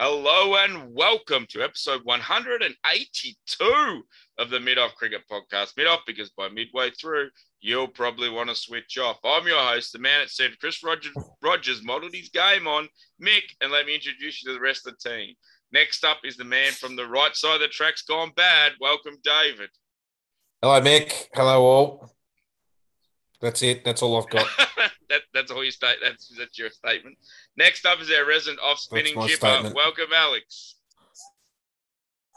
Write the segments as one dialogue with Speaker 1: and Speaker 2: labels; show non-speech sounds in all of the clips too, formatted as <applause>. Speaker 1: Hello and welcome to episode 182 of the Mid Off Cricket Podcast. Mid Off, because by midway through, you'll probably want to switch off. I'm your host, the man that said Chris Rogers, Rogers modeled his game on Mick, and let me introduce you to the rest of the team. Next up is the man from the right side of the track's gone bad. Welcome, David. <laughs>
Speaker 2: Hello, Mick. Hello, all. That's it. That's all I've
Speaker 3: <laughs>
Speaker 2: got. <laughs>
Speaker 1: that, that's all your state. That's that's your statement. Next up is our resident off spinning
Speaker 2: my
Speaker 1: chipper.
Speaker 2: statement.
Speaker 1: Welcome, Alex.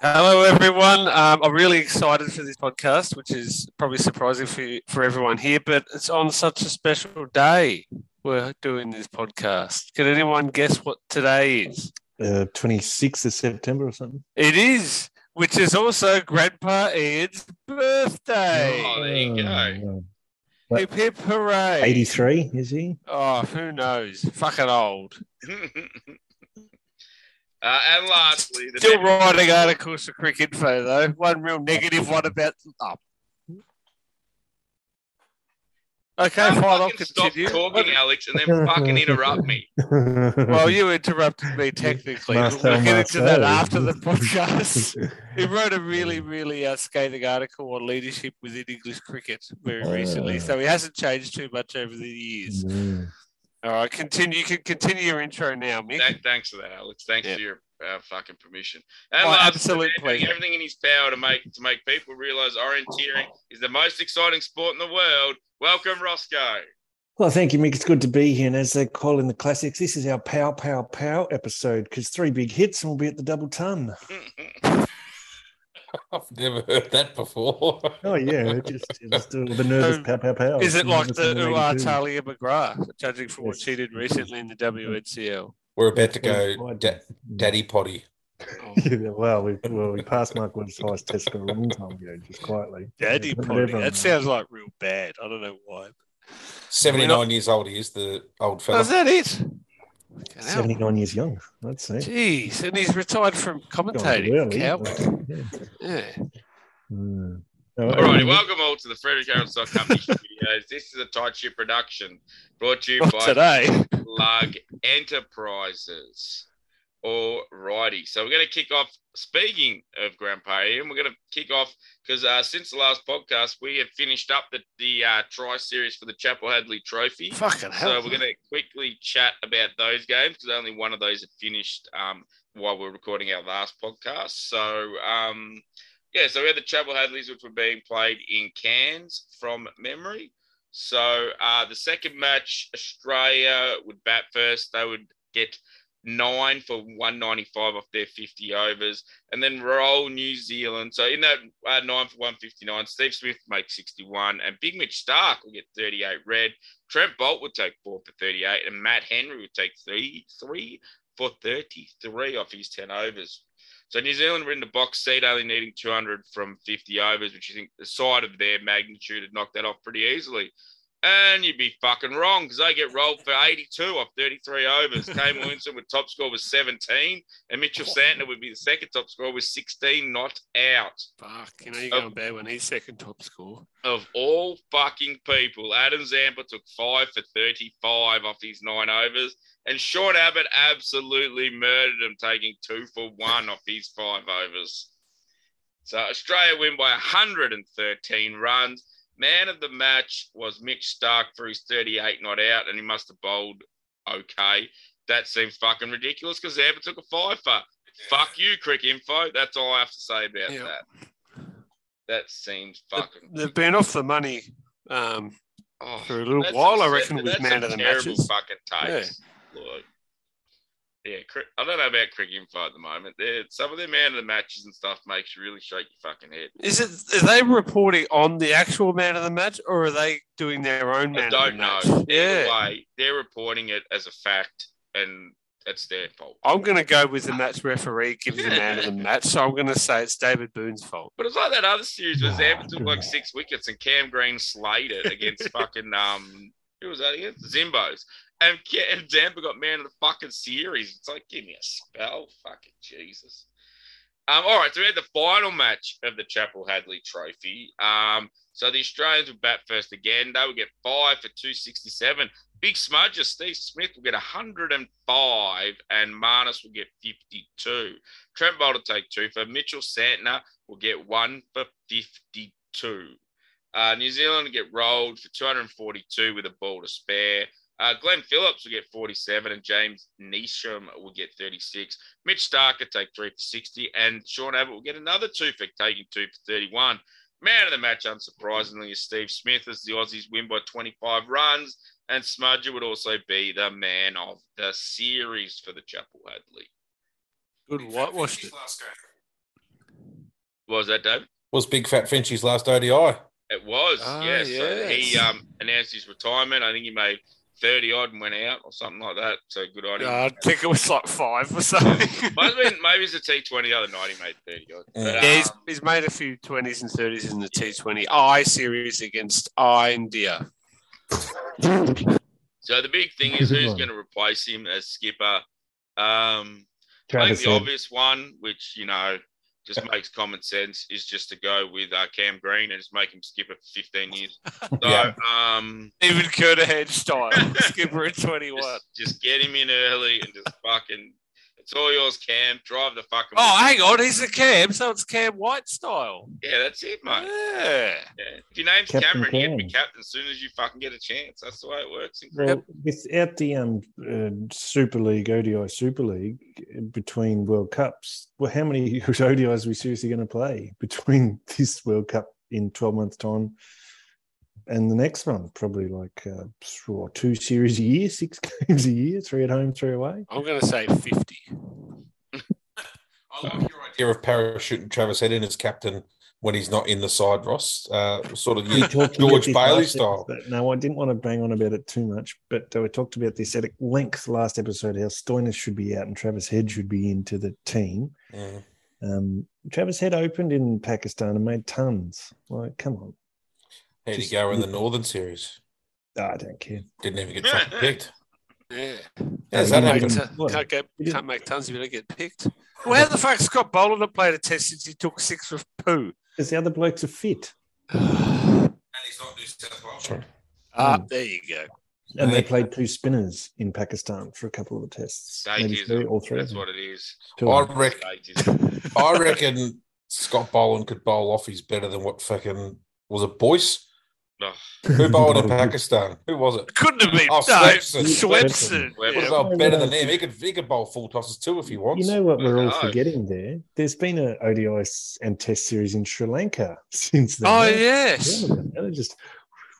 Speaker 4: Hello, everyone. Um, I'm really excited for this podcast, which is probably surprising for you, for everyone here, but it's on such a special day. We're doing this podcast. Can anyone guess what today is?
Speaker 3: uh, 26th of September or something.
Speaker 4: It is, which is also Grandpa Ian's birthday.
Speaker 1: Oh, there you go.
Speaker 3: Oh.
Speaker 4: hip hip hooray!
Speaker 3: 83, Uh, is he?
Speaker 4: Oh, who knows? Fucking old.
Speaker 1: uh, and lastly, the
Speaker 4: Still
Speaker 1: man-
Speaker 4: writing articles for Cricket Info though. One real negative, one about up. Okay,
Speaker 1: <laughs> Can't
Speaker 4: fine. I'll
Speaker 1: fucking stop
Speaker 4: continue.
Speaker 1: talking, Alex, and then fucking interrupt
Speaker 4: <laughs>
Speaker 1: me.
Speaker 3: <laughs>
Speaker 4: Well, you interrupted me technically, but
Speaker 3: Marcel
Speaker 4: we'll get into that
Speaker 3: Marceau.
Speaker 4: after
Speaker 3: <laughs>
Speaker 4: the podcast. he wrote a really, really uh, scathing article on leadership within English cricket very recently,
Speaker 3: Ah.
Speaker 4: so he hasn't changed too much over the years.
Speaker 3: Mm.
Speaker 4: All right, continue. You can continue your intro now, Mick.
Speaker 1: Thank- thanks for that, Alex. Thanks
Speaker 4: Yeah.
Speaker 1: for your uh, fucking permission. And
Speaker 4: My
Speaker 1: lastly,
Speaker 4: absolute
Speaker 1: the man doing
Speaker 4: pleasure.
Speaker 1: Everything in his power to make to make people realize orienteering is the most exciting sport in the world. Welcome, Roscoe. <laughs>
Speaker 3: Well, thank you, Mick. It's good to be here. And as they call in the classics, this is our pow, pow, pow episode because three big hits and we'll be at the double ton.
Speaker 2: I've never heard that before.
Speaker 3: Oh, yeah. it Just, just do the nervous
Speaker 4: Um,
Speaker 3: pow, pow, pow.
Speaker 4: Is it like
Speaker 3: Nervous
Speaker 4: the
Speaker 3: and
Speaker 4: Uar
Speaker 3: ready to do.
Speaker 4: Talia McGrath, judging from what
Speaker 3: Yes.
Speaker 4: she did recently in the WNCL?
Speaker 2: <laughs> We're about to
Speaker 3: That's
Speaker 2: go
Speaker 3: what it's
Speaker 2: da-
Speaker 3: like.
Speaker 2: daddy potty.
Speaker 4: Oh,
Speaker 3: <laughs> Yeah, well, we, well, we passed Mark Wood's highest test for a long time ago, just quietly.
Speaker 4: Daddy
Speaker 3: Yeah, but
Speaker 4: potty.
Speaker 3: everyone
Speaker 4: That
Speaker 3: knows.
Speaker 4: sounds like real bad. I don't know why.
Speaker 2: 79 years old he is, the old
Speaker 4: Oh, is
Speaker 2: fella.
Speaker 4: that it? Fucking hell.
Speaker 3: 79 years young. That's it.
Speaker 4: Jeez, and he's retired from commentating. Cowboy. Yeah.
Speaker 3: Hmm.
Speaker 1: All righty, <laughs> welcome all to the Frederick Harold Stock
Speaker 4: <laughs>
Speaker 1: Company Studios. This is a tight ship production brought to you
Speaker 4: Not
Speaker 1: by
Speaker 4: <laughs> today.
Speaker 1: Lug Enterprises. Alrighty, so we're going to kick off. Speaking of Grandpa Ian, we're going to kick off because uh, since the last podcast, we have finished up the, the uh, Tri Series for the Chapel Hadley Trophy. So
Speaker 4: Fucking hell.
Speaker 1: we're going to quickly chat about those games because only one of those had finished um, while we are recording our last podcast. So um, yeah, so we had the Chapel Hadleys, which were being played in Cairns from memory. So uh, the second match, Australia would bat first. They would get nine for 195 off their 50 overs and then roll New Zealand. So in that uh, nine for 159, Steve Smith makes 61 and Big Mitch Stark will get 38 red. Trent Bolt would take four for 38, and Matt Henry would take three, three for 33 off his 10 overs. So New Zealand were in the box seat, only needing 200 from 50 overs, which you think the side of their magnitude had knocked that off pretty easily. And you'd be fucking wrong because they get rolled for 82 off 33 overs. Kane Williamson would top score with 17, and Mitchell Santner would be the second top scorer with 16 not out
Speaker 4: Fuck, you know, you're
Speaker 1: Oh.
Speaker 4: going bad when he's second top score.
Speaker 1: of all fucking people, Adam Zampa took five for 35 off his nine overs, and Sean Abbott absolutely murdered him, taking two for one off his five overs. So Australia win by 113 runs. Man of the match was Mitch Stark for his 38 not out, and he must have bowled okay. That seems fucking ridiculous because Zampa took a five for. Fuck you, Crick Info. That's all I have to say about
Speaker 4: Yeah.
Speaker 1: that. That seems fucking.
Speaker 4: They've been off the money um,
Speaker 1: Oh,
Speaker 4: for a little
Speaker 1: that's
Speaker 4: while, I
Speaker 1: upset-
Speaker 4: reckon, with
Speaker 1: that's
Speaker 4: man
Speaker 1: a
Speaker 4: of the
Speaker 1: terrible
Speaker 4: matches.
Speaker 1: fucking takes. Look. Yeah, cri- I don't know about cricket info at the moment. They're, some of their man of the matches and stuff makes you really shake your fucking head.
Speaker 4: Is it? Are they reporting on the actual man of the match, or are they doing their own man
Speaker 1: I don't
Speaker 4: of
Speaker 1: know.
Speaker 4: the match?
Speaker 1: Either
Speaker 4: Yeah,
Speaker 1: way, they're reporting it as a fact, and that's their fault.
Speaker 4: I'm going to go with the match referee gives the man
Speaker 1: <laughs>
Speaker 4: of
Speaker 1: Yeah.
Speaker 4: the match, so I'm going to say it's David Boone's fault.
Speaker 1: But it's like that other series where
Speaker 3: Nah,
Speaker 1: Zampa took like
Speaker 3: nah.
Speaker 1: six wickets and Cam Green slayed it
Speaker 3: <laughs>
Speaker 1: against fucking um who was that against? Zimbos. And, Ca- and Zampa got man of the fucking series. It's like give me a spell, fucking Jesus. Um, all right, so we had the final match of the Chapel Hadley Trophy. Um, so the Australians will bat first again. They will get five for 267. Big smudger Steve Smith will get 105 and Marnus will get 52. Trent Bolt will take two for Mitchell Santner will get one for 52. Uh, New Zealand will get rolled for 242 with a ball to spare. Uh, Glenn Phillips will get 47 and James Neesham will get 36. Mitch Starker take three for 60 and Sean Abbott will get another two for taking two for 31. Man of the match, unsurprisingly, is Steve Smith as the Aussies win by 25 runs. And Smudger would also be the man of the series for the Chapel Hadley.
Speaker 4: Good whitewashed it.
Speaker 2: Last game.
Speaker 1: What was that, David?
Speaker 2: Was Big Fat Finchie's last ODI.
Speaker 1: It was,
Speaker 4: Ah,
Speaker 1: yeah. So
Speaker 4: yes.
Speaker 1: he um, announced his retirement. I think he made 30 odd and went out or something like that. So good on him.
Speaker 4: Yeah, Uh, I think it was like
Speaker 1: <laughs>
Speaker 4: five or something.
Speaker 1: Might have been- maybe it's a T20 the other night he made 30 odd. But,
Speaker 2: Yeah.
Speaker 4: <laughs> Yeah, he's,
Speaker 1: um,
Speaker 4: he's made a few 20s and 30s in the T20I series against India.
Speaker 1: so the big thing is who's going to replace him as skipper? Um, I think
Speaker 3: Travis
Speaker 1: the
Speaker 3: Head.
Speaker 1: obvious one, which you know just makes common sense, is just to go with uh, Cam Green and just make him skip it for 15
Speaker 4: <laughs>
Speaker 1: years. So,
Speaker 2: Yeah.
Speaker 1: um,
Speaker 4: Even Curtahead <laughs> style, skipper at 21.
Speaker 1: just, just get him in early and just fucking, it's all yours, Cam. Drive the fucking.
Speaker 4: Oh, hang on, he's a Cam, so it's Cam White style.
Speaker 1: Yeah, that's it, mate.
Speaker 4: Yeah.
Speaker 1: Yeah. If your name's
Speaker 3: Captain
Speaker 1: Cameron, you get to be
Speaker 3: Cam.
Speaker 1: captain as soon as you fucking get a chance. That's the way it works. in
Speaker 3: Well, without the um, uh, Super League, ODI Super League, uh, between World Cups, well, how many <laughs> ODIs are we seriously going to play between <laughs> this World Cup in 12 months' time and the next one? Probably like uh, what, two series a year, six <laughs> games a year, three at home, three away.
Speaker 4: I'm going to say 50.
Speaker 2: I like your idea of parachuting Travis Head in as captain when he's not in the side, Ross. Uh, sort
Speaker 3: <laughs>
Speaker 2: of you,
Speaker 3: talked about
Speaker 2: George
Speaker 3: this
Speaker 2: Bailey
Speaker 3: last
Speaker 2: style.
Speaker 3: episode- No, I didn't want to bang on about it too much, but uh, we talked about this at length last episode how Stoinis should be out and Travis Head should be into the team.
Speaker 2: Mm.
Speaker 3: Um, Travis Head opened in Pakistan and made tons. Like, come on.
Speaker 2: Here you
Speaker 3: Just-
Speaker 2: go in the Northern Series.
Speaker 3: Ah, I don't care.
Speaker 2: Didn't even get fucking picked.
Speaker 4: Yeah.
Speaker 2: How's
Speaker 3: Yeah,
Speaker 2: that
Speaker 3: he
Speaker 2: happen?
Speaker 3: didn't.
Speaker 4: Can't,
Speaker 3: What?
Speaker 4: can't, get,
Speaker 3: You didn't-
Speaker 4: can't make tons if you don't get picked. Well, how the fuck Scott Boland have played a test since he took six with <sighs> poo?
Speaker 3: Because the other blokes are fit Hmm.
Speaker 4: Ah, there you go.
Speaker 3: and they
Speaker 2: Mate.
Speaker 3: played two spinners in Pakistan for a couple of the tests.
Speaker 1: Sake
Speaker 3: Maybe
Speaker 1: is
Speaker 3: three,
Speaker 1: a-
Speaker 3: all three.
Speaker 1: That's
Speaker 3: of them.
Speaker 1: what it is.
Speaker 3: Two
Speaker 2: I
Speaker 3: of them.
Speaker 2: reckon.
Speaker 1: State
Speaker 3: <laughs>
Speaker 1: is-
Speaker 2: I reckon Scott Boland could bowl off. He's better than what fucking was it? Boyce
Speaker 1: oh,
Speaker 3: <laughs>
Speaker 2: who bowled in Pakistan? Who was it?
Speaker 4: Couldn't have been.
Speaker 2: Oh,
Speaker 4: no,
Speaker 2: Swepson.
Speaker 4: Swepson.
Speaker 1: Swepson.
Speaker 2: Was
Speaker 4: Yeah.
Speaker 2: I better than him? He could he could bowl full tosses too if he wants.
Speaker 3: You know what we're all
Speaker 1: Oh.
Speaker 3: forgetting there? There's been an ODI s- and test series in Sri Lanka <laughs> since then.
Speaker 4: Oh, yes.
Speaker 3: Yeah, they just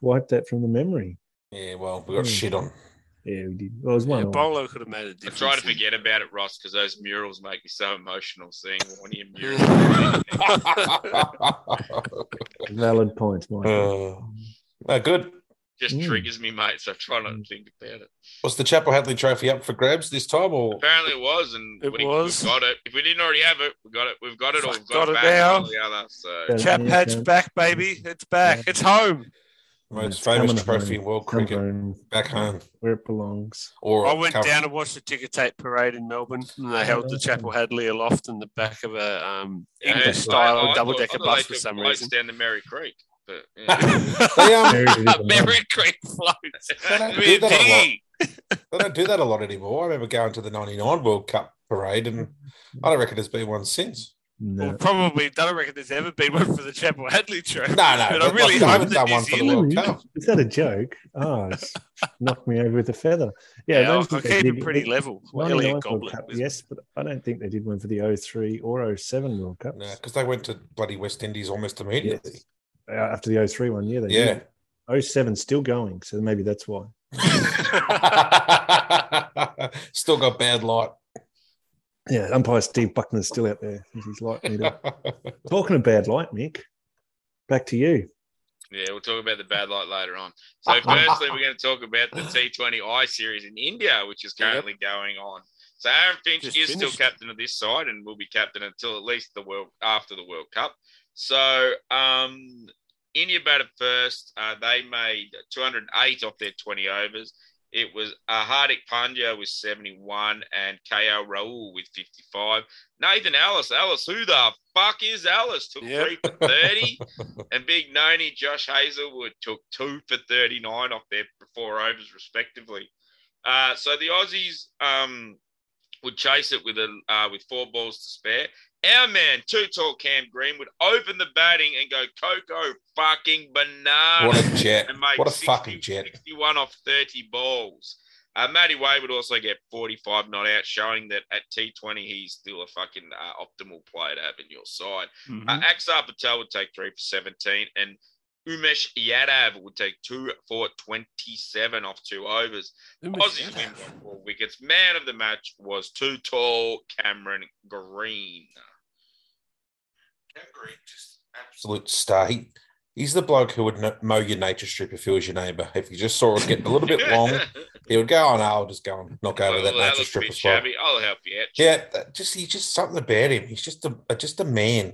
Speaker 3: wiped that from the memory.
Speaker 2: yeah, well, we got
Speaker 3: Hmm.
Speaker 2: shit
Speaker 4: <laughs>
Speaker 2: on. <laughs>
Speaker 3: Yeah, we did. Well, it was
Speaker 4: Yeah,
Speaker 3: one. all.
Speaker 4: Bolo could have made a
Speaker 1: I
Speaker 4: difference.
Speaker 1: try to forget about it, Ross, because those murals make me so emotional seeing one of your
Speaker 2: <laughs>
Speaker 1: murals.
Speaker 4: Yeah.
Speaker 3: Valid point, Mike.
Speaker 2: Uh, no, good.
Speaker 1: just
Speaker 3: Mm.
Speaker 1: triggers me, mate. So I try not to think about it.
Speaker 2: Was the Chapel Hadley Trophy up for grabs this time, or
Speaker 1: Apparently it was, and
Speaker 4: It
Speaker 1: we,
Speaker 4: was.
Speaker 1: we got it. If we didn't already have it, we got it. We've got it. Or
Speaker 4: Fuck,
Speaker 1: we've got,
Speaker 4: got it
Speaker 1: it back
Speaker 4: now.
Speaker 1: or The other. So
Speaker 3: Yeah.
Speaker 4: Chap Hat's
Speaker 3: Yeah.
Speaker 4: back, baby. It's back.
Speaker 3: Yeah.
Speaker 4: It's home.
Speaker 2: most
Speaker 3: It's
Speaker 2: famous
Speaker 3: coming
Speaker 2: trophy
Speaker 3: home.
Speaker 2: in world
Speaker 3: Come
Speaker 2: cricket
Speaker 3: home,
Speaker 2: back home?
Speaker 3: where
Speaker 4: <laughs>
Speaker 3: it belongs.
Speaker 2: Or
Speaker 4: I went
Speaker 2: cover-
Speaker 4: down and watched the ticker tape parade in Melbourne, and they held the Chapel Hadley aloft in the back of a um,
Speaker 1: Yeah,
Speaker 4: English
Speaker 1: I- I- I
Speaker 4: style
Speaker 1: thought-
Speaker 4: double
Speaker 1: I
Speaker 4: decker
Speaker 1: thought
Speaker 4: bus
Speaker 1: they
Speaker 4: for
Speaker 1: took
Speaker 4: some
Speaker 1: flights
Speaker 4: reason.
Speaker 1: down to Merry Creek,
Speaker 3: <laughs>
Speaker 1: but yeah.
Speaker 4: <laughs>
Speaker 2: They, um,
Speaker 3: Very good at the
Speaker 4: Merry
Speaker 3: moment.
Speaker 4: Creek floats.
Speaker 2: They don't do
Speaker 4: With
Speaker 2: that a lot.
Speaker 4: piggy.
Speaker 2: they don't do that a lot anymore. I remember going to the '99 World Cup parade, and I don't reckon there's been one since.
Speaker 4: Well,
Speaker 3: No.
Speaker 4: probably don't reckon there's ever been one for the Chapel Hadley Trophy.
Speaker 2: No, no,
Speaker 4: but I
Speaker 2: but like, they
Speaker 4: really hope
Speaker 2: haven't done
Speaker 4: that New
Speaker 2: one for the
Speaker 4: Zealand-
Speaker 2: World
Speaker 4: <laughs>
Speaker 2: Cup.
Speaker 3: Is that a joke? Oh, it's knocked me over with a feather. Yeah, I
Speaker 4: Yeah,
Speaker 3: don't
Speaker 4: I'll, I'll
Speaker 3: think they
Speaker 4: keep
Speaker 3: did
Speaker 4: it pretty
Speaker 3: the
Speaker 4: level.
Speaker 3: 99
Speaker 4: Elliot
Speaker 3: World
Speaker 4: Goblet. <laughs>
Speaker 3: Cup,
Speaker 4: was-
Speaker 3: yes, but I don't think they did one for the 03 or 07 World Cup.
Speaker 2: No, because they went to bloody West Indies almost immediately.
Speaker 3: Yes. Uh, After the 03 one, yeah, they
Speaker 2: Yeah.
Speaker 3: did. 07 still going, so maybe that's why.
Speaker 2: <laughs> Still got bad light.
Speaker 3: Yeah, umpire Steve Buckner's still out there. He's light meter.
Speaker 2: <laughs>
Speaker 3: Talking of bad light, Mick, back to you.
Speaker 1: Yeah, we'll talk about the bad light later on. So,
Speaker 4: <laughs>
Speaker 1: firstly, we're going to talk about the T20I series in India, which is currently going on. So, Aaron Finch
Speaker 4: Just
Speaker 1: is still
Speaker 4: finished.
Speaker 1: captain of this side and will be captain until at least the world after the World Cup. So, um, India batted first. Uh, they made 208 off their 20 overs. It was uh, Hardik Pandya with 71 and KL Raul with 55. Nathan Alice, Alice, who the fuck is Alice? Took
Speaker 4: Yep.
Speaker 1: three for
Speaker 2: <laughs>
Speaker 1: 30. and Big Noni, Josh Hazelwood took two for 39 off their four overs, respectively. Uh, so the Aussies um, would chase it with, a, uh, with four balls to spare. Our man, too tall Cam Green, would open the batting and go Coco fucking banana
Speaker 2: What a
Speaker 4: Um,
Speaker 2: jet.
Speaker 1: and made
Speaker 2: What a
Speaker 1: 60
Speaker 2: fucking jet.
Speaker 1: 61 off 30 balls. Uh, Matty Way would also get 45 not out, showing that at T20 he's still a fucking uh, optimal player to have in your side.
Speaker 2: Mm-hmm.
Speaker 4: Mm-hmm.
Speaker 1: Uh, Axar Patel would take three for 17, and Umesh Yadav would take two for 27 off two overs. Aussies win by four wickets. Man of the match was too tall Cameron Green.
Speaker 2: Cam Green, just absolute star. He, he's the bloke who would kn- mow your nature strip if he was your neighbour. If you just saw it getting a little bit <laughs>
Speaker 4: <laughs>
Speaker 2: long, he would go, "Oh no, I'll just go and knock over
Speaker 1: Oh,
Speaker 2: that nature
Speaker 1: looks a
Speaker 2: strip
Speaker 1: bit
Speaker 2: as well."
Speaker 1: shabby. Oh, I'll help you out.
Speaker 2: Yeah, that, just he's just something about him. He's just a just a man,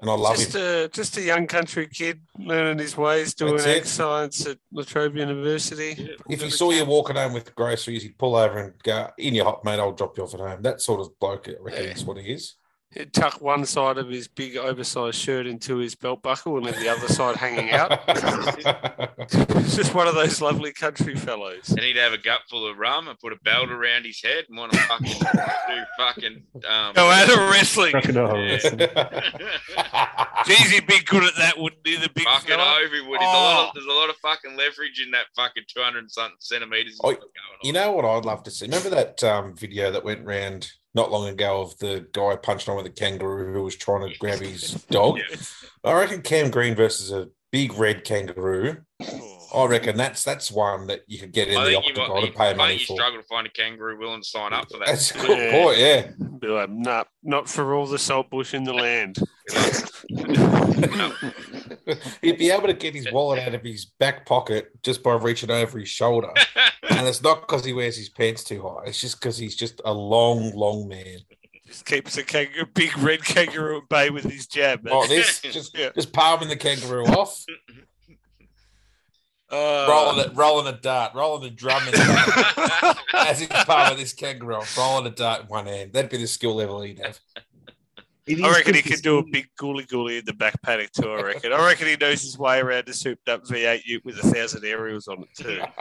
Speaker 2: and I love
Speaker 4: just
Speaker 2: him.
Speaker 4: a just a young country kid learning his ways, doing
Speaker 2: That's it.
Speaker 4: egg science at La Trobe University.
Speaker 1: Yeah.
Speaker 2: if he saw you walking home with groceries, he'd pull over and go, "In your hot mate, I'll drop you off at home." That sort of bloke, I reckon,
Speaker 4: Yeah.
Speaker 2: is what he is.
Speaker 4: He'd tuck one side of his big oversized shirt into his belt buckle and have the other side
Speaker 2: <laughs>
Speaker 4: hanging out. <laughs> just one of those lovely country fellows.
Speaker 1: and he'd have a gutful of rum and put a belt around his head and want to fucking do fucking. Um, <laughs>
Speaker 4: Go out of wrestling.
Speaker 3: Crocodile.
Speaker 2: <laughs>
Speaker 1: Yeah.
Speaker 4: <laughs>
Speaker 3: wrestling.
Speaker 4: Jeez, he'd be good at that, wouldn't he? The big
Speaker 1: Fucking
Speaker 4: fella?
Speaker 1: Overwood. There's, a lot
Speaker 4: Oh.
Speaker 1: of, there's a lot of fucking leverage in that fucking 200 and something centimeters.
Speaker 2: Oh,
Speaker 1: going on.
Speaker 2: You know what I'd love to see? Remember that um, video that went round not long ago of the guy punched on with a kangaroo who was trying to grab his dog?
Speaker 1: Yeah.
Speaker 2: I reckon Cam Green versus a big red kangaroo.
Speaker 4: Oh.
Speaker 2: I reckon that's that's one that you could get in
Speaker 1: I
Speaker 2: the
Speaker 1: think you,
Speaker 2: octagon
Speaker 1: might,
Speaker 2: and pay
Speaker 1: I think
Speaker 2: money
Speaker 1: you
Speaker 2: for.
Speaker 1: struggle to find a kangaroo willing to sign up for that.
Speaker 2: That's a
Speaker 4: Yeah.
Speaker 2: good point, yeah.
Speaker 4: Be like, nah, not for all the salt bush in the land.
Speaker 2: He'd be able to get his wallet out of his back pocket just by reaching over his shoulder. And it's not because he wears his pants too high. It's just because he's just a long, long man.
Speaker 4: Just keeps a kangaroo, big red kangaroo at bay with his jab.
Speaker 2: Like
Speaker 4: man.
Speaker 2: Oh, this, just
Speaker 4: <laughs> Yeah.
Speaker 2: just palming the kangaroo off,
Speaker 4: Uh,
Speaker 2: rolling it, rolling a dart, rolling a drum in the hand <laughs> as he's palming this kangaroo off, rolling a dart in one hand. That'd be the skill level he'd have. <laughs>
Speaker 3: It
Speaker 4: I
Speaker 3: is
Speaker 4: reckon he
Speaker 3: good to
Speaker 4: could do a
Speaker 3: see.
Speaker 4: big gooly gooly in the back paddock too. I reckon. I reckon he knows his way around a souped up V8 Ute with a thousand aerials on it too. <laughs>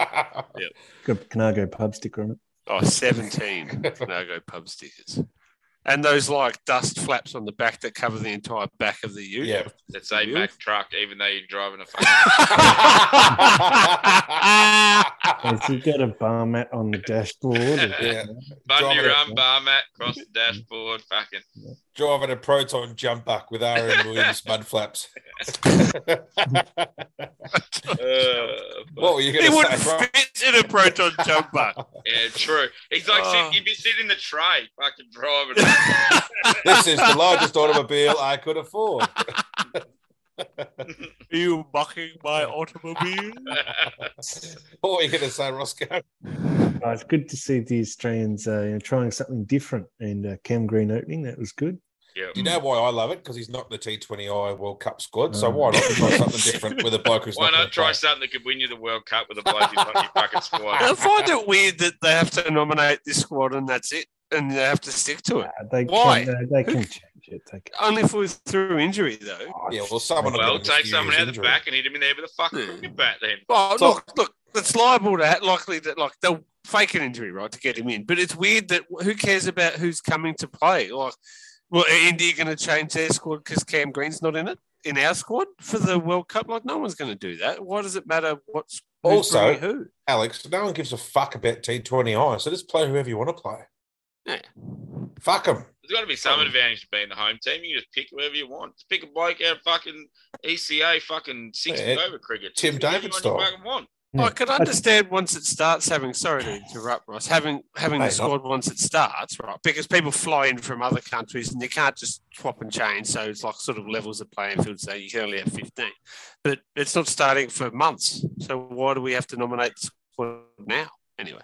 Speaker 3: Got Canago pub sticker on it.
Speaker 2: <laughs>
Speaker 4: Oh, 17 Canago pub stickers. And those like dust flaps on the back that cover the entire back of the Ute.
Speaker 2: yeah.
Speaker 1: That's a
Speaker 4: You?
Speaker 1: Mack truck, even though you're driving a fucking.
Speaker 3: Has he got a bar mat on the dashboard?
Speaker 2: Yeah.
Speaker 1: Bundy
Speaker 2: <laughs> Driving a-
Speaker 1: run, bar mat, cross the dashboard, fucking.
Speaker 2: <laughs> Driving a proton jump buck with RM Williams mud flaps.
Speaker 1: Uh,
Speaker 2: what were you
Speaker 4: He
Speaker 2: going to
Speaker 4: wouldn't
Speaker 2: say? Rob?
Speaker 4: fit in a proton jumper.
Speaker 1: Yeah, true. He's like,
Speaker 4: Oh.
Speaker 2: uh.
Speaker 1: sit, he'd be sitting in the tray, fucking driving. <laughs>
Speaker 2: This is the largest automobile I could afford. <laughs>
Speaker 4: Are you mocking my automobile?
Speaker 2: What were you going to say, Roscoe?
Speaker 3: Uh, it's good to see the Australians uh, you know, trying something different and uh, Cam Green opening. That was good.
Speaker 1: yeah.
Speaker 2: You know why I love it? Because he's not in the T20I World Cup squad. So
Speaker 3: Oh.
Speaker 2: why not try
Speaker 1: <laughs>
Speaker 2: something different with a bloke who's
Speaker 1: Why
Speaker 2: not?
Speaker 1: not try something that could win you the World Cup with a bloke who's not in your
Speaker 2: <laughs>
Speaker 1: fucking
Speaker 4: I
Speaker 1: squad?
Speaker 4: find it weird that they have to nominate this squad and that's it, and they have to stick to it.
Speaker 3: Uh, they
Speaker 4: Why?
Speaker 3: Can, uh, they can change it. They can. Oh,
Speaker 4: Only if it was through injury, though.
Speaker 2: Yeah, well, someone
Speaker 1: Well,
Speaker 2: Look at
Speaker 1: take
Speaker 2: his
Speaker 1: someone out of the
Speaker 2: injury.
Speaker 1: back and hit him in there with a fucking
Speaker 4: Yeah.
Speaker 1: cricket bat then.
Speaker 4: Oh,
Speaker 2: So-
Speaker 4: look, look, it's liable to likely that like they'll fake an injury, right, to get him in. But it's weird that who cares about who's coming to play? Like, well, are India going to change their squad because Cam Green's not in it in our squad for the World Cup? Like, no one's going to do that. Why does it matter what's who's
Speaker 2: Also-
Speaker 4: bringing who?
Speaker 2: Alex, no one gives a fuck about T20I. So just play whoever you want to play.
Speaker 4: Yeah.
Speaker 2: Fuck them.
Speaker 1: There's got to be some
Speaker 2: Um,
Speaker 1: advantage to being the home team. You can just pick whoever you want. Just pick a bloke out of fucking ECA fucking 60
Speaker 2: Yeah,
Speaker 1: over cricket.
Speaker 2: Tim
Speaker 1: Whoever you
Speaker 2: David
Speaker 1: want, you
Speaker 2: style.
Speaker 1: fucking want.
Speaker 3: Yeah.
Speaker 4: I can understand once it starts having. Sorry to interrupt, Ross. Having having
Speaker 2: Hey,
Speaker 4: the squad once it starts, right? Because people fly in from other countries and you can't just swap and change. So it's like sort of levels of playing field. So you can only have fifteen, but it's not starting for months. So why do we have to nominate the squad now? Anyway,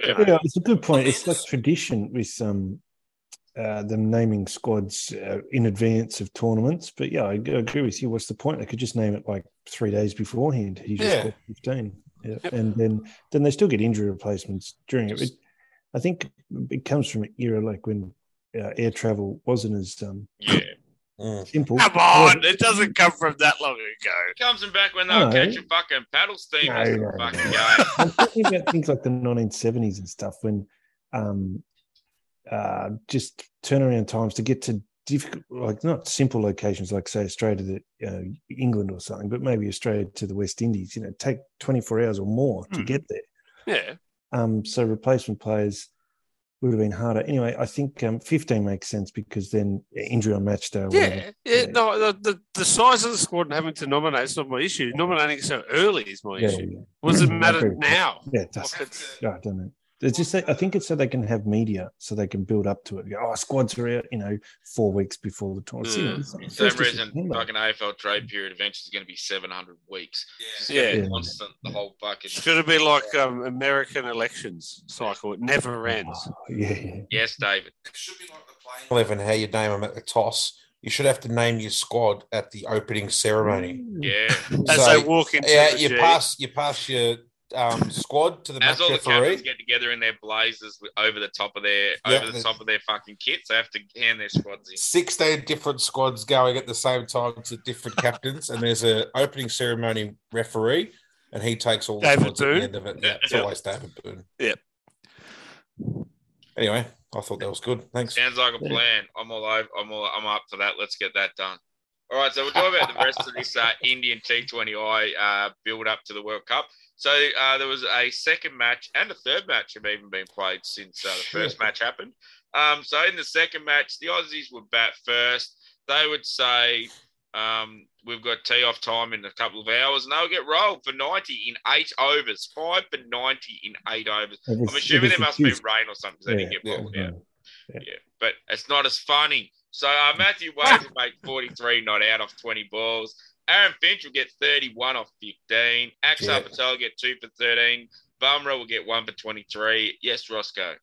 Speaker 3: Yeah, it's a good point. It's like tradition with um, uh, them naming squads uh, in advance of tournaments. But yeah, I, g- I agree with you. What's the point? They could just name it like three days beforehand. He's
Speaker 2: Yeah.
Speaker 3: just got 15. Yeah.
Speaker 4: Yep.
Speaker 3: And then then they still get injury replacements during it. it I think it comes from an era like when uh, air travel wasn't as um,
Speaker 1: Yeah.
Speaker 2: Mm.
Speaker 3: simple.
Speaker 4: Come on, it doesn't come from that long ago.
Speaker 1: Comes and back when they were
Speaker 3: No.
Speaker 1: catching fucking paddle steamers.
Speaker 3: No, no, no.
Speaker 1: fucking
Speaker 3: <laughs>
Speaker 1: game.
Speaker 3: I'm thinking about things like the 1970s and stuff when um, uh, just turnaround times to get to difficult, like not simple locations, like say Australia to the, uh, England or something, but maybe Australia to the West Indies, you know, take 24 hours or more to
Speaker 4: Hmm.
Speaker 3: get there.
Speaker 4: Yeah.
Speaker 3: Um, so replacement players would have been harder. Anyway, I think um, 15 makes sense because then injury on match day. or whatever.
Speaker 4: Yeah. Yeah. No, the, the, the size of the squad and having to nominate is not my issue. Nominating so early is my
Speaker 3: Yeah, yeah,
Speaker 4: issue.
Speaker 3: yeah.
Speaker 4: Was it
Speaker 3: I
Speaker 4: matter
Speaker 3: agree.
Speaker 4: now?
Speaker 3: yeah, it does.
Speaker 4: It's-
Speaker 3: Yeah, I don't know. It's just that, I think it's so they can have media, so they can build up to it. Go, oh, squads are out, you know, four weeks before the
Speaker 4: Yeah.
Speaker 3: tournament.
Speaker 1: Hmm. For some reason, fucking AFL trade period eventually is going to be 700 weeks. It's gonna
Speaker 4: Yeah.
Speaker 1: be
Speaker 3: Yeah.
Speaker 1: Constant the whole fucking.
Speaker 4: Should it be like um, American elections cycle? It never
Speaker 3: Oh,
Speaker 4: ends.
Speaker 3: yeah, yeah.
Speaker 1: Yes, David.
Speaker 5: It should be like the plane.
Speaker 2: Eleven. How you name them at the toss? You should have to name your squad at the opening ceremony.
Speaker 1: Yeah.
Speaker 4: As
Speaker 2: So,
Speaker 4: they walk into
Speaker 2: yeah,
Speaker 4: the
Speaker 2: you
Speaker 4: G, <laughs>
Speaker 2: pass. You pass your um, squad to the
Speaker 1: As
Speaker 2: match
Speaker 1: all the captains
Speaker 2: referee.
Speaker 1: get together in their blazers with- over the top of their
Speaker 2: Yeah.
Speaker 1: over the top of their fucking kits, they have to hand their squads in.
Speaker 2: Sixteen different squads going at the same time to different captains, and there's a opening ceremony referee, and he takes all the
Speaker 4: David
Speaker 2: squads at
Speaker 4: Boone.
Speaker 2: the end of it. Yeah, it's
Speaker 4: Yeah.
Speaker 2: always David Boone.
Speaker 4: Yep.
Speaker 2: Anyway, I thought that was good. Thanks.
Speaker 1: Sounds like a plan. I'm all over. I'm all. I'm up for that. Let's get that done. All right. So we'll talk about the rest of this
Speaker 3: <laughs>
Speaker 1: uh, Indian T20I uh, build up to the World Cup. So uh, there was a second match and a third match have even been played since uh, the first match happened. Um, so in the second match, the Aussies would bat first. They would say, um, "We've got tee off time in a couple of hours," and they'll get rolled for ninety in eight overs. Five for ninety in eight overs.
Speaker 3: It was-
Speaker 1: I'm
Speaker 3: it
Speaker 1: assuming
Speaker 3: was
Speaker 1: there must be
Speaker 3: huge-
Speaker 1: rain or something. So they didn't
Speaker 3: Yeah,
Speaker 1: get balled
Speaker 3: yeah.
Speaker 1: out. Yeah. but it's not as funny. So uh, Matthew Wade will make 43 not out off 20 balls. Aaron Finch will get 31 off 15. Axel
Speaker 2: Yeah.
Speaker 1: Patel will get two for 13. Bumrah will get one for 23. Yes, Roscoe.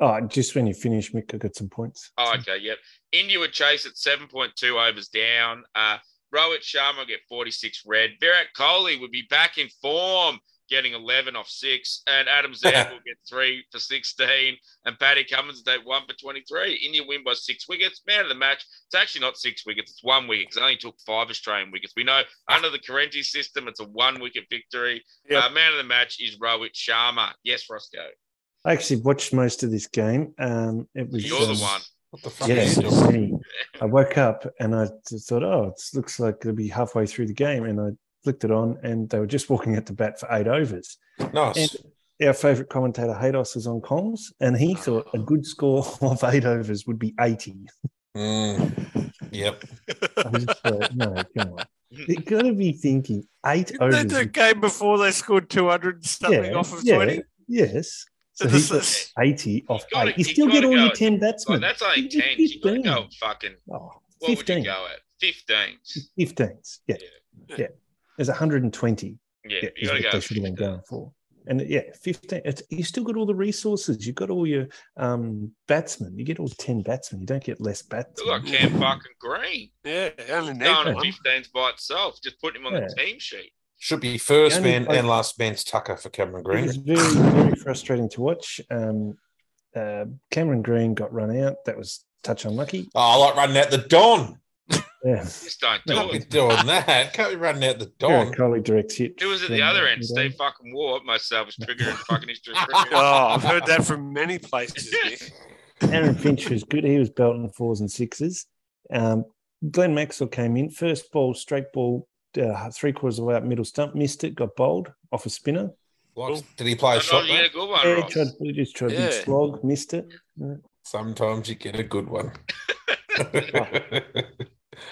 Speaker 3: Oh, just when you finish, Mick, I got some points.
Speaker 1: Oh, okay, yep. India would chase at 7.2 overs down. Uh, Rohit Sharma would get 46 red. Virat Kohli would be back in form, getting 11 off six. And Adam Zamp will get three for 16. And Paddy Cummins will take one for 23. India win by six wickets. Man of the match. It's actually not six wickets, it's one wicket. 'cause It only took five Australian wickets. We know under the Corenti system, it's a one wicket victory.
Speaker 4: Yep.
Speaker 1: Uh, man of the match is Rohit Sharma. Yes, Roscoe.
Speaker 3: I actually watched most of this game. Um, it was
Speaker 1: You're the
Speaker 3: um,
Speaker 1: one.
Speaker 2: What the fuck?
Speaker 3: Yeah,
Speaker 2: Is
Speaker 3: it was me. I woke up and I just thought, oh, it looks like it'll be halfway through the game. And I flicked it on and they were just walking at the bat for eight overs.
Speaker 2: nice.
Speaker 3: And- Our favourite commentator, Haydos, was on comms and he
Speaker 1: Ah.
Speaker 3: thought a good score <laughs> of eight overs would be 80.
Speaker 2: Mm. Yep.
Speaker 3: I just thought, no, come on.
Speaker 1: <laughs>
Speaker 3: You're going to be thinking eight
Speaker 4: Didn't they
Speaker 3: overs.
Speaker 4: do a
Speaker 3: Oh, is-
Speaker 4: game before they scored 200 and something off of 20?
Speaker 3: Yes. So
Speaker 4: So
Speaker 3: he
Speaker 4: this
Speaker 3: got
Speaker 4: is-
Speaker 3: 80 off
Speaker 1: You gotta-
Speaker 3: eight. You
Speaker 1: you
Speaker 3: still get
Speaker 1: gotta
Speaker 3: all
Speaker 1: go.
Speaker 3: your 10
Speaker 1: Like,
Speaker 3: batsmen.
Speaker 1: that's only
Speaker 3: You did
Speaker 1: 10. You gotta
Speaker 3: 15.
Speaker 1: go fucking
Speaker 3: Oh,
Speaker 1: What would
Speaker 3: 15.
Speaker 1: you go at? 15.
Speaker 3: 15s. Yeah.
Speaker 4: Yeah.
Speaker 3: yeah. There's 120.
Speaker 1: Yeah,
Speaker 3: yeah,
Speaker 1: you
Speaker 3: is
Speaker 1: gotta
Speaker 3: what
Speaker 1: go.
Speaker 3: they
Speaker 1: at
Speaker 3: should have been
Speaker 1: 15.
Speaker 3: going for. And yeah, fifteen. It's, you still got all the resources. You got all your um, batsmen. You get all ten batsmen. You don't get less
Speaker 1: Look
Speaker 3: batsmen.
Speaker 1: like Cam fucking Green.
Speaker 4: Yeah, they only need
Speaker 1: Going at
Speaker 4: <laughs> one.
Speaker 1: 15s by itself. Just putting him on the team sheet.
Speaker 2: Should be first
Speaker 3: The only
Speaker 2: man
Speaker 3: place-
Speaker 2: and last man's Tucker for Cameron
Speaker 3: It
Speaker 2: Green.
Speaker 3: was very very frustrating to watch. Um, uh, Cameron Green got run out. That was touch unlucky.
Speaker 2: Oh, I like running out the Don.
Speaker 3: Yeah,
Speaker 1: Just don't do
Speaker 2: Can't be
Speaker 1: it.
Speaker 2: doing that. Can't be running out the
Speaker 3: Aaron
Speaker 2: Don.
Speaker 3: Coley direct hit.
Speaker 1: Who was at the
Speaker 3: from,
Speaker 1: other
Speaker 3: uh,
Speaker 1: end? Steve fucking Ward. Myself was triggering fucking history.
Speaker 4: Oh, I've heard that from many places. Nick.
Speaker 3: Aaron Finch was good. He was belting fours and sixes. Um, Glenn Maxwell came in first ball, straight ball, uh, three quarters of the way up middle stump, missed it, got bowled off a spinner.
Speaker 2: Like, did he
Speaker 4: Oh,
Speaker 2: play a shot?
Speaker 1: you get a
Speaker 2: mate?
Speaker 1: good one,
Speaker 3: Yeah,
Speaker 1: Ross.
Speaker 3: tried, we just tried a
Speaker 4: Yeah.
Speaker 3: big slog, missed it,
Speaker 2: Sometimes you get a good
Speaker 4: <laughs>
Speaker 3: <laughs>
Speaker 2: one.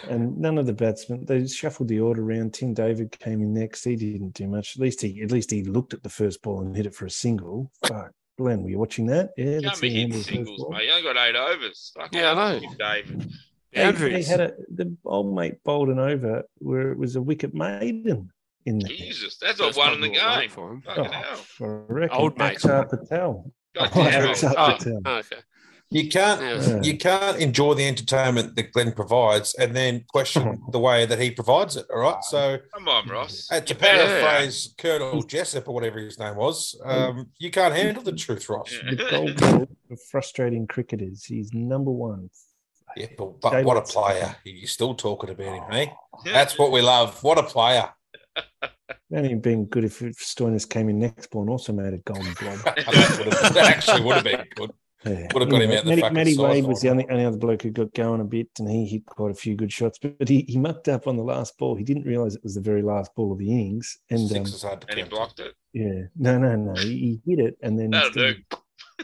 Speaker 3: and none of the batsmen. They shuffled the order around. Tim David came in next. He didn't do much. At least he, at least he looked at the first ball and hit it for a single. Fuck, Glenn, were you watching that? Yeah,
Speaker 1: You Can't
Speaker 3: that's
Speaker 1: be
Speaker 3: the
Speaker 1: hitting
Speaker 3: end of the first
Speaker 1: singles,
Speaker 3: ball.
Speaker 1: mate. You only got eight overs. Fucking
Speaker 4: Yeah, I know.
Speaker 1: Steve David.
Speaker 3: They, they
Speaker 4: Boundaries.
Speaker 3: had a the old mate bowled an over where it was a wicket maiden in there.
Speaker 1: Jesus, that's
Speaker 4: That's
Speaker 1: what won in the
Speaker 4: probably all right
Speaker 1: game.
Speaker 4: for him.
Speaker 3: <laughs>
Speaker 1: Fucking
Speaker 3: Oh,
Speaker 1: hell.
Speaker 3: I reckon
Speaker 4: Old mate.
Speaker 3: Aksar Patel. <laughs>
Speaker 1: God
Speaker 3: Oh,
Speaker 1: damn.
Speaker 3: Aksar
Speaker 4: Oh,
Speaker 3: Patel.
Speaker 4: okay.
Speaker 2: You can't
Speaker 4: Yeah.
Speaker 2: you can't enjoy the entertainment that Glenn provides and then question the way that he provides it. All right. So
Speaker 1: Come on, Ross.
Speaker 2: uh, to paraphrase Colonel Jessup or whatever his name was, um, you can't handle the truth, Ross.
Speaker 3: The
Speaker 1: <laughs>
Speaker 3: gold medal for frustrating cricketers. He's number one.
Speaker 2: Yeah, but, but
Speaker 3: David-
Speaker 2: what a player. You're still talking about him, eh? That's what we love. What a player. <laughs>
Speaker 3: Not even being good if if Stoinis came in next ball and also made a golden blob.
Speaker 2: that, would have, that actually would have been good.
Speaker 3: Yeah.
Speaker 2: Would have got him out the
Speaker 3: Matty,
Speaker 2: fucking
Speaker 3: Matty Wade was the
Speaker 2: sideline.
Speaker 3: only, only other bloke who got going a bit, and he hit quite a few good shots. But, but he, he mucked up on the last ball. He didn't realise it was the very last ball of the innings. And um,
Speaker 2: Six is hard to
Speaker 1: And he
Speaker 2: count.
Speaker 1: blocked it.
Speaker 3: yeah, no, no, no, he, he hit it, and then
Speaker 1: That'll
Speaker 3: instead of-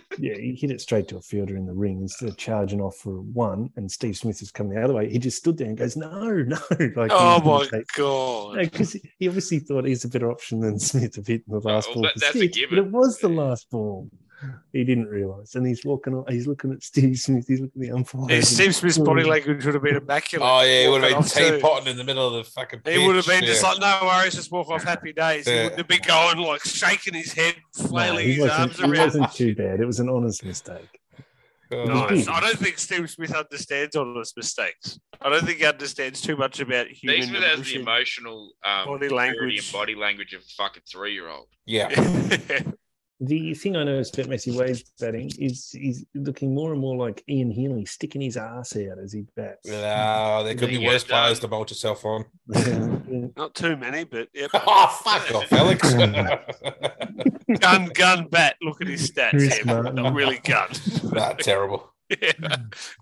Speaker 3: <laughs> yeah, he hit it straight to a fielder in the ring instead of charging off for one. And Steve Smith has come the other way. He just stood there and goes, "No, no!" <laughs> Like,
Speaker 4: Oh
Speaker 3: he was gonna
Speaker 4: my
Speaker 3: take-
Speaker 4: god!
Speaker 3: because he obviously thought he's a better option than <laughs> Smith of hitting the last
Speaker 1: well,
Speaker 3: ball.
Speaker 1: that-
Speaker 3: for
Speaker 1: that's a
Speaker 3: six,
Speaker 1: given.
Speaker 3: But it was the last ball. He didn't realise, and he's walking. on- He's looking at Steve Smith. He's looking at the umpire.
Speaker 4: Yeah, Steve Smith's body language would have been immaculate.
Speaker 2: Oh, yeah, he would have been
Speaker 4: Walking off too.
Speaker 2: teapotting in the middle of the fucking
Speaker 4: He would have
Speaker 2: pitch,
Speaker 4: been just
Speaker 2: Oh, yeah.
Speaker 4: like, no worries, just walk off happy days. He
Speaker 2: Yeah.
Speaker 4: wouldn't have been going like shaking his head,
Speaker 3: No,
Speaker 4: flailing
Speaker 3: he
Speaker 4: his
Speaker 3: wasn't,
Speaker 4: arms
Speaker 3: he
Speaker 4: around.
Speaker 3: wasn't too bad. It was an honest mistake.
Speaker 2: Oh,
Speaker 4: No, I don't think Steve Smith understands all his mistakes. I don't think he understands too much about
Speaker 1: Steve
Speaker 4: human
Speaker 1: Smith has the
Speaker 4: emotion.
Speaker 1: emotional um,
Speaker 4: Body
Speaker 1: maturity
Speaker 4: language.
Speaker 1: and body language of a fucking three-year-old.
Speaker 2: Yeah.
Speaker 3: The thing I noticed about Messi Wade's batting is he's looking more and more like Ian Healy, sticking his ass out as he bats.
Speaker 2: <laughs> No, there could be
Speaker 1: Yeah,
Speaker 2: worse
Speaker 1: done.
Speaker 2: players to bolt yourself on.
Speaker 4: <laughs> Not too many, but yep.
Speaker 1: <laughs>
Speaker 2: Oh, fuck off, Alex.
Speaker 4: gun, gun, bat. Look at his stats.
Speaker 3: Chris
Speaker 4: here.
Speaker 3: Martin.
Speaker 4: Not really gun. <laughs>
Speaker 2: nah, terrible.
Speaker 4: yeah.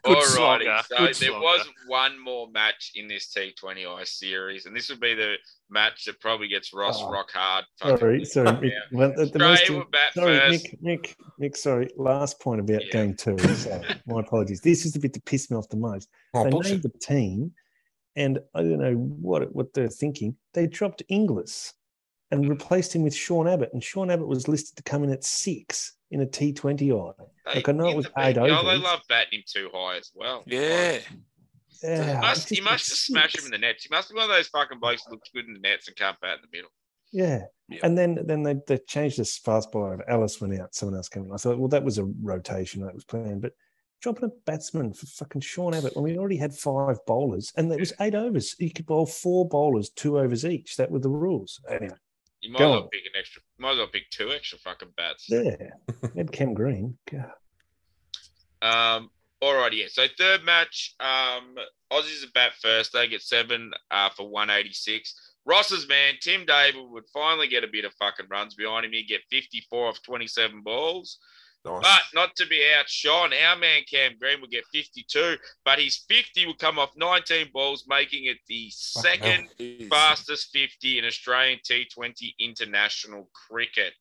Speaker 4: Good slogger.
Speaker 1: Alrighty, so
Speaker 4: Good
Speaker 1: uh, there
Speaker 4: slogger.
Speaker 1: was one more match in this T20I series, and this would be the match that probably gets Ross
Speaker 3: Oh.
Speaker 1: rock hard.
Speaker 3: <laughs> sorry, sorry. Nick, well, the- the most-
Speaker 1: Australia were bat
Speaker 3: Sorry,
Speaker 1: first.
Speaker 3: Nick, Nick, Nick, sorry. Last point about
Speaker 1: Yeah.
Speaker 3: game two. So
Speaker 1: <laughs>
Speaker 3: my apologies. This is the bit that pissed me off the most.
Speaker 2: Oh,
Speaker 3: they
Speaker 2: bullshit.
Speaker 3: named the team, and I don't know what what they're thinking. They dropped Inglis and replaced him with Sean Abbott, and Sean Abbott was listed to come in at six in a T Twenty I.
Speaker 1: They-
Speaker 3: Like, I know it
Speaker 1: in
Speaker 3: was
Speaker 1: the-
Speaker 3: eight
Speaker 1: Oh, they
Speaker 3: overs.
Speaker 1: love batting him too high as well.
Speaker 4: Yeah.
Speaker 3: Yeah,
Speaker 4: He
Speaker 1: Like, must,
Speaker 3: I
Speaker 1: he
Speaker 3: Ah, just-
Speaker 1: must just smash him
Speaker 3: six.
Speaker 1: in the nets. He must be one of those fucking blokes that looks good in the nets and can't bat in the middle.
Speaker 3: Yeah.
Speaker 4: Yeah.
Speaker 3: And then then they, they changed this fast bowler. Alice went out, someone else came in. I thought, well, that was a rotation that was planned, but dropping a batsman for fucking Sean Abbott when we already had five bowlers and it was eight overs. You could bowl four bowlers, two overs each. That were the rules. Anyway,
Speaker 1: You might
Speaker 3: Go
Speaker 1: as well
Speaker 3: on.
Speaker 1: pick an extra. Might as well pick two extra fucking bats.
Speaker 3: yeah.
Speaker 4: <laughs>
Speaker 3: and Cam Green. God.
Speaker 1: Um, all right, yeah. So third match, um, Aussies are bat first. They get seven uh, for 186. Ross's man, Tim Dable, would finally get a bit of fucking runs behind him. He'd get 54 off 27 balls.
Speaker 2: Nice.
Speaker 1: But not to be outshone, our man Cam Green will get 52, but his 50 will come off 19 balls, making it the
Speaker 2: Fucking hell.
Speaker 1: second fastest 50 in Australian T20 international cricket.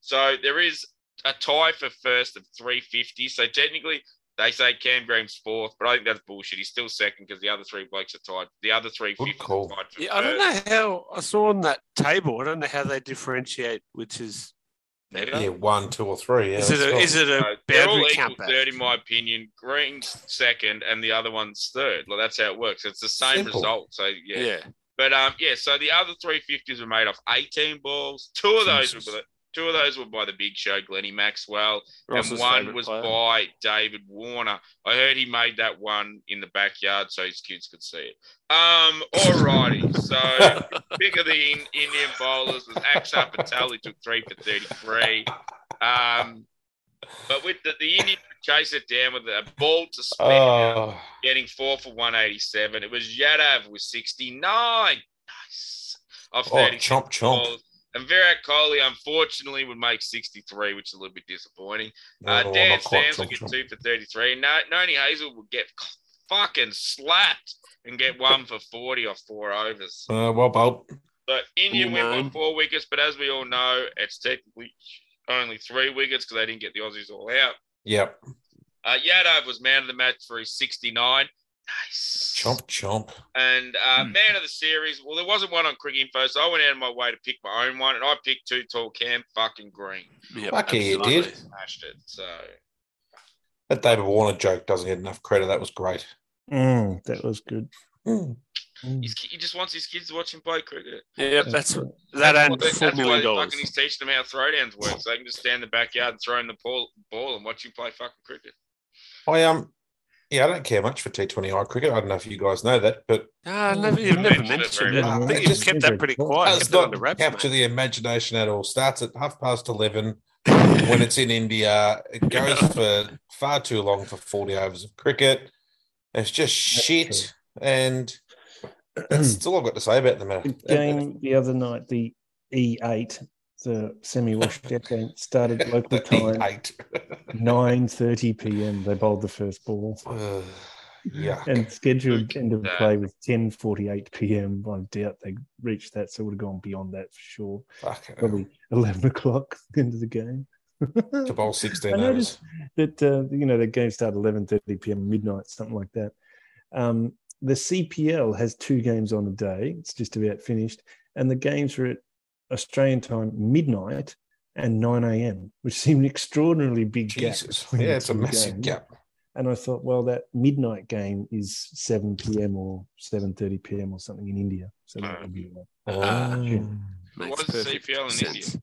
Speaker 1: So there is a tie for first of 350. So technically, they say Cam Graham's fourth, but I think that's bullshit. He's still second because the other three blokes are tied. The other three
Speaker 2: Good
Speaker 1: 50 are
Speaker 2: call.
Speaker 1: tied for
Speaker 4: Yeah, I don't
Speaker 1: first.
Speaker 4: know how I saw on that table. I don't know how they differentiate which is
Speaker 1: Better.
Speaker 2: yeah, one, two, or three. Yeah,
Speaker 4: is it
Speaker 2: that's
Speaker 4: a, <laughs>
Speaker 2: not- <laughs>
Speaker 4: is it a
Speaker 1: So they're all
Speaker 4: boundary
Speaker 1: equal
Speaker 4: count back?
Speaker 1: third, in my opinion. Green's second, and the other one's third. Like that's how it works. It's the same
Speaker 2: Simple.
Speaker 1: result. So yeah.
Speaker 4: Yeah.
Speaker 1: But um, yeah. So the other three fifties were made off eighteen balls. Two of those
Speaker 2: Jesus.
Speaker 1: were by the- two of those were by the Big Show, Glennie Maxwell,
Speaker 4: Ross's
Speaker 1: and one
Speaker 4: favourite
Speaker 1: was
Speaker 4: player.
Speaker 1: by David Warner. I heard he made that one in the backyard so his kids could see it. Um,
Speaker 4: <laughs>
Speaker 1: alrighty. So pick of the in, Indian bowlers was Akshar Patel, who took three for thirty-three. Um, but with the, the Indian chase it down with a ball to spare
Speaker 4: uh,
Speaker 2: Oh,
Speaker 1: getting four for 187. It was Yadav with 69. Nice. Off
Speaker 2: oh,
Speaker 1: 36
Speaker 2: chomp, chomp.
Speaker 1: balls. And Virat Kohli, unfortunately, would make 63, which is a little bit disappointing. Uh,
Speaker 2: No,
Speaker 1: Dan
Speaker 2: Oh, not quite
Speaker 1: Sands will
Speaker 2: chomp,
Speaker 1: get
Speaker 2: chomp.
Speaker 1: two for 33. No, Noni Hazel will get fucking slapped and get one for 40 off four overs.
Speaker 2: Uh, well, Bolt.
Speaker 1: So India
Speaker 4: You
Speaker 1: went by
Speaker 4: know.
Speaker 1: four wickets, but as we all know, it's technically only three wickets because they didn't get the Aussies all out.
Speaker 2: Yep.
Speaker 1: Uh, Yadav was man of the match for his 69. Nice.
Speaker 2: Chomp, chomp.
Speaker 1: And uh,
Speaker 4: Hmm.
Speaker 1: man of the series, well, there wasn't one on Quick Info, so I went out of my way to pick my own one, and I picked two tall Cam fucking green.
Speaker 4: Yep,
Speaker 2: Fuck yeah, you
Speaker 4: absolutely.
Speaker 2: did.
Speaker 1: Smashed it. So
Speaker 2: That David Warner joke doesn't get enough credit. That was great.
Speaker 3: Mm, that was good.
Speaker 2: Mm.
Speaker 3: Mm.
Speaker 1: he's, he just wants his kids to watch him play cricket.
Speaker 4: Yep, that's that and
Speaker 1: That's
Speaker 4: four
Speaker 1: why
Speaker 4: million
Speaker 1: fucking
Speaker 4: dollars.
Speaker 1: he's teaching them how throwdowns work, so they can just stand in the backyard and throw him the ball, ball and watch him play fucking cricket.
Speaker 2: I um, yeah, I don't care much for T20I cricket. I don't know if you guys know that, but
Speaker 4: Ah, never, you've never
Speaker 1: Mentioned it very
Speaker 4: mentioned it.
Speaker 1: much.
Speaker 4: I
Speaker 2: It's
Speaker 3: Mm.
Speaker 4: think you've
Speaker 2: just-
Speaker 4: kept that pretty quiet.
Speaker 2: that's
Speaker 4: Kept it
Speaker 2: not
Speaker 4: under wraps,
Speaker 2: capture
Speaker 4: <laughs> mate.
Speaker 2: the imagination at all. Starts at half past eleven when it's in India. It goes for far too long for forty overs of cricket. It's just shit, and that's all I've got to say about the matter.
Speaker 3: The
Speaker 4: <clears throat>
Speaker 3: game the other night, the E8, the semi-washed <laughs> out game, started
Speaker 4: <laughs> E
Speaker 3: local time,
Speaker 2: Eight.
Speaker 3: 9.30 p.m. They bowled the first ball.
Speaker 2: <laughs> yeah.
Speaker 3: And scheduled
Speaker 1: Okay.
Speaker 3: end of play was 10.48 p.m. I doubt they reached that, so it would have gone beyond that for sure. Probably 11 o'clock <laughs> into the game.
Speaker 2: To bowl sixteen
Speaker 3: I
Speaker 2: overs.
Speaker 3: noticed- that uh, you know the game started 11:30 p.m. midnight something like that. Um, the CPL has two games on a day. It's just about finished, and the games are at Australian time midnight and 9 a.m., which <laughs> seemed an extraordinarily big gap.
Speaker 2: Jesus,
Speaker 3: between
Speaker 2: yeah,
Speaker 3: the
Speaker 2: it's a
Speaker 3: two
Speaker 2: massive
Speaker 3: games.
Speaker 2: gap.
Speaker 3: And I thought, well, that midnight game is 7 p.m. or 7:30 p.m. or something in India, so
Speaker 2: Hmm.
Speaker 3: that would be right.
Speaker 4: Ah.
Speaker 2: Um,
Speaker 4: Makes
Speaker 1: What's the
Speaker 4: perfect
Speaker 1: CPL in
Speaker 4: sense.
Speaker 1: India?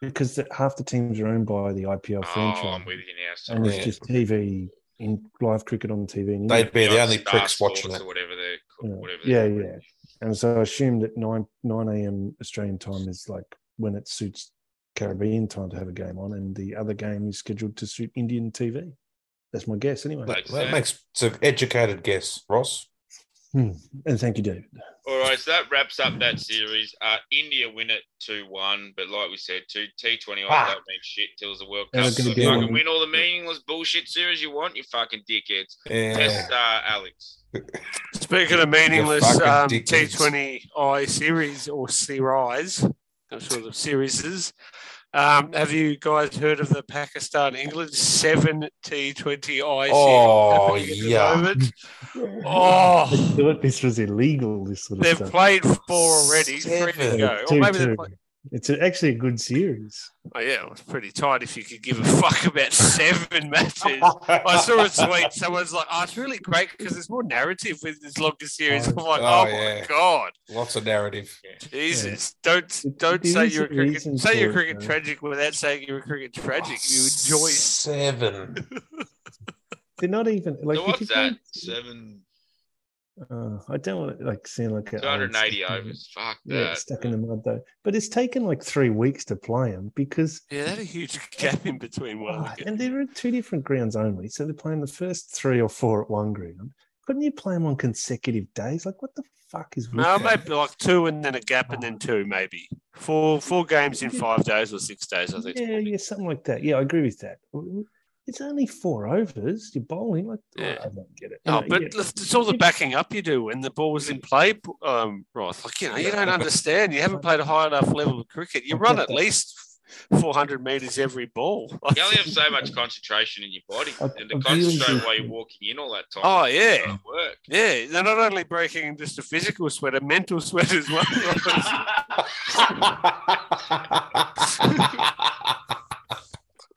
Speaker 3: because the, half the teams are owned by the IPL franchise,
Speaker 1: Oh, I'm with you now.
Speaker 3: and
Speaker 1: Sorry.
Speaker 3: it's
Speaker 2: Yeah.
Speaker 3: just TV in live cricket on TV. In India.
Speaker 2: They'd be the
Speaker 1: Like
Speaker 2: only
Speaker 1: Star
Speaker 2: pricks watching
Speaker 1: Sports
Speaker 2: it.
Speaker 1: Or whatever they're,
Speaker 3: Yeah.
Speaker 1: whatever
Speaker 3: Yeah,
Speaker 1: they're
Speaker 3: yeah. And so I assume that 9 9 a.m. Australian time is like when it suits Caribbean time to have a game on, and the other game is scheduled to suit Indian TV. That's my guess, anyway.
Speaker 2: That,
Speaker 1: Makes
Speaker 2: that
Speaker 1: sense.
Speaker 2: makes it's an educated guess, Ross.
Speaker 3: And thank you, David.
Speaker 1: All right, so that wraps up that series. Uh, India win it 2 1, but like we said, two, T20
Speaker 2: Ah.
Speaker 1: don't mean shit till it's a World
Speaker 3: That
Speaker 1: Cup.
Speaker 3: was
Speaker 1: So
Speaker 3: gonna
Speaker 1: you
Speaker 2: be
Speaker 1: can
Speaker 2: one.
Speaker 1: win all the meaningless bullshit series you want, you fucking dickheads.
Speaker 2: Yeah.
Speaker 1: Test uh, Alex.
Speaker 4: Speaking of meaningless
Speaker 2: fucking
Speaker 4: um,
Speaker 2: dickheads.
Speaker 4: T20i series or series, I'm sure the series is. Um, have you guys heard of the Pakistan England seven T20i?
Speaker 2: Oh,
Speaker 4: series happening
Speaker 2: yeah.
Speaker 4: at the moment?
Speaker 3: <laughs>
Speaker 4: Oh.
Speaker 3: I thought this was illegal, this sort of
Speaker 4: They've
Speaker 3: stuff.
Speaker 4: played four already, three to
Speaker 2: Seven.
Speaker 4: go. Or
Speaker 3: Two,
Speaker 4: maybe they
Speaker 3: two.
Speaker 4: play-
Speaker 3: It's a- actually a good series.
Speaker 4: oh yeah, it was pretty tight. If you could give a fuck about
Speaker 2: <laughs>
Speaker 4: seven matches. <laughs> I saw a tweet. Someone's like, "Oh, it's really great because there's more narrative with this longer series." I'm like,
Speaker 2: Oh,
Speaker 4: "Oh,
Speaker 2: yeah.
Speaker 4: my god,
Speaker 2: Lots of narrative.
Speaker 4: Jesus! Don't
Speaker 3: It-
Speaker 4: don't
Speaker 3: it
Speaker 4: say
Speaker 3: is
Speaker 4: you're a
Speaker 3: a
Speaker 4: cricket
Speaker 3: reason
Speaker 4: say you're
Speaker 3: for it,
Speaker 4: cricket
Speaker 3: though.
Speaker 4: tragic without saying you're a cricket tragic.
Speaker 2: Oh,
Speaker 4: You enjoy
Speaker 2: seven.
Speaker 3: They're not even like
Speaker 1: so
Speaker 3: if
Speaker 1: what's
Speaker 3: you
Speaker 1: that?
Speaker 3: think-
Speaker 1: Seven,
Speaker 3: Uh, I don't want to like sound like a
Speaker 1: 280 overs. Fuck
Speaker 3: Yeah,
Speaker 1: that.
Speaker 3: stuck in the mud though. But it's taken like three weeks to play them because
Speaker 4: yeah, that a huge <laughs> gap in between one.
Speaker 3: Ah, and they're at two different grounds only. So they're playing the first three or four at one ground. Couldn't you play them on consecutive days? Like, what the fuck is with
Speaker 4: No,
Speaker 3: that?
Speaker 4: maybe like two and then a gap and
Speaker 3: Ah.
Speaker 4: then two, maybe four four games in five days or six days. I think.
Speaker 3: Yeah, yeah, something like that. Yeah, I agree with that. It's only four overs. You're bowling. Like,
Speaker 4: Yeah.
Speaker 3: I don't get it.
Speaker 4: Oh,
Speaker 3: You know,
Speaker 4: but
Speaker 3: yeah. Mm.
Speaker 4: it's all the backing up you do when the ball was in play, um, Ross. Like, you know, you
Speaker 3: <laughs>
Speaker 4: don't understand. You haven't played a high enough level of cricket. You
Speaker 3: I
Speaker 4: run
Speaker 3: get
Speaker 4: at
Speaker 3: that.
Speaker 4: least 400 metres every ball. <laughs>
Speaker 1: You only have so much concentration in your body.
Speaker 3: I-
Speaker 1: And to
Speaker 3: I really
Speaker 1: concentrate
Speaker 3: think-
Speaker 1: while you're walking in all that time.
Speaker 4: Oh,
Speaker 1: it
Speaker 4: yeah.
Speaker 1: doesn't work.
Speaker 4: Yeah. They're not only breaking in just a physical sweat, a mental sweat as well. <laughs>
Speaker 3: <laughs>
Speaker 4: Ross. <laughs>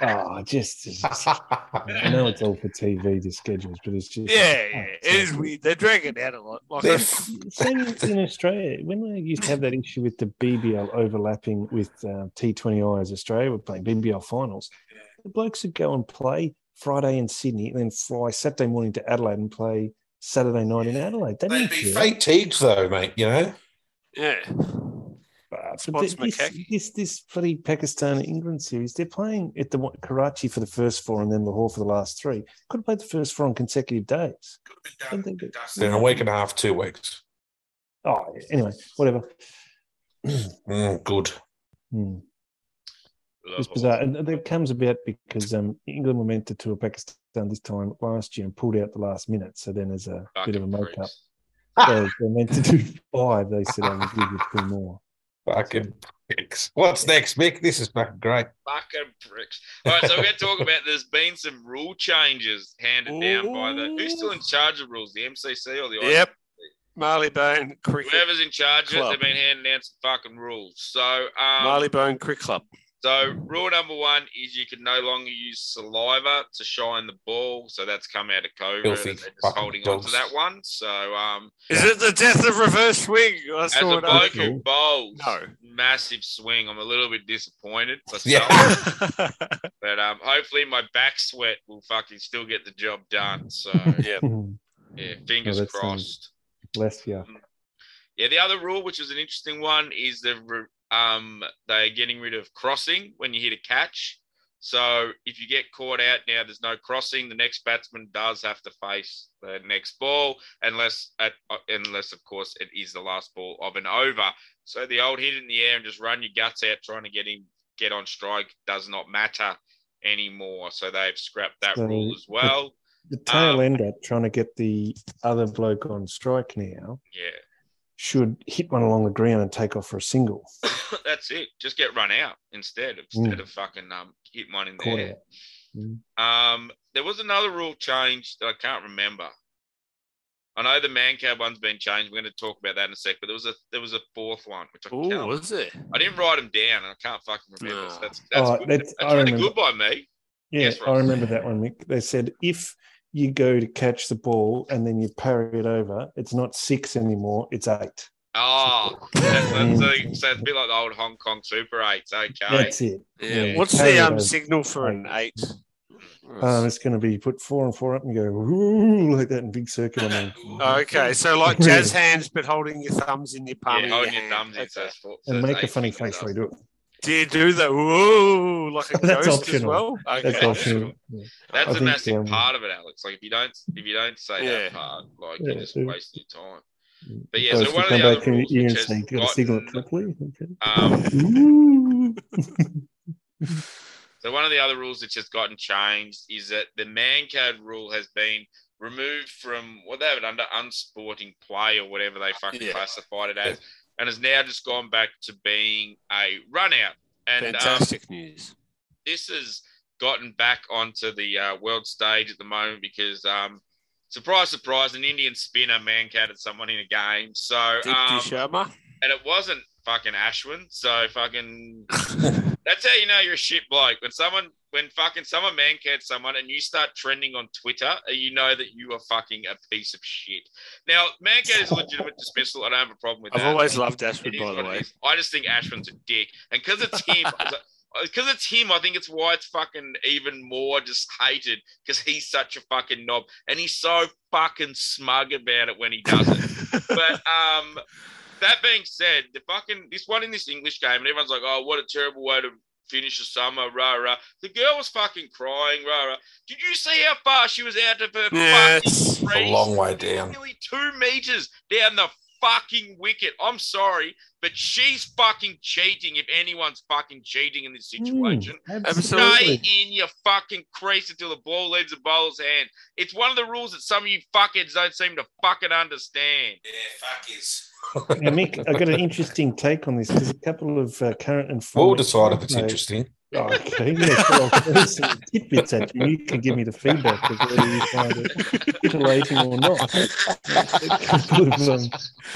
Speaker 3: Ah, just, just- I know it's all for TV, the schedules, but it's just.
Speaker 4: yeah. yeah. It is weird. They're dragging out a lot. Like,
Speaker 2: They're
Speaker 4: I-
Speaker 2: f-
Speaker 3: Same in Australia. When I used to have that issue with the BBL overlapping with uh, T20I as Australia were playing BBL finals, the blokes would go and play Friday in Sydney and then fly Saturday morning to Adelaide and play Saturday night in Adelaide. They
Speaker 2: They'd
Speaker 3: didn't
Speaker 2: be
Speaker 3: care.
Speaker 2: fatigued though, mate. You know.
Speaker 4: yeah.
Speaker 3: But
Speaker 4: Spots
Speaker 3: this,
Speaker 4: Mackay.
Speaker 3: this this bloody Pakistan England series, they're playing at the what, Karachi for the first four and then Lahore for the last three. Could have played the first four on consecutive days. Don't think it-
Speaker 2: In a week and a half, two weeks.
Speaker 3: Oh, anyway, whatever.
Speaker 2: Mm, good.
Speaker 3: Hmm. It's
Speaker 1: Lovely.
Speaker 3: bizarre. And that comes about because um, England were meant to tour Pakistan this time last year and pulled out the last minute. So then, as a bit of a
Speaker 1: Fucking
Speaker 3: make up,
Speaker 1: freaks.
Speaker 3: they were meant to do <laughs> five. They said, I'll give you two more.
Speaker 2: Fucking picks. What's next, Mick? This is fucking great.
Speaker 1: Fucking bricks. All right, so we're going to talk about there's been some rule changes handed down by the. Who's still in charge of rules? The MCC or the ICC?
Speaker 4: Yep. Marleybone Cricket.
Speaker 1: Whoever's in charge of it,
Speaker 4: Club.
Speaker 1: they've been handing down some fucking rules. So, um,
Speaker 4: Marleybone Cricket Club.
Speaker 1: so rule number one is you can no longer use saliva to shine the ball. So that's come out of COVID.
Speaker 2: Filthy
Speaker 1: and they're just
Speaker 2: fucking
Speaker 1: holding on to
Speaker 2: dogs.
Speaker 1: that one. So, um,
Speaker 4: Is it the death of reverse swing? I
Speaker 1: as
Speaker 4: saw
Speaker 1: a
Speaker 4: it. on-
Speaker 1: bloke who bowls,
Speaker 4: No.
Speaker 1: massive swing. I'm a little bit disappointed myself,
Speaker 2: Yeah.
Speaker 3: <laughs>
Speaker 1: but um, hopefully my back sweat will fucking still get the job done.
Speaker 3: <laughs>
Speaker 1: So
Speaker 4: yeah.
Speaker 1: yeah, fingers
Speaker 3: Oh, that sounds-
Speaker 1: crossed.
Speaker 3: Bless you.
Speaker 1: Yeah, the other rule, which is an interesting one, is the re- um they're getting rid of crossing when you hit a catch. So if you get caught out now, there's no crossing. The next batsman does have to face the next ball, unless uh, unless of course it is the last ball of an over. So the old hit in the air and just run your guts out trying to get in get on strike does not matter anymore. So they've scrapped that
Speaker 3: So-
Speaker 1: rule as well.
Speaker 3: The tail end up trying to get the other bloke on strike now
Speaker 1: Yeah.
Speaker 3: should hit one along the ground and take off for
Speaker 1: <laughs>
Speaker 3: a single.
Speaker 1: <coughs> that's it. Just get run out instead instead of fucking um hit one in the
Speaker 3: Mm. Caught
Speaker 1: air.
Speaker 3: Mm.
Speaker 1: Um, there was another rule change that I can't remember. I know the man cab one's been changed. We're going to talk about that in a sec. But there was a there was a fourth one which
Speaker 3: <laughs>
Speaker 1: I
Speaker 4: Ooh,
Speaker 1: can't,
Speaker 4: was it?
Speaker 1: I didn't write them down and I can't fucking remember. So
Speaker 4: Ah.
Speaker 1: that's that's,
Speaker 3: Oh,
Speaker 1: good.
Speaker 3: that's-
Speaker 1: that's
Speaker 3: I
Speaker 1: really
Speaker 3: remember.
Speaker 1: good by me.
Speaker 3: Yeah,
Speaker 1: Yes,
Speaker 3: I
Speaker 1: Ross.
Speaker 3: remember that one, Mick. They said if you go to catch the ball and then you parry it over, it's not six anymore, it's eight.
Speaker 1: Oh, that's, that's a, so it's a bit like the old Hong Kong Super Eights. Okay,
Speaker 3: That's it.
Speaker 4: Yeah.
Speaker 2: Yeah.
Speaker 4: What's
Speaker 3: Carry
Speaker 4: the um
Speaker 3: those.
Speaker 4: signal for an eight?
Speaker 3: uh, Um, it's going to be put four and four up and go "Ooh," like that in big circular. Man.
Speaker 4: Oh, okay, so
Speaker 3: <laughs>
Speaker 4: like jazz hands, but holding your thumbs in your
Speaker 1: Yeah,
Speaker 4: palm. of
Speaker 1: holding
Speaker 4: your
Speaker 1: your
Speaker 4: hand.
Speaker 1: thumbs in. So
Speaker 4: Okay.
Speaker 1: it's four- <laughs> so
Speaker 3: And
Speaker 1: it's
Speaker 3: make a
Speaker 1: eight
Speaker 3: funny
Speaker 1: fingers
Speaker 3: face
Speaker 1: up.
Speaker 3: when you do it.
Speaker 4: Do you do the whoa like a
Speaker 3: <laughs>
Speaker 4: ghost
Speaker 3: That's
Speaker 4: as
Speaker 3: optional.
Speaker 4: well? Okay.
Speaker 3: That's
Speaker 1: Yeah.
Speaker 3: optional. Yeah.
Speaker 1: That's
Speaker 3: I
Speaker 1: a
Speaker 3: think,
Speaker 1: massive
Speaker 3: um,
Speaker 1: part of it, Alex. Like if you don't if you don't say
Speaker 4: Yeah.
Speaker 1: that part, like
Speaker 3: Yeah,
Speaker 1: you're just
Speaker 3: so- Mm,
Speaker 1: wasting your time. But yeah,
Speaker 3: Those
Speaker 1: so
Speaker 3: who
Speaker 1: one of the
Speaker 3: come
Speaker 1: other
Speaker 3: back in
Speaker 1: rules
Speaker 3: here
Speaker 1: which
Speaker 3: and
Speaker 1: has
Speaker 3: say, "You gotta signal it properly. Okay.
Speaker 1: <laughs> Um,
Speaker 3: Ooh.
Speaker 1: so one of the other rules that's just gotten changed is that the man card rule has been removed from what they have it under unsporting play or whatever they fucking
Speaker 4: Yeah.
Speaker 1: classified it as, and has now just gone back to being a run out. And um,
Speaker 4: Fantastic news.
Speaker 1: this has gotten back onto the uh, world stage at the moment because, um, surprise, surprise, an Indian spinner man catted someone in a game. So,
Speaker 4: Dipti
Speaker 1: um,
Speaker 4: Sharma.
Speaker 1: and it wasn't fucking Ashwin. So
Speaker 4: <laughs>
Speaker 1: fucking, that's how you know you're a shit bloke when someone. When fucking someone man cats someone and you start trending on Twitter, you know that you are fucking a piece of shit. Now, man cat is a legitimate dismissal. I don't have a problem with
Speaker 4: I've
Speaker 1: that.
Speaker 4: always loved
Speaker 1: uh, It
Speaker 4: Ashwood,
Speaker 1: is
Speaker 4: by the
Speaker 1: what it
Speaker 4: way.
Speaker 1: is. I just think Ashwin's a dick, and because it's
Speaker 4: <laughs>
Speaker 1: him, because it's him, I think it's why it's fucking even more just hated because he's such a fucking knob, and he's so fucking smug about it when he does it.
Speaker 4: <laughs>
Speaker 1: but um, that being said, the fucking this one in this English game, and everyone's like, "Oh, what a terrible way to." Finish the summer, rah rah. The girl was fucking crying, rah rah. Did you see how far she was out of her fucking
Speaker 4: Yes.
Speaker 2: It's a
Speaker 1: crease?
Speaker 2: long way down.
Speaker 1: nearly two meters down the fucking wicket. I'm sorry, but she's fucking cheating. If anyone's fucking cheating in this situation, stay
Speaker 4: Absolutely.
Speaker 1: in your fucking crease until the ball leaves the bowler's hand. It's one of the rules that some of you fuckheads don't seem to fucking understand.
Speaker 2: Yeah, fuck is.
Speaker 3: Now, Mick, I got an interesting take on this. There's a couple of uh, current and
Speaker 2: <laughs>
Speaker 3: former.
Speaker 2: We'll decide if <laughs> it's
Speaker 3: players-
Speaker 2: interesting.
Speaker 3: Oh, okay. Yeah, well, there's some tidbits at you. You can give me the feedback of whether you find it titillating or not. A couple of um,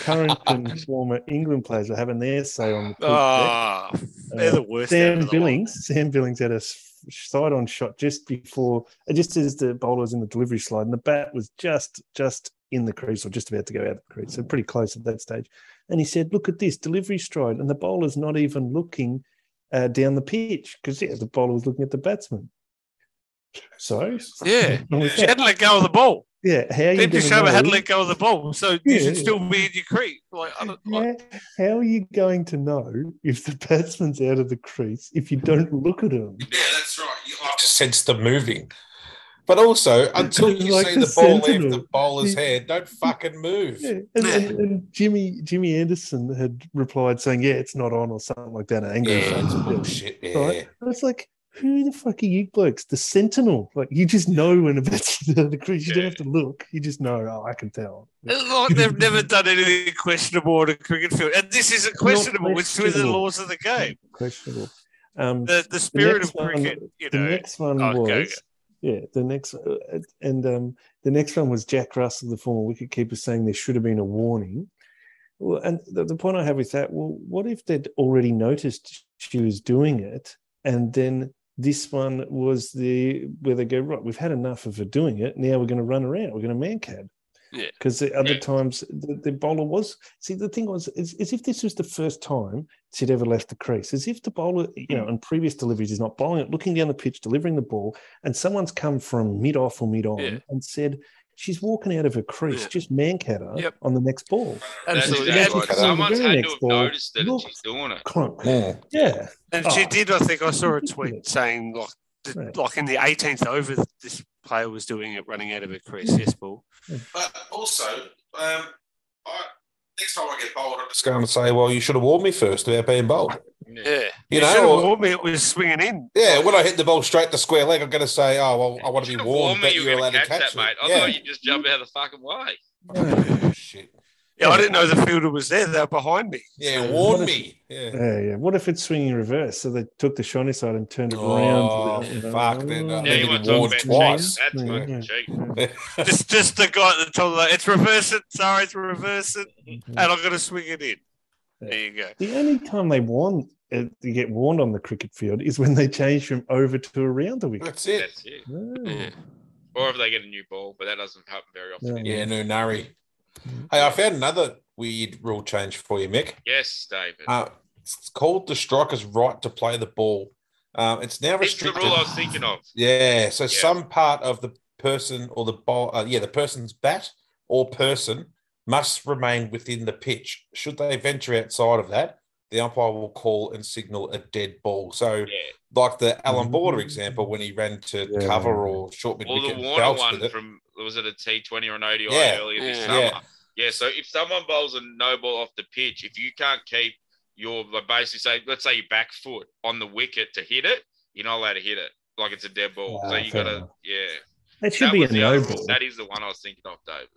Speaker 3: current and former England players are having their say on the pitch.
Speaker 1: Oh,
Speaker 4: Ah, they're the worst. out of
Speaker 3: Uh, Sam
Speaker 4: the
Speaker 3: Billings. Sam Billings had a s- side-on shot just before, uh, just as the bowler was in the delivery slide, and the bat was just just in the crease or just about to go out of the crease, so
Speaker 4: Mm.
Speaker 3: pretty close at that stage. And he said, "Look at this delivery stride," and the bowler's not even looking uh, down the pitch because yeah, the bowler was looking at the batsman. So
Speaker 4: lot.
Speaker 3: <laughs>
Speaker 4: Yeah. She
Speaker 3: yeah,
Speaker 4: hadn't let go of the ball.
Speaker 3: how are you
Speaker 4: Dipti
Speaker 3: going to
Speaker 4: Sharma had
Speaker 3: know?
Speaker 4: let go of the ball, so you
Speaker 3: Yeah.
Speaker 4: should still be in your crease. Like, I don't, like
Speaker 3: Yeah, how are you going to know if the <laughs> batsman's out of the crease if you don't look at him?
Speaker 2: Yeah, that's right. You have to sense the moving. But also, until you
Speaker 3: Like
Speaker 2: see
Speaker 3: the
Speaker 2: the, ball leave
Speaker 3: sentinel.
Speaker 2: the bowler's hand, don't fucking move.
Speaker 3: Yeah, and, and, and Jimmy Jimmy Anderson had replied saying, "Yeah, it's not on" or something like that. an Angry.
Speaker 2: Yeah, it's
Speaker 3: face.
Speaker 2: bullshit. Yeah.
Speaker 3: Right. I was like, "Who the fuck are you blokes?" The Sentinel. Like, you just know when a bet's out of <laughs> the crease. You don't have to look. You just know. Oh, I can tell.
Speaker 4: It's like they've never done anything questionable on a cricket field, and this isn't questionable. It's within the
Speaker 3: questionable.
Speaker 4: laws of the game.
Speaker 3: Questionable. Um,
Speaker 4: The the spirit
Speaker 3: next
Speaker 4: of cricket,
Speaker 3: one-
Speaker 4: you
Speaker 3: the
Speaker 4: know.
Speaker 3: next one
Speaker 4: Oh, go,
Speaker 3: was
Speaker 4: go.
Speaker 3: yeah the next uh, and um the next one was jack russell the former wicketkeeper saying there should have been a warning well and the, the point i have with that well what if they'd already noticed she was doing it and then this one was the where they go right we've had enough of her doing it now we're going to run around we're going to man cab
Speaker 4: Yeah.
Speaker 3: Because the other
Speaker 1: Yeah.
Speaker 3: times the, the bowler was see the thing was is, is if this was the first time she'd ever left the crease, as if the bowler, you know, on previous deliveries is not bowling it, looking down the pitch, delivering the ball, and someone's come from mid off or mid on
Speaker 4: Yeah.
Speaker 3: and said she's walking out of her crease,
Speaker 4: Yeah.
Speaker 3: just man cat her
Speaker 4: Yep.
Speaker 3: on the next ball.
Speaker 4: Absolutely.
Speaker 1: That's exactly
Speaker 3: Yeah,
Speaker 1: right.
Speaker 2: because on the
Speaker 1: Someone's
Speaker 3: very
Speaker 1: had to
Speaker 3: next
Speaker 1: have
Speaker 3: ball,
Speaker 1: noticed that and
Speaker 3: look-
Speaker 1: she's doing it.
Speaker 3: Crunk.
Speaker 2: Hmm.
Speaker 3: Yeah,
Speaker 4: And she
Speaker 3: Oh.
Speaker 4: did, I think I saw a tweet saying like th-
Speaker 3: Right.
Speaker 4: like in the 18th over this player was doing it running out of a crease. Yes, Paul.
Speaker 2: But also, um, I, next time I get bowled, I'm just going to say, well, you should have warned me first about being bowled.
Speaker 1: Yeah.
Speaker 4: Yeah.
Speaker 2: You
Speaker 4: should have
Speaker 2: know, or,
Speaker 4: warned me it was swinging in.
Speaker 2: yeah, when I hit the ball straight to square leg, I'm going to say, oh, well, I want to
Speaker 1: Should've
Speaker 2: be
Speaker 1: warned
Speaker 2: warned
Speaker 1: me
Speaker 2: that
Speaker 1: you
Speaker 2: you're
Speaker 1: were
Speaker 2: allowed
Speaker 1: going
Speaker 2: to catch,
Speaker 1: that, mate.
Speaker 2: it.
Speaker 1: I thought
Speaker 2: yeah.
Speaker 1: you just jumped out of the fucking way.
Speaker 2: <laughs> Shit.
Speaker 4: Yeah, I didn't know the fielder was there. They were behind me.
Speaker 2: Yeah,
Speaker 3: So
Speaker 2: warn
Speaker 3: what if-
Speaker 2: me. Yeah.
Speaker 3: yeah, yeah. What if it's swinging reverse? So they took the shiny side and turned it
Speaker 2: Oh,
Speaker 3: around. you know,
Speaker 2: fuck, then, uh,
Speaker 1: Yeah,
Speaker 2: Maybe
Speaker 1: you want
Speaker 2: the
Speaker 1: to talk
Speaker 2: ward
Speaker 1: about
Speaker 2: twice.
Speaker 1: cheating? That's
Speaker 3: Yeah.
Speaker 1: fucking cheating.
Speaker 4: Just just the guy at the top of the it's reverse it. Sorry, it's reverse it. And I'm gonna swing it in. There you go.
Speaker 3: The only time they warn, uh, they get warned on the cricket field is when they change from over to around
Speaker 2: <laughs>
Speaker 3: the wicket.
Speaker 2: That's it.
Speaker 1: That's it.
Speaker 3: Oh.
Speaker 4: Yeah.
Speaker 1: Or if they get a new ball, but that doesn't happen very often.
Speaker 3: Yeah.
Speaker 2: Yeah, no nari. Hey, I found another weird rule change for you, Mick.
Speaker 1: Yes, David.
Speaker 2: Uh, it's called the striker's right to play the ball. Um, it's now
Speaker 1: It's the
Speaker 2: restricted.
Speaker 1: rule I was thinking of.
Speaker 2: Yeah, so
Speaker 1: Yeah.
Speaker 2: some part of the person or the ball, uh, yeah, the person's bat or person must remain within the pitch. Should they venture outside of that, the umpire will call and signal a dead ball. So,
Speaker 1: Yeah.
Speaker 2: like the Alan Border example, when he ran to
Speaker 3: Yeah.
Speaker 2: cover or short mid
Speaker 1: Well,
Speaker 2: wicket,
Speaker 1: the
Speaker 2: and
Speaker 1: Warner
Speaker 2: bounced
Speaker 1: one
Speaker 2: with it.
Speaker 1: from was it a T Twenty or an ODI
Speaker 2: Yeah.
Speaker 1: earlier this
Speaker 4: Yeah.
Speaker 1: summer?
Speaker 2: Yeah.
Speaker 1: Yeah. So if someone bowls a no ball off the pitch, if you can't keep your like basically say let's say your back foot on the wicket to hit it, you're not allowed to hit it. Like it's a dead ball.
Speaker 3: Ah,
Speaker 1: so you
Speaker 3: fair
Speaker 1: gotta
Speaker 3: enough.
Speaker 1: yeah.
Speaker 3: That should be a
Speaker 1: was the other
Speaker 3: no
Speaker 1: rule.
Speaker 3: ball.
Speaker 1: That is the one I was thinking of, David.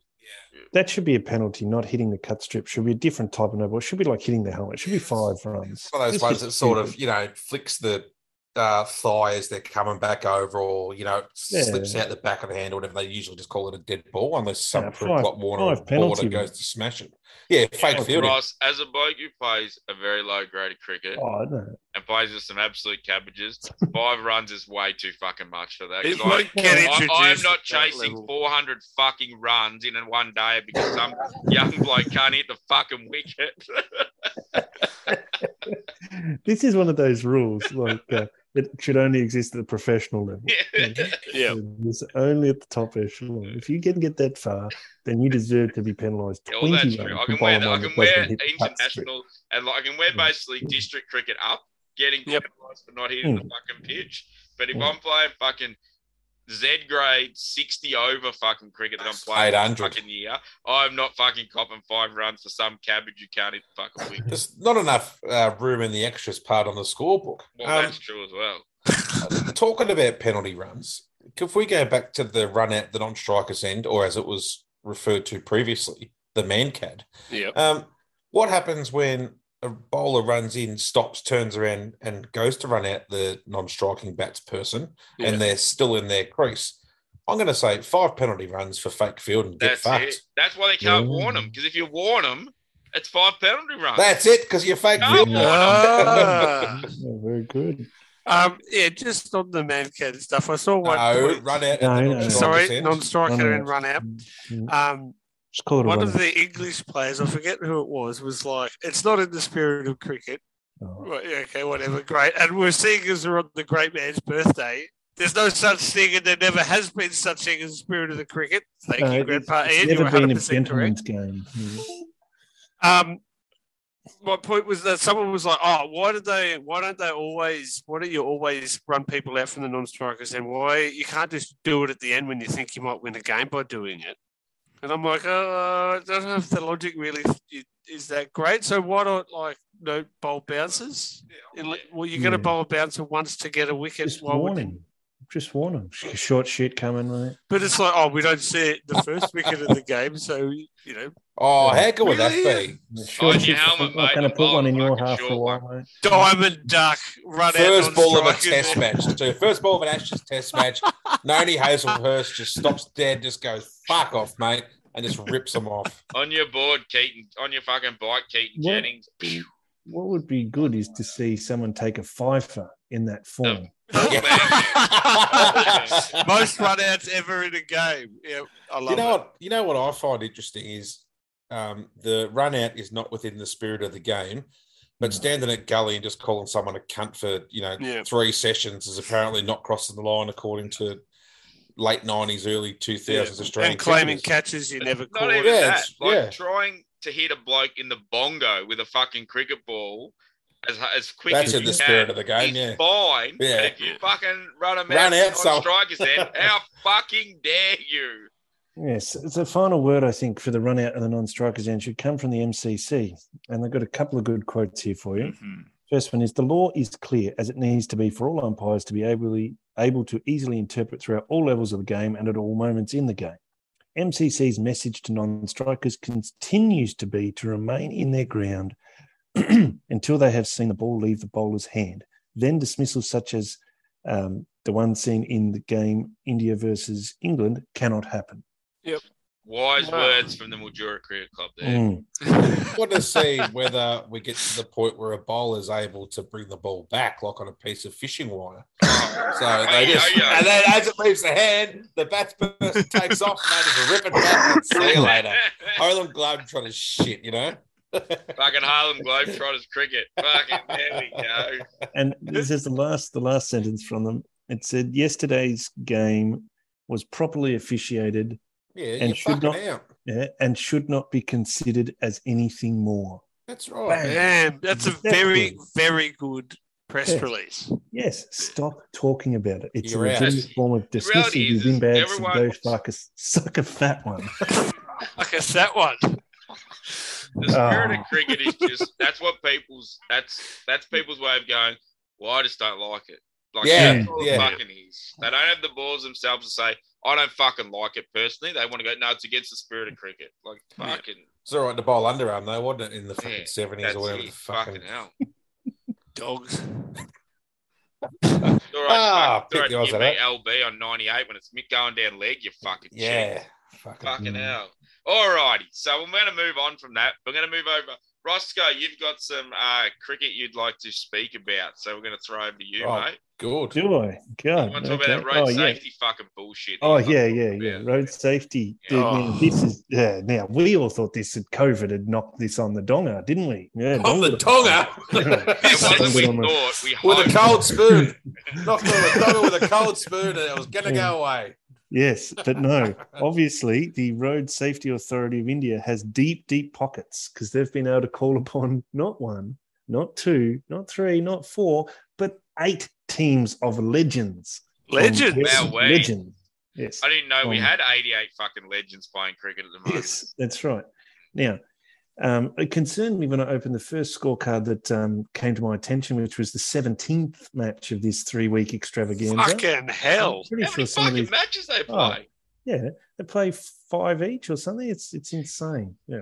Speaker 3: That should be a penalty. Not hitting the cut strip should be a different type of no ball. It should be like hitting the helmet. It should be five runs.
Speaker 2: It's one of those
Speaker 3: This
Speaker 2: ones
Speaker 3: is
Speaker 2: that sort of,
Speaker 3: stupid.
Speaker 2: you know, flicks the uh, thigh as they're coming back over, or you know, slips
Speaker 3: Yeah.
Speaker 2: out the back of the hand, or whatever. They usually just call it a dead ball, unless some
Speaker 3: Yeah,
Speaker 2: yeah,
Speaker 3: five-
Speaker 2: like Warner
Speaker 3: five
Speaker 2: or Border
Speaker 3: penalty
Speaker 2: goes to smash it. Yeah, fake
Speaker 1: Yeah.
Speaker 2: fielding.
Speaker 1: Ross, as a bloke who plays a very low grade of cricket
Speaker 3: Oh, no.
Speaker 1: and plays with some absolute cabbages, five runs is way too fucking much for that.
Speaker 4: It
Speaker 1: 'cause I-
Speaker 4: won't get
Speaker 1: I,
Speaker 4: introduced.
Speaker 1: I'm not
Speaker 4: at that
Speaker 1: chasing
Speaker 4: level.
Speaker 1: 400 fucking runs in a one day because some <laughs> young bloke can't hit the fucking wicket. <laughs>
Speaker 3: This is one of those rules. Like uh, it should only exist at the professional level.
Speaker 1: <laughs>
Speaker 4: Yeah.
Speaker 3: It's only at the top echelon. If you can get that far, then you deserve to be penalised.
Speaker 1: Yeah, well,
Speaker 3: 20
Speaker 1: that's
Speaker 3: runs
Speaker 1: true. I
Speaker 3: for
Speaker 1: can wear
Speaker 3: bowling
Speaker 1: that. I
Speaker 3: on the
Speaker 1: can wear
Speaker 3: weapon hit cut strip.
Speaker 1: international and like, I can wear
Speaker 3: Mm.
Speaker 1: basically district cricket up, getting
Speaker 4: Yep.
Speaker 1: penalised for not hitting the fucking pitch. But if I'm playing fucking Z grade 60 over fucking cricket that I'm playing this
Speaker 2: 800.
Speaker 1: fucking year, I'm not fucking copping five runs for some cabbage who can't hit the fucking wicket.
Speaker 2: There's not enough uh, room in the extras part on the scorebook.
Speaker 1: Well,
Speaker 2: Um,
Speaker 1: that's true as well.
Speaker 2: talking about penalty runs, if we go back to the run at the non-strikers end, or as it was referred to previously, the man cad.
Speaker 4: Yep.
Speaker 2: Um, what happens when a bowler runs in, stops, turns around, and goes to run out the non-striking bats person,
Speaker 4: Yeah.
Speaker 2: and they're still in their crease? I'm going to say five penalty runs for fake field and get
Speaker 1: That's
Speaker 2: fucked.
Speaker 1: it. That's why they can't
Speaker 3: Yeah.
Speaker 1: warn them because if you warn them, it's five penalty runs.
Speaker 2: That's it because you're fake
Speaker 1: No.
Speaker 2: field. <laughs>
Speaker 4: Ah.
Speaker 3: Yeah, very good.
Speaker 4: um, yeah, just on the man cat stuff. I saw one.
Speaker 2: No,
Speaker 4: tweet-
Speaker 2: run out.
Speaker 3: No,
Speaker 2: at the
Speaker 3: no.
Speaker 2: non-striker's
Speaker 4: Sorry,
Speaker 2: end.
Speaker 4: non-striker and run out.
Speaker 3: Mm,
Speaker 4: Um,
Speaker 3: Just call it a
Speaker 4: one
Speaker 3: run
Speaker 4: of the English players, I forget who it was, was like, "It's not in the spirit of cricket."
Speaker 3: Oh.
Speaker 4: Right, yeah, okay, whatever, great. And we're seeing as we're on the great man's birthday. There's no such thing, and there never has been such thing as the spirit of the cricket. Thank
Speaker 3: No,
Speaker 4: you,
Speaker 3: it's-
Speaker 4: Grandpa
Speaker 3: Uh, it's
Speaker 4: Ian. You're
Speaker 3: never been a
Speaker 4: 100% correct.
Speaker 3: gentleman's game.
Speaker 4: Um, my point was that someone was like, "Oh, why did they? Why don't they always? Why don't you always run people out from the non-strikers? And why you can't just do it at the end when you think you might win a game by doing it?" And I'm like, "Oh, I don't know if the logic really i- is that great. So why not like no bowl bounces? And like, Well, you're going to
Speaker 3: Yeah.
Speaker 4: bowl a bouncer once to get a wicket.
Speaker 3: Just
Speaker 4: why
Speaker 3: warn
Speaker 4: would
Speaker 3: him. Just warn him. Short shit coming, mate.
Speaker 4: But it's like, oh, we don't see it the first wicket of the game, so you know,
Speaker 2: Oh, how good would that
Speaker 4: Really?
Speaker 2: be?
Speaker 1: Oh,
Speaker 3: Short
Speaker 1: your helmet,
Speaker 3: I'm not
Speaker 1: mate.
Speaker 3: going
Speaker 1: The
Speaker 3: to put one in
Speaker 1: bowler
Speaker 3: your
Speaker 1: fucking
Speaker 3: half for a
Speaker 1: short
Speaker 3: while, mate.
Speaker 4: diamond duck run out.
Speaker 2: First ball of a
Speaker 4: non-striker.
Speaker 2: test match, too. First ball of an Ashes test match.
Speaker 4: <laughs>
Speaker 2: Noni Hazelhurst just stops dead, just goes, fuck off, mate, and just rips them off.
Speaker 1: On your board, Keaton. On your fucking bike, Keaton
Speaker 3: Yeah.
Speaker 1: Jennings.
Speaker 3: What would be good is to see someone take a fifer in that form.
Speaker 4: <laughs> Most runouts ever in a game. Yeah, I love
Speaker 2: you know
Speaker 4: it.
Speaker 2: what? You know what I find interesting is um, the run out is not within the spirit of the game, but
Speaker 4: Mm.
Speaker 3: No.
Speaker 2: standing at gully and just calling someone a cunt for you know
Speaker 4: Yeah.
Speaker 2: three sessions is apparently not crossing the line according to late nineties, early two thousands Australian
Speaker 4: and claiming
Speaker 2: cricketers.
Speaker 4: catches you never
Speaker 1: Not
Speaker 4: caught.
Speaker 1: even
Speaker 2: Yeah,
Speaker 1: that.
Speaker 2: it's-
Speaker 1: Like
Speaker 2: yeah.
Speaker 1: trying to hit a bloke in the bongo with a fucking cricket ball as as quick
Speaker 2: That's
Speaker 1: as
Speaker 2: in
Speaker 1: you
Speaker 2: the
Speaker 1: can
Speaker 2: spirit of the game,
Speaker 1: is
Speaker 2: yeah.
Speaker 1: fine. but
Speaker 2: Yeah.
Speaker 1: If you fucking run him
Speaker 2: Run
Speaker 1: out,
Speaker 2: out
Speaker 1: on
Speaker 2: some-
Speaker 1: strikers end,
Speaker 2: <laughs>
Speaker 1: how fucking dare you?
Speaker 3: Yes, it's a final word, I think, for the run out of the non strikers end should come from the MCC. And they've got a couple of good quotes here for you. First one is The law is clear as it needs to be for all umpires to be ably, able to easily interpret throughout all levels of the game and at all moments in the game. MCC's message to non strikers continues to be to remain in their ground <clears throat> until they have seen the ball leave the bowler's hand. Then dismissals such as um, the one seen in the game India versus England cannot happen.
Speaker 1: Wise
Speaker 4: Wow.
Speaker 1: words from the Mildura Cricket Club there.
Speaker 3: Mm.
Speaker 2: I
Speaker 4: Mm-hmm. <laughs>
Speaker 2: want to see whether we get to the point where a bowler is able to bring the ball back, like on a piece of fishing wire. So they
Speaker 1: Hey,
Speaker 2: just,
Speaker 1: yo, yo.
Speaker 2: and then as it leaves the hand, the batsman takes off, and they just rip it back. And see you later. Harlem Globetrotters shit, you know?
Speaker 1: <laughs>
Speaker 2: <laughs>
Speaker 1: fucking Harlem Globetrotters cricket. Fucking there we go.
Speaker 3: and this is the last the last sentence from them. It said yesterday's game was properly officiated
Speaker 2: Yeah,
Speaker 3: And
Speaker 2: you're
Speaker 3: should
Speaker 2: fucking
Speaker 3: not-
Speaker 2: out.
Speaker 3: yeah, eh, and should not be considered as anything more.
Speaker 2: That's right.
Speaker 4: Damn, that's a very, very good press
Speaker 3: Yeah.
Speaker 4: release.
Speaker 3: Yes, stop talking about it. It's
Speaker 2: You're
Speaker 3: a
Speaker 2: out.
Speaker 3: legitimate form of dismissing
Speaker 1: reality is-
Speaker 3: these inbags
Speaker 1: is
Speaker 3: and
Speaker 1: everyone-
Speaker 3: go fuck a, <laughs> suck a fat one.
Speaker 4: I guess that one.
Speaker 1: The spirit
Speaker 2: Um.
Speaker 3: Oh.
Speaker 1: of cricket is just that's what people's that's that's people's way of going. Well, I just don't like it. Like
Speaker 2: Yeah,
Speaker 1: that's all it
Speaker 2: yeah.
Speaker 1: fucking is. They don't have the balls themselves to say, I don't fucking like it personally. They want to go, no, it's against the spirit of cricket. Like
Speaker 4: Yeah.
Speaker 1: fucking
Speaker 2: It's all right to bowl underarm, though, wasn't it, in the fucking
Speaker 1: Yeah,
Speaker 2: 70s
Speaker 1: that's
Speaker 2: or whatever
Speaker 1: it.
Speaker 2: the fucking.
Speaker 1: Fucking
Speaker 2: <laughs>
Speaker 1: hell.
Speaker 4: Dogs.
Speaker 1: It's all right,
Speaker 2: Ah,
Speaker 1: fuck, it's
Speaker 2: pick
Speaker 1: all
Speaker 2: the
Speaker 1: right,
Speaker 2: odds
Speaker 1: you beat LB on 98 when it's Mick going down leg, you fucking cheat.
Speaker 2: Yeah. Fucking.
Speaker 1: Fucking hell. All righty. So we're going to move on from that. We're going to move over. Roscoe, you've got some uh, cricket you'd like to speak about. So we're going to throw over to you,
Speaker 2: Oh,
Speaker 1: mate.
Speaker 2: Good.
Speaker 3: Do I?
Speaker 1: I
Speaker 3: God.
Speaker 1: want to talk
Speaker 3: okay.
Speaker 1: about that road
Speaker 3: oh, yeah.
Speaker 1: safety fucking bullshit.
Speaker 3: Oh
Speaker 1: That's what
Speaker 3: yeah,
Speaker 1: I'm
Speaker 3: yeah,
Speaker 1: talking
Speaker 3: yeah.
Speaker 1: about.
Speaker 3: Road safety,
Speaker 1: Yeah.
Speaker 3: dude. man,
Speaker 4: Oh.
Speaker 3: this is yeah. Now we all thought this had COVID had knocked this on the donga, didn't we? Yeah,
Speaker 2: On the
Speaker 3: <laughs>
Speaker 2: tonga.
Speaker 1: It wasn't we
Speaker 3: With a-
Speaker 1: thought. We
Speaker 2: with a
Speaker 1: hoped.
Speaker 2: cold
Speaker 4: <laughs>
Speaker 2: spoon. Knocked on the tonga with a cold spoon, and it was going to go away.
Speaker 3: Yes, but
Speaker 1: <laughs>
Speaker 3: no. Obviously, the Road Safety Authority of India has deep, deep pockets because they've been able to call upon not one, not two, not three, not four, but eight teams of legends. from
Speaker 4: Legend.
Speaker 3: every-
Speaker 1: Wow, Oh, wait.
Speaker 3: legend. Yes.
Speaker 1: I didn't know we
Speaker 3: Um,
Speaker 1: had 88 fucking legends playing cricket at the moment.
Speaker 3: Yes, that's right. Now, um, it concerned me when I opened the first scorecard that um, came to my attention, which was the 17th match of this three week extravaganza.
Speaker 4: Fucking hell.
Speaker 3: I'm pretty
Speaker 1: How
Speaker 3: sure
Speaker 1: many
Speaker 3: some of
Speaker 1: fucking
Speaker 3: these
Speaker 1: matches they
Speaker 3: Oh.
Speaker 1: play?
Speaker 3: yeah, they play five each or something. It's it's insane. Yeah,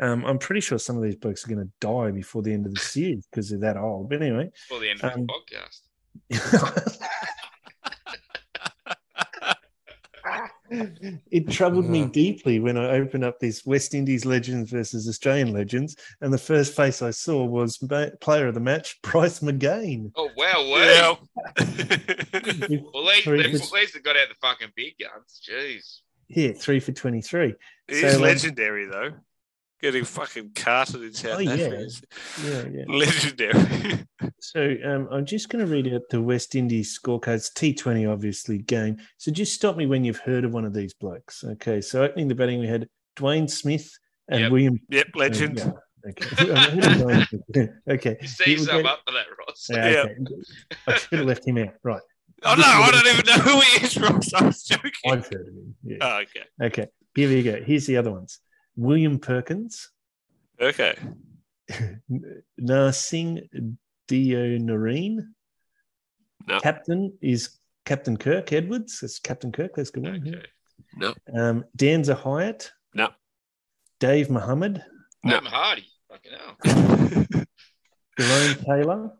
Speaker 3: um, I'm pretty sure some of these blokes are going to die before the end of the series because they're that old. But anyway, <laughs>
Speaker 1: For the end of
Speaker 3: Um,
Speaker 1: the podcast.
Speaker 3: it troubled me
Speaker 2: Yeah.
Speaker 3: deeply when I opened up this West Indies legends versus Australian legends, and the first face I saw was ma- player of the match, Bryce <laughs> McGain.
Speaker 1: Oh, wow, wow.
Speaker 4: Yeah. <laughs>
Speaker 1: Well, at least,
Speaker 3: Three
Speaker 1: they-
Speaker 3: for-
Speaker 1: at least they got out the fucking big guns. Jeez.
Speaker 3: Yeah, three for twenty-three.
Speaker 4: He's
Speaker 3: So, um,
Speaker 4: legendary, though. Getting fucking carted in South
Speaker 3: Oh, yeah.
Speaker 4: Africa. is
Speaker 3: Yeah, yeah.
Speaker 4: Legendary. <laughs>
Speaker 3: So um, I'm just going to read out the West Indies scorecards, T20 obviously game. So just stop me when you've heard of one of these blokes. Okay, so opening the batting, we had Dwayne Smith and
Speaker 1: Yep.
Speaker 3: William.
Speaker 4: yep, legend.
Speaker 3: Yeah, Okay. <laughs> okay.
Speaker 1: You
Speaker 3: He
Speaker 1: see
Speaker 3: was
Speaker 1: some
Speaker 3: going-
Speaker 1: up for that, Ross.
Speaker 3: Yeah,
Speaker 4: Yeah.
Speaker 3: okay. I should have left him out. Right.
Speaker 4: Oh, no, I don't even know who he is, Ross. I was joking.
Speaker 3: I've heard of him. Yeah.
Speaker 4: Oh, okay.
Speaker 3: Okay. Here we go. Here's the other ones William Perkins,
Speaker 4: Okay.
Speaker 3: Narsing Dio Nareen.
Speaker 4: No.
Speaker 3: Captain is Captain Kirk Edwards. That's Captain Kirk. That's a good one. yeah.
Speaker 1: Okay.
Speaker 3: Um, Danza Hyatt.
Speaker 4: No.
Speaker 3: Dave Muhammad.
Speaker 4: No.
Speaker 1: Adam Hardy. Fucking hell.
Speaker 3: Delone Taylor.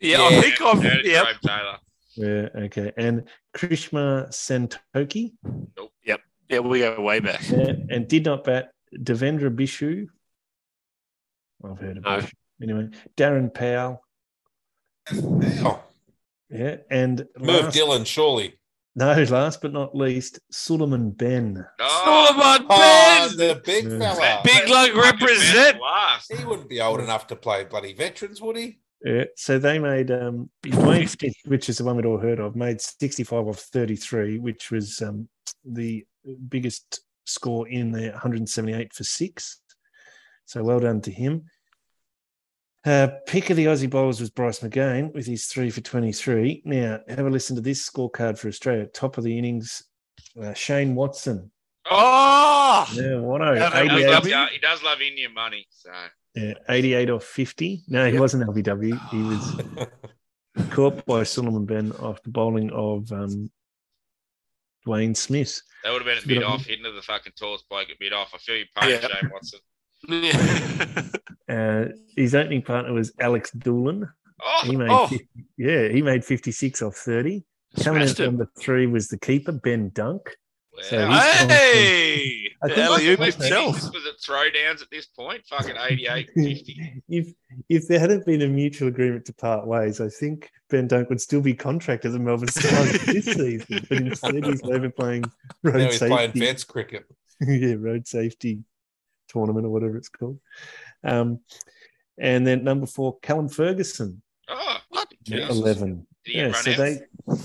Speaker 4: Yeah,
Speaker 2: Yeah.
Speaker 4: I think I've.
Speaker 1: Yeah,
Speaker 4: Oh, Yep.
Speaker 1: it's Graham Taylor.
Speaker 3: <laughs> Yeah, okay. And Krishma Santoki.
Speaker 4: Yeah, we go way back.
Speaker 3: Yeah, and did not bat Devendra Bishu. I've heard of
Speaker 4: No. <laughs>
Speaker 3: Bishu. Anyway, Darren Powell.
Speaker 2: Oh,
Speaker 3: Yeah, and
Speaker 2: Move
Speaker 3: last-
Speaker 2: Dylan, surely.
Speaker 3: No, last but not least, Suleiman Ben.
Speaker 1: Oh,
Speaker 4: Solomon
Speaker 2: Oh,
Speaker 4: Ben!
Speaker 2: the big
Speaker 3: Mm.
Speaker 2: fella.
Speaker 4: Big lug represent.
Speaker 1: Last.
Speaker 2: He wouldn't be old enough to play bloody veterans, would he?
Speaker 3: Yeah, Uh, so they made um,
Speaker 4: Be
Speaker 3: Dwayne
Speaker 4: 50.
Speaker 3: Smith, which is the one we'd all heard of, made 65 of 33, which was um, the biggest score in there, 178 for six. So well done to him. Uh, pick of the Aussie bowlers was Bryce McGain with his three for 23. Now, have a listen to this scorecard for Australia. Top of the innings, uh, Shane Watson.
Speaker 4: Oh!
Speaker 3: Yeah,
Speaker 1: He
Speaker 4: Yeah,
Speaker 1: does,
Speaker 3: 188,
Speaker 1: love,
Speaker 4: ADW?
Speaker 1: he does love Indian money. So
Speaker 3: yeah, 88 off 50. No, he
Speaker 4: Yeah.
Speaker 3: wasn't LBW. He was caught by Solomon Ben off the bowling of um, Dwayne Smith.
Speaker 1: that would have been a
Speaker 3: Bit
Speaker 1: bit
Speaker 3: of-
Speaker 1: off. Hitting to the fucking tallest bloke a bit off. I feel you pain,
Speaker 4: Yeah.
Speaker 1: Shane Watson.
Speaker 3: <laughs> Uh, his opening partner was Alex Doolan. He
Speaker 1: Oh,
Speaker 3: made
Speaker 4: Oh.
Speaker 3: 50, yeah, he made 56 off 30. Coming in
Speaker 4: Smashed
Speaker 3: at
Speaker 4: him.
Speaker 3: number three was the keeper, Ben Dunk. So
Speaker 1: wow.
Speaker 3: he's-
Speaker 4: Hey!
Speaker 3: I
Speaker 4: The
Speaker 3: think-
Speaker 4: alley-oop
Speaker 1: Left
Speaker 4: himself.
Speaker 1: innings, Was it throwdowns at this point? Fucking
Speaker 3: <laughs>
Speaker 1: 88, 50.
Speaker 3: if if there hadn't been a mutual agreement to part ways, I think Ben Dunk would still be contracted at the Melbourne Stars this season. But instead, he's overplaying road
Speaker 2: now he's
Speaker 3: safety.
Speaker 2: playing fence cricket.
Speaker 3: <laughs> yeah, road safety tournament or whatever it's called. Um, and then number four, Callum Ferguson,
Speaker 1: Oh,
Speaker 4: What?
Speaker 1: Jesus.
Speaker 3: eleven.
Speaker 1: Did he
Speaker 3: Yeah,
Speaker 1: run
Speaker 3: so
Speaker 1: out?
Speaker 3: they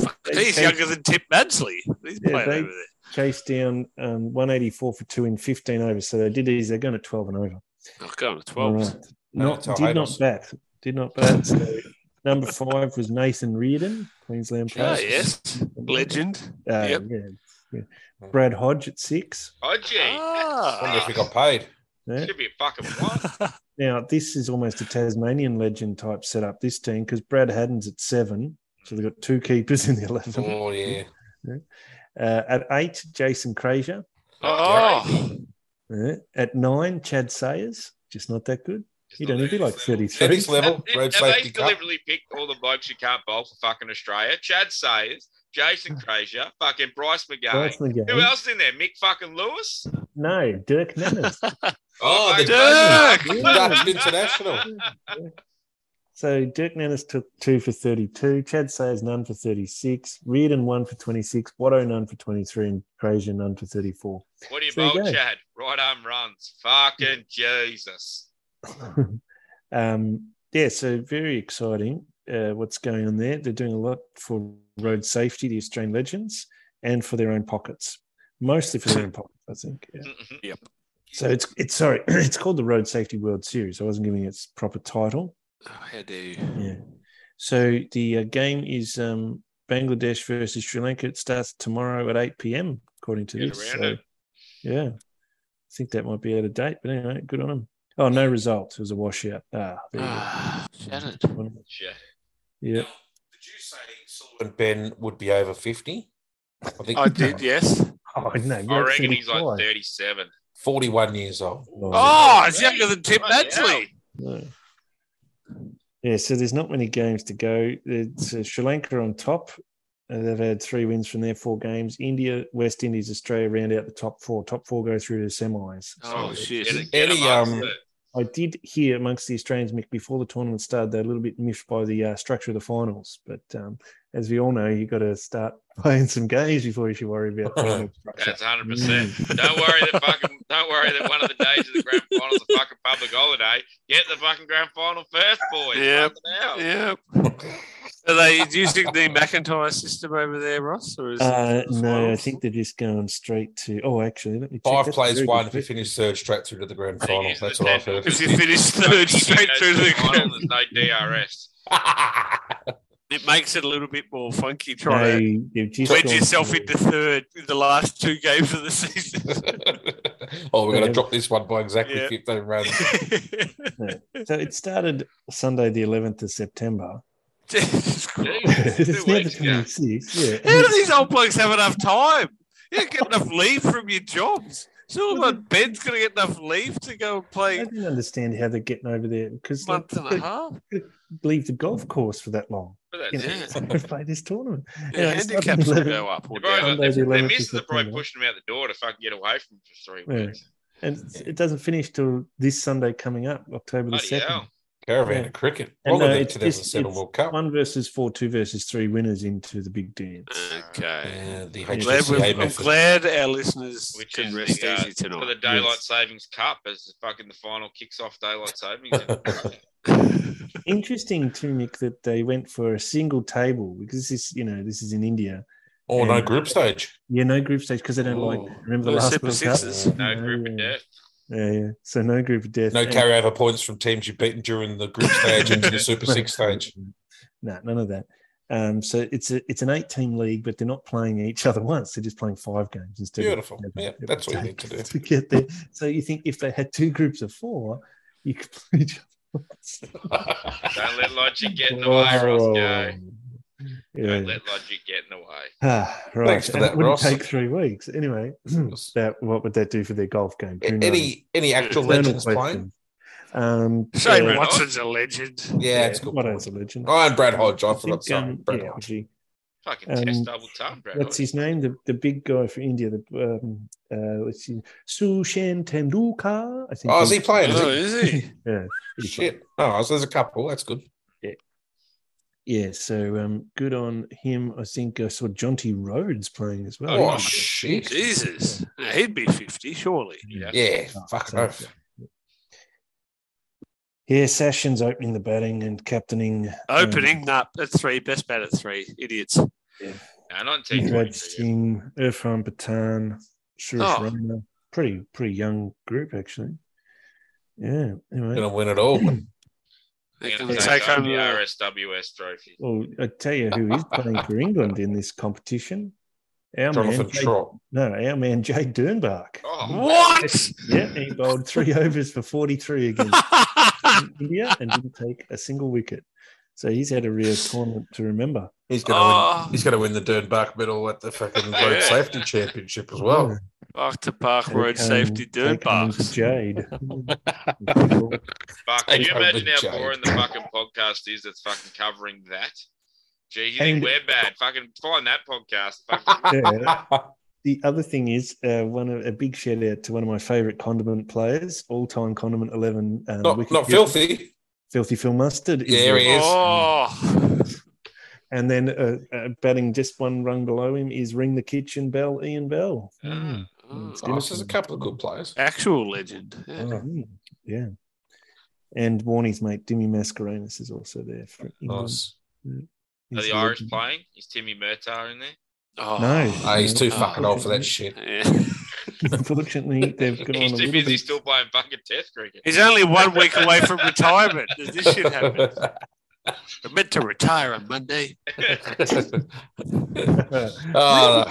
Speaker 4: Fuck,
Speaker 3: They
Speaker 4: He's
Speaker 3: changed-
Speaker 4: younger than Tip Madsley. He's
Speaker 3: Yeah,
Speaker 4: playing
Speaker 3: they-
Speaker 4: over there.
Speaker 3: chased down um, one eighty four for two in fifteen overs. So they did these. They're going to twelve and over.
Speaker 4: Oh, going to 12.
Speaker 3: All right. Not
Speaker 2: it's all
Speaker 3: did
Speaker 2: overs.
Speaker 3: not bat. Did not bat. So number five was Nathan Reardon, Queensland player.
Speaker 4: Oh, yes. Legend.
Speaker 3: Uh,
Speaker 4: Yep.
Speaker 3: yeah, yeah. Brad Hodge at six.
Speaker 1: Oh, gee.
Speaker 4: Ah.
Speaker 2: wonder if he got
Speaker 4: <laughs>
Speaker 2: paid.
Speaker 3: Yeah.
Speaker 1: Should be a fucking
Speaker 3: <laughs>
Speaker 1: one.
Speaker 3: Now, this is almost a Tasmanian legend type setup, this team, because Brad Haddon's at seven. So they've got two keepers in the 11.
Speaker 2: Oh yeah.
Speaker 3: Uh, at eight, Jason Crazier.
Speaker 4: oh,
Speaker 3: Uh, at nine, Chad Sayers. Just not that good. He'd only be like 33.
Speaker 2: At his level,
Speaker 1: Have-
Speaker 2: road
Speaker 1: have
Speaker 2: safety
Speaker 1: they
Speaker 2: cup.
Speaker 1: deliberately picked all the blokes who can't bowl for fucking Australia? Chad Sayers, Jason
Speaker 3: <laughs>
Speaker 1: Crazier, fucking Bryce McGay.
Speaker 3: Bryce McGann.
Speaker 1: Who else is in there? Mick fucking Lewis?
Speaker 3: No, Dirk
Speaker 1: <laughs>
Speaker 3: Nanners.
Speaker 2: Oh, the
Speaker 1: fuck.
Speaker 2: Dutch- <laughs> Dutch international.
Speaker 3: so Dirk Nanners took two for 32. Chad Sayers, none for 36. Reardon, one for 26. Watto, none for 23. And Crazier, none for 34.
Speaker 1: What do you
Speaker 3: There you
Speaker 1: bowl,
Speaker 3: go.
Speaker 1: Chad? Right arm runs. Fucking Jesus. <laughs>
Speaker 3: <laughs> um, yeah, so very exciting uh, what's going on there. They're doing a lot for road safety, the Australian legends, and for their own pockets, mostly for their own pockets, I think. yeah. So it's it's sorry, <clears throat> it's called the Road Safety World Series. I wasn't giving it its proper title.
Speaker 4: Oh, how dare you?
Speaker 3: Yeah. So the uh, game is um, Bangladesh versus Sri Lanka. It starts tomorrow at eight p.m. According to
Speaker 1: Get
Speaker 3: this.
Speaker 1: around
Speaker 3: So,
Speaker 1: it.
Speaker 3: yeah, I think that might be out of date, but anyway, good on them. Oh, no result. It was a washout. Ah, there you go.
Speaker 4: Ah, shattered.
Speaker 1: Shit.
Speaker 3: Yeah.
Speaker 2: Did you say Solomon Ben would be over fifty? I think
Speaker 4: I did, yes.
Speaker 3: <laughs> Oh no,
Speaker 1: I
Speaker 3: you're
Speaker 1: reckon he's like
Speaker 3: 35.
Speaker 1: 37.
Speaker 2: forty-one years
Speaker 4: <laughs>
Speaker 2: old.
Speaker 4: Oh, it's younger than Tip
Speaker 1: Bloody
Speaker 4: Madsley.
Speaker 1: Oh!
Speaker 3: No. Yeah, so there's not many games to go. It's uh, Sri Lanka on top. Uh, they've had three wins from their four games. India, West Indies, Australia round out the top four. Top four go through to semis.
Speaker 4: Oh,
Speaker 1: So,
Speaker 4: shit.
Speaker 1: get it- get
Speaker 2: Any
Speaker 1: him up
Speaker 2: um,
Speaker 1: to it.
Speaker 3: I did hear amongst the Australians, Mick, before the tournament started, they're a little bit miffed by the uh, structure of the finals. But um, as we all know, you've got to start <laughs> playing some games before you should worry <laughs> about final structure.
Speaker 1: That's 100%.
Speaker 3: Mm.
Speaker 1: Don't worry that fucking. Don't worry that one of the days of the grand finals a fucking public holiday. Get the fucking grand final first, boys.
Speaker 4: Yep.
Speaker 1: Fucking hell.
Speaker 4: Yeah. Are they using the McIntyre system over there, Ross? Or is
Speaker 3: Uh,
Speaker 4: it
Speaker 3: no, I think they're just going straight to. Oh, actually, let me. check.
Speaker 2: Five
Speaker 3: That's a
Speaker 2: plays
Speaker 3: very good
Speaker 2: one. If you
Speaker 3: question.
Speaker 2: finish third, straight through to the grand
Speaker 1: Hey,
Speaker 2: final.
Speaker 1: he's
Speaker 2: That's
Speaker 1: the
Speaker 2: what I've
Speaker 1: ten.
Speaker 2: heard.
Speaker 4: If you finish third, straight through to the
Speaker 3: <laughs>
Speaker 4: <laughs>
Speaker 1: final,
Speaker 4: ground,
Speaker 1: there's no DRS.
Speaker 4: it makes it a little bit more funky trying to
Speaker 3: No, they've just
Speaker 4: wedge
Speaker 3: gone
Speaker 4: yourself
Speaker 3: through.
Speaker 4: into third in the last two games of the season. <laughs>
Speaker 2: <laughs> oh, we're
Speaker 3: Yeah.
Speaker 2: gonna drop this one by exactly
Speaker 4: Yeah.
Speaker 2: fifteen rounds.
Speaker 3: So it started Sunday, the 11th
Speaker 4: <laughs>
Speaker 3: of September. <laughs>
Speaker 4: Jesus Christ.
Speaker 1: Two
Speaker 3: <laughs> it's now the
Speaker 1: weeks ago.
Speaker 3: 26th.
Speaker 4: <laughs>
Speaker 3: Yeah.
Speaker 4: How
Speaker 3: <laughs>
Speaker 4: do these old blokes have enough time? You don't get enough leave from your jobs. Silverman Ben's going to get enough leave to go and
Speaker 3: I
Speaker 4: play
Speaker 3: don't understand how they're getting over there because
Speaker 4: a month and a half.
Speaker 3: leave the golf course for that long
Speaker 1: But that's
Speaker 3: you know,
Speaker 1: it.
Speaker 3: <laughs>
Speaker 4: Yeah.
Speaker 3: to play
Speaker 4: <laughs>
Speaker 3: this tournament.
Speaker 4: Yeah,
Speaker 3: it's not
Speaker 4: handicaps will <laughs>
Speaker 3: 11.
Speaker 4: go up or
Speaker 1: They've probably
Speaker 4: down.
Speaker 1: got-
Speaker 3: Sunday, the
Speaker 1: their- their
Speaker 3: 11th of
Speaker 1: missus are probably
Speaker 3: September.
Speaker 1: pushing them out the door to fucking get away from them for three
Speaker 3: Yeah.
Speaker 1: weeks.
Speaker 3: And it's- it doesn't finish till this Sunday coming up, October the
Speaker 1: Bloody
Speaker 3: 2nd.
Speaker 1: hell.
Speaker 2: Caravan
Speaker 3: Yeah.
Speaker 2: of cricket.
Speaker 3: And,
Speaker 2: Welcome
Speaker 3: uh,
Speaker 2: to
Speaker 3: it's- it's-
Speaker 2: 2007
Speaker 3: it's
Speaker 2: World Cup.
Speaker 3: One versus four, two versus three winners into the big
Speaker 4: Uh,
Speaker 3: dance.
Speaker 4: Okay.
Speaker 2: Yeah, Uh, the
Speaker 3: I'm
Speaker 4: I'm
Speaker 2: HCA
Speaker 4: glad, we've- I'm
Speaker 2: method.
Speaker 4: glad our listeners
Speaker 1: Which
Speaker 4: can
Speaker 1: is
Speaker 4: rest
Speaker 1: the, uh,
Speaker 4: easy tonight.
Speaker 1: for the daylight
Speaker 3: yes.
Speaker 1: savings cup as fucking the final kicks off daylight
Speaker 3: <laughs>
Speaker 1: savings.
Speaker 3: Interesting too, Nick, that they went for a single table because this, you know, this is in India.
Speaker 2: Or Oh, no
Speaker 3: And-
Speaker 2: group stage.
Speaker 3: Yeah, no group stage because they don't like.
Speaker 2: Ooh.
Speaker 3: Remember the
Speaker 4: No
Speaker 3: last
Speaker 4: Super
Speaker 3: World
Speaker 4: Sixes.
Speaker 3: Cup?
Speaker 1: no group of
Speaker 3: yeah.
Speaker 1: death.
Speaker 3: Yeah, yeah. So no group of death.
Speaker 2: No
Speaker 3: And-
Speaker 2: carryover points from teams you've beaten during the group stage into the Super
Speaker 3: <laughs>
Speaker 2: Six stage.
Speaker 3: No, none of that. Um, so it's a it's an eight team league, but they're not playing each other once. They're just playing five games instead. of-
Speaker 2: Beautiful. Yeah, that's what you
Speaker 3: <laughs>
Speaker 2: need to <laughs> do.
Speaker 3: To get there. So you think if they had two groups of four, you could <laughs> play each other once.
Speaker 1: Don't let logic get in the way, Roscoe.
Speaker 3: Yeah.
Speaker 1: Don't let logic get in the way.
Speaker 3: Ah, <sighs> right.
Speaker 2: Thanks for
Speaker 3: And
Speaker 2: that,
Speaker 3: it wouldn't
Speaker 2: Ross.
Speaker 3: take three weeks. Anyway, <clears throat> that what would that do for their golf game? Who knows?
Speaker 2: any any actual
Speaker 3: Eternal
Speaker 2: legends playing?
Speaker 3: question. Um,
Speaker 4: Shane
Speaker 1: Yeah.
Speaker 4: Watson's a legend.
Speaker 2: Yeah, it's a good.
Speaker 3: What
Speaker 2: point.
Speaker 3: else a legend?
Speaker 2: Oh, and Brad Hodge. I
Speaker 3: I think,
Speaker 2: forgot something.
Speaker 3: um,
Speaker 2: Brad
Speaker 3: yeah,
Speaker 2: Hodge.
Speaker 3: gee.
Speaker 1: Fucking
Speaker 3: Um,
Speaker 1: test double tongue, Brad.
Speaker 3: What's his name? The the big guy for India. The um, uh, what's his Sushen Tendulkar. I think.
Speaker 2: Oh, is he playing?
Speaker 4: Oh, is
Speaker 3: <laughs>
Speaker 4: he?
Speaker 3: Yeah. he played.
Speaker 2: Shit. Oh, so there's a couple. That's good.
Speaker 3: Yeah. So um, good on him. I think I saw Jonty Rhodes playing as well.
Speaker 2: Oh,
Speaker 1: yeah.
Speaker 2: shit.
Speaker 4: Jesus. Now, he'd be 50, surely.
Speaker 1: Yeah.
Speaker 2: Yeah,
Speaker 3: Oh,
Speaker 2: fuck
Speaker 3: so-
Speaker 2: off.
Speaker 3: Yeah, Sashin's opening the batting and captaining. um,
Speaker 4: Opening, nah, that's three. Best bat at three. Idiots.
Speaker 1: No, not in
Speaker 3: Yuvraj
Speaker 1: T20.
Speaker 3: Singh, Irfan Pathan, Suresh
Speaker 4: Oh.
Speaker 3: Raina. Pretty pretty young group actually. Yeah. Anyway.
Speaker 2: Gonna win it all.
Speaker 4: They
Speaker 1: They're
Speaker 4: can
Speaker 1: going to
Speaker 4: take home
Speaker 1: the
Speaker 4: the
Speaker 1: RSWS trophy.
Speaker 3: Well, I tell you who is playing for England in this competition. Our
Speaker 2: Jonathan
Speaker 3: man, Jake-
Speaker 2: Trott.
Speaker 3: no, our man Jay Dernbach.
Speaker 1: Oh,
Speaker 4: <laughs> What?
Speaker 3: Yeah, he bowled three overs for 43
Speaker 4: <laughs>
Speaker 3: against India and didn't take a single wicket. So he's had a real tournament to remember.
Speaker 2: He's gonna
Speaker 4: oh,
Speaker 2: win. He's gonna win the Dernbach medal at the fucking Road
Speaker 4: Yeah.
Speaker 2: Safety Championship as well.
Speaker 4: Park to Park Road
Speaker 3: Take home-
Speaker 4: Safety
Speaker 3: take home to
Speaker 4: Dernbach.
Speaker 3: Jade.
Speaker 1: fuck. Can you
Speaker 2: Take
Speaker 1: imagine
Speaker 2: over,
Speaker 1: how
Speaker 2: Jake.
Speaker 1: boring the fucking podcast is that's fucking covering that? Gee, you
Speaker 3: And-
Speaker 1: think we're bad? Fucking find that
Speaker 3: <laughs>
Speaker 1: podcast. Fucking
Speaker 2: <laughs>
Speaker 3: Yeah. The other thing is uh, one of, a big shout out to one of my favourite condiment players, all time condiment eleven. Um,
Speaker 2: Not
Speaker 3: wicket
Speaker 2: not
Speaker 3: keeper,
Speaker 2: filthy.
Speaker 3: Filthy Phil Mustard. is
Speaker 2: Yeah,
Speaker 3: there.
Speaker 2: he is.
Speaker 4: Oh,
Speaker 3: And then uh, uh, batting just one rung below him is ring the kitchen bell, Ian Bell. Mm.
Speaker 4: Mm.
Speaker 2: Oh, so there's a couple of good players.
Speaker 4: actual legend. Yeah.
Speaker 3: Mm. Yeah. And Warnie's mate, Dimi Mascarenas, is also there. For England.
Speaker 2: Nice.
Speaker 1: are
Speaker 3: He's
Speaker 1: the
Speaker 3: a
Speaker 1: Irish
Speaker 3: legend.
Speaker 1: playing? Is Timmy Murtar in there?
Speaker 4: Oh.
Speaker 3: No.
Speaker 2: Ah, he's too
Speaker 4: Oh,
Speaker 2: fucking old for that shit.
Speaker 4: Yeah.
Speaker 3: <laughs>
Speaker 4: <laughs>
Speaker 3: Unfortunately, they've gone
Speaker 1: He's
Speaker 3: on
Speaker 1: too
Speaker 3: a little
Speaker 1: busy
Speaker 3: bit- <laughs>
Speaker 1: still playing fucking test cricket.
Speaker 4: He's only one week away from retirement. Does this
Speaker 2: <laughs>
Speaker 4: shit happen? I'm meant to retire on Monday.
Speaker 2: oh,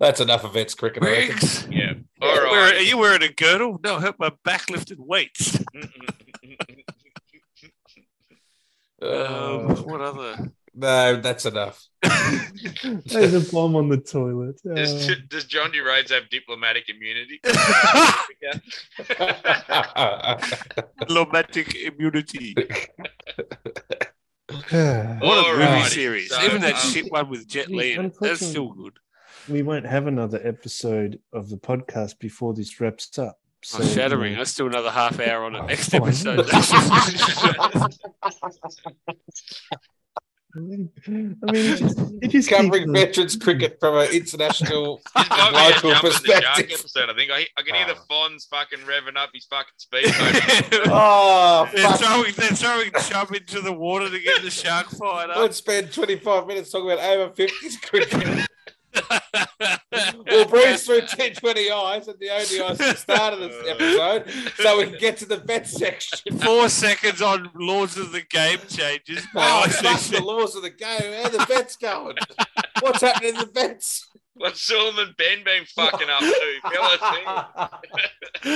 Speaker 2: that's enough of Ed's cricket. I reckon.
Speaker 4: Riggs.
Speaker 1: yeah. All
Speaker 4: Where- are
Speaker 1: right.
Speaker 4: you wearing a girdle? No, help my back lifted weights. Um,
Speaker 2: Uh,
Speaker 4: what <laughs> other?
Speaker 2: no, that's enough. <laughs>
Speaker 3: There's a bomb on the toilet.
Speaker 1: <laughs> does,
Speaker 3: Oh.
Speaker 1: does John D. Rhodes have diplomatic
Speaker 4: <laughs>
Speaker 1: immunity? <laughs>
Speaker 4: Diplomatic immunity.
Speaker 3: Ah.
Speaker 4: What a
Speaker 1: All
Speaker 4: movie
Speaker 1: righty.
Speaker 4: series.
Speaker 1: So,
Speaker 4: Even that
Speaker 1: um,
Speaker 4: shit one with Jet Li. in it, That's
Speaker 3: Unfortunately-
Speaker 4: still good.
Speaker 3: we won't have another episode of the podcast before this wraps up. So,
Speaker 4: Oh, shattering. That's still another half hour on it. Next
Speaker 3: Oh,
Speaker 4: episode.
Speaker 3: I mean, it just,
Speaker 4: <laughs>
Speaker 3: it just <laughs>
Speaker 2: Covering
Speaker 3: keeps-
Speaker 2: veterans cricket from an international.
Speaker 1: This might be a
Speaker 2: Local
Speaker 1: jump in the shark
Speaker 2: perspective.
Speaker 1: episode. I think I, I can hear the
Speaker 2: Ah.
Speaker 1: Fonz fucking revving up his fucking
Speaker 4: <laughs>
Speaker 1: speedboat.
Speaker 2: Oh,
Speaker 4: they're,
Speaker 2: fuck.
Speaker 4: throwing, they're throwing chub into the water to get the shark fired up.
Speaker 2: Let's spend 25 minutes talking about over 50s <laughs> cricket. We'll breeze through 1020 eyes and the ODIs
Speaker 4: <laughs>
Speaker 2: at the start of this episode so we can get to the vet section.
Speaker 4: Four seconds on Lords of the Game Changes.
Speaker 2: <laughs> Oh,
Speaker 4: My
Speaker 2: that's the
Speaker 4: section.
Speaker 2: laws of the game. How the vets going? What's happening in the vets?
Speaker 1: What's Solomon Ben been fucking up to?
Speaker 2: <laughs>
Speaker 1: Fellas,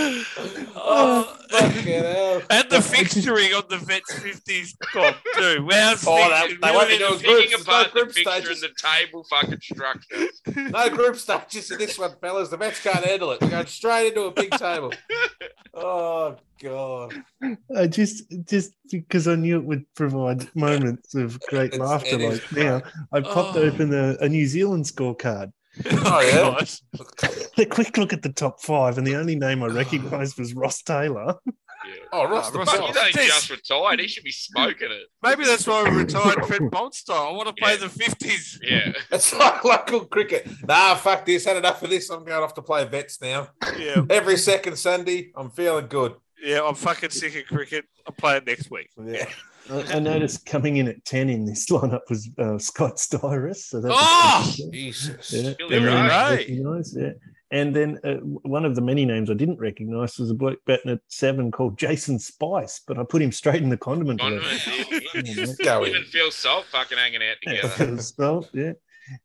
Speaker 4: Oh,
Speaker 2: Fucking hell.
Speaker 4: and the fixturing on the Vets 50s comp, too. Where's
Speaker 2: Oh, that-
Speaker 4: fixturing?
Speaker 2: that won't be
Speaker 4: Really
Speaker 2: doing groups,
Speaker 4: fixturing.
Speaker 1: picking
Speaker 2: there's no
Speaker 1: apart the
Speaker 2: group
Speaker 1: fixture
Speaker 2: stages.
Speaker 1: and the table fucking structure.
Speaker 2: No group stages in this one, fellas. The vets can't handle it. We're going straight into a big table. Oh, God.
Speaker 3: I just, just because I knew it would
Speaker 4: <laughs>
Speaker 3: provide moments of great
Speaker 2: It's-
Speaker 3: laughter
Speaker 2: it is
Speaker 3: like now, I popped
Speaker 4: Oh.
Speaker 3: open a, a New Zealand scorecard.
Speaker 2: Oh, yeah.
Speaker 4: Gosh. <laughs>
Speaker 3: A quick look at the top five, and the only name I recognised was Ross Taylor.
Speaker 1: Yeah.
Speaker 2: Oh, Ross
Speaker 4: Oh,
Speaker 2: the
Speaker 4: Ross-
Speaker 1: Fuck,
Speaker 2: Boss.
Speaker 1: he's only
Speaker 4: Jeez.
Speaker 1: just retired. He should be smoking it.
Speaker 4: Maybe that's why we retired
Speaker 2: <laughs>
Speaker 4: Fred Bolster. I want to play
Speaker 1: Yeah.
Speaker 4: the 50s.
Speaker 1: Yeah.
Speaker 2: It's like local cricket. Nah, fuck this. Had enough of this. I'm going off to play vets now.
Speaker 4: Yeah,
Speaker 2: Every second Sunday, I'm feeling good.
Speaker 4: yeah, I'm fucking sick of cricket. I'll play it next week.
Speaker 2: Yeah.
Speaker 3: I, I noticed coming in at 10 in this <laughs> lineup was uh, Scott Styrus. So that was-
Speaker 4: Oh!
Speaker 2: Jesus.
Speaker 3: Yeah.
Speaker 1: Billy
Speaker 3: And then-
Speaker 4: Ray.
Speaker 3: recognise, yeah. And then uh, w- one of the many names I didn't recognise was a bloke batting at seven called Jason Spice, but I put him straight in the condiment.
Speaker 1: Gone,
Speaker 3: list. <laughs>
Speaker 2: <laughs>
Speaker 1: mate.
Speaker 2: Go
Speaker 1: Even
Speaker 2: in.
Speaker 1: Phil Salt fucking hanging out together.
Speaker 3: Yeah. So, yeah.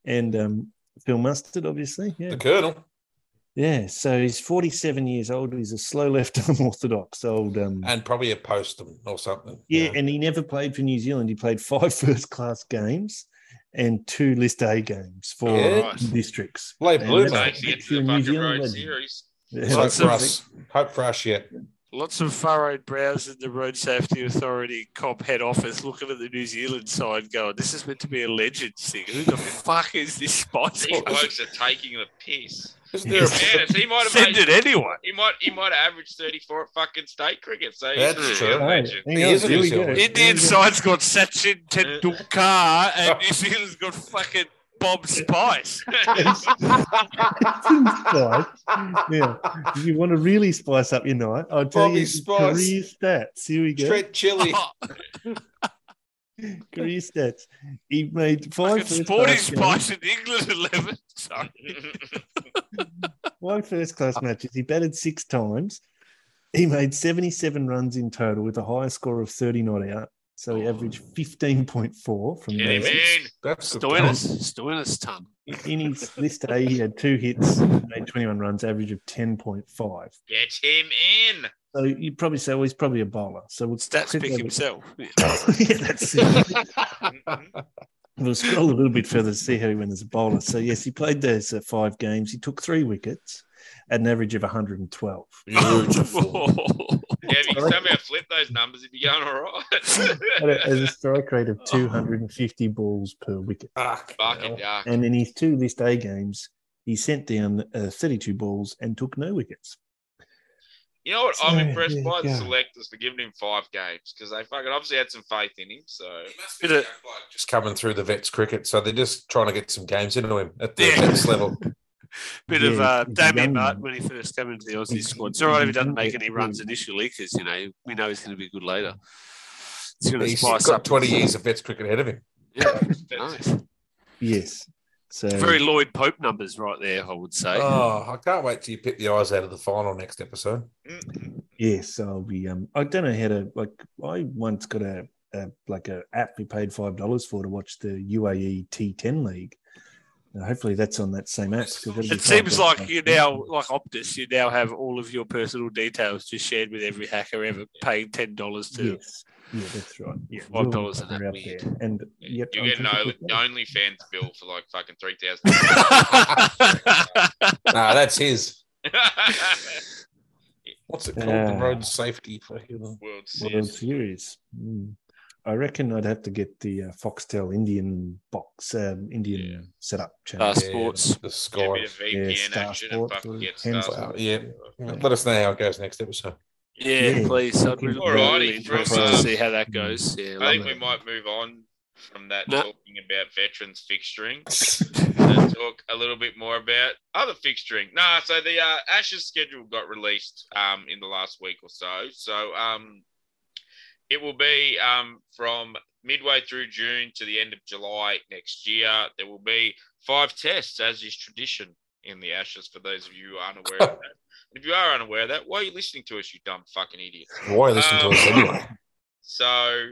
Speaker 3: And um, Phil Mustard, obviously. Yeah.
Speaker 2: The Colonel.
Speaker 3: Yeah. So he's 47 years old. He's a slow left <laughs> arm orthodox old. Um,
Speaker 2: And probably a postum or something.
Speaker 3: yeah. And he never played for New Zealand. He played five <laughs> first class games and two list A games for
Speaker 2: Yeah.
Speaker 3: districts.
Speaker 2: Play
Speaker 3: And
Speaker 2: blue,
Speaker 3: that's
Speaker 2: mate.
Speaker 1: Takes you to the
Speaker 3: New
Speaker 1: fucking
Speaker 3: Zealand
Speaker 1: road
Speaker 3: legend.
Speaker 1: series.
Speaker 3: Yeah.
Speaker 2: Hope
Speaker 4: Lots
Speaker 2: for
Speaker 4: of-
Speaker 2: us. Hope for us yet.
Speaker 4: Lots of furrowed brows in the Road Safety Authority cop head office looking at the New Zealand side going, this is meant to be a legend thing. Who the fuck is this sponsor?
Speaker 2: <laughs>
Speaker 4: <laughs>
Speaker 1: These blokes are taking the piss.
Speaker 2: Isn't
Speaker 1: In
Speaker 2: there a-
Speaker 1: fairness, he might have
Speaker 4: Send
Speaker 1: made,
Speaker 4: it anyway.
Speaker 1: he might he might have averaged 34 at fucking state cricket. So he's
Speaker 2: That's
Speaker 1: a real
Speaker 2: true.
Speaker 3: Right.
Speaker 1: legend.
Speaker 3: Hang
Speaker 2: He
Speaker 3: on,
Speaker 2: is a
Speaker 3: here
Speaker 2: New
Speaker 3: we go.
Speaker 2: Zealander.
Speaker 4: Indian side's got <laughs> Sachin Tendulkar and New Zealand's got fucking Bob Spice.
Speaker 3: Spice. Yeah. If you want to really spice up your night, I'll tell
Speaker 2: Bobby
Speaker 3: you
Speaker 2: Spice.
Speaker 3: career stats. Here we go.
Speaker 2: Trent Chili.
Speaker 4: Oh,
Speaker 3: Career stats. He
Speaker 4: <laughs>
Speaker 3: made
Speaker 4: Fucking
Speaker 3: five first,
Speaker 4: Sporting
Speaker 3: class games,
Speaker 4: Spice in England <laughs> 11. Sorry.
Speaker 3: five first class matches. He batted six times. He made 77 runs in total with a high score of 30 not out. So he averaged 15.4 from
Speaker 1: Get him
Speaker 3: those.
Speaker 1: in.
Speaker 2: That's the
Speaker 4: Stoinis. Stoinis ton.
Speaker 3: In his list A, he had two hits, made 21 runs, average of 10.5.
Speaker 1: Get him in.
Speaker 3: So you'd probably say, well, he's probably a bowler. So we'll
Speaker 4: Stats
Speaker 3: click
Speaker 4: pick
Speaker 3: over-
Speaker 4: himself.
Speaker 3: <laughs> yeah, that's it.
Speaker 1: Mm-hmm.
Speaker 3: We'll scroll a little bit further to see how he went as a bowler. So, yes, he played those uh, five games. He took three wickets at an average of 112.
Speaker 2: <laughs> beautiful.
Speaker 1: Yeah, if you can somehow flip those numbers, it'd be going all right.
Speaker 3: At <laughs> a, at a strike rate of 250 balls per wicket.
Speaker 2: Fuck.
Speaker 1: fucking yuck.
Speaker 3: And in his two List A games, he sent down uh, 32 balls and took no wickets.
Speaker 1: You know what? I'm
Speaker 3: So,
Speaker 1: impressed
Speaker 3: there
Speaker 1: by
Speaker 3: you
Speaker 1: the
Speaker 3: go.
Speaker 1: selectors for giving him five games because they fucking obviously had some faith in him. So
Speaker 4: be a young
Speaker 2: Just coming through the vets cricket, so they're just trying to get some games into him at the
Speaker 4: Yeah.
Speaker 2: next level.
Speaker 4: <laughs> Bit
Speaker 3: Yeah,
Speaker 4: of uh,
Speaker 3: he's
Speaker 4: Damien
Speaker 3: young.
Speaker 4: Martin when he first came into the Aussie squad. It's all right if he doesn't make any runs initially because, you know, we know he's going to be good later. It's going to
Speaker 2: He's
Speaker 4: spice
Speaker 2: got
Speaker 4: up.
Speaker 2: 20 years of vets cricket ahead of him.
Speaker 4: Yeah,
Speaker 1: that's-
Speaker 4: nice.
Speaker 3: Yes. So,
Speaker 4: Very Lloyd Pope numbers right there, I would say.
Speaker 2: Oh, I can't wait till you pick the eyes out of the final next episode.
Speaker 1: Mm.
Speaker 3: yes, I'll be. Um, I don't know how to, like, I once got a, a like a app we paid $5 for to watch the UAE T10 League. Now, hopefully that's on that same app. 'cause that'd be
Speaker 4: It seems
Speaker 3: $5.
Speaker 4: like you now, like Optus, you now have all of your personal details just shared with every hacker ever, paying ten dollars to.
Speaker 3: Yes. Yeah, that's right. Yeah,
Speaker 4: Five dollars an
Speaker 3: they're
Speaker 4: hour,
Speaker 3: out
Speaker 4: weird.
Speaker 3: there. And
Speaker 1: you
Speaker 3: yep, I'm
Speaker 1: get an
Speaker 3: pretty good.
Speaker 1: only fans bill for like fucking three thousand.
Speaker 2: Nah, that's his.
Speaker 1: <laughs> World
Speaker 2: What's it called?
Speaker 3: Yeah.
Speaker 2: The road safety. fucking-
Speaker 3: World
Speaker 1: Series.
Speaker 3: Series. Mm. I reckon I'd have to get the uh, Foxtel Indian box, um, Indian
Speaker 1: Yeah.
Speaker 3: setup channel.
Speaker 4: Uh, sports.
Speaker 2: Yeah, the
Speaker 1: Get a
Speaker 2: sky.
Speaker 1: bit of VPN
Speaker 3: Star
Speaker 1: action and
Speaker 3: Sport
Speaker 1: fucking
Speaker 3: for
Speaker 1: get
Speaker 3: Ten
Speaker 1: started.
Speaker 2: Wow, yeah. Let us know how it goes next episode.
Speaker 4: <laughs> Yeah,
Speaker 3: Yeah.
Speaker 4: please. I'd be
Speaker 1: All
Speaker 4: really
Speaker 1: righty,
Speaker 4: interested
Speaker 1: from,
Speaker 4: to
Speaker 1: um,
Speaker 4: see how that goes. Yeah,
Speaker 1: I think
Speaker 4: love
Speaker 3: Mm.
Speaker 1: we
Speaker 4: it.
Speaker 1: might move on from that
Speaker 4: No.
Speaker 1: talking about veterans fixturing
Speaker 4: <laughs>
Speaker 1: and talk a little bit more about other fixturing. Nah, so the uh, Ashes schedule got released um, in the last week or so. So um, it will be um, from midway through June to the end of July next year. There will be five tests, as is tradition in the Ashes, for those of you who aren't aware of that. If you are unaware of that, why are you listening to us, you dumb fucking idiot?
Speaker 2: Why listen to us
Speaker 1: Um,
Speaker 2: anyway?
Speaker 1: So,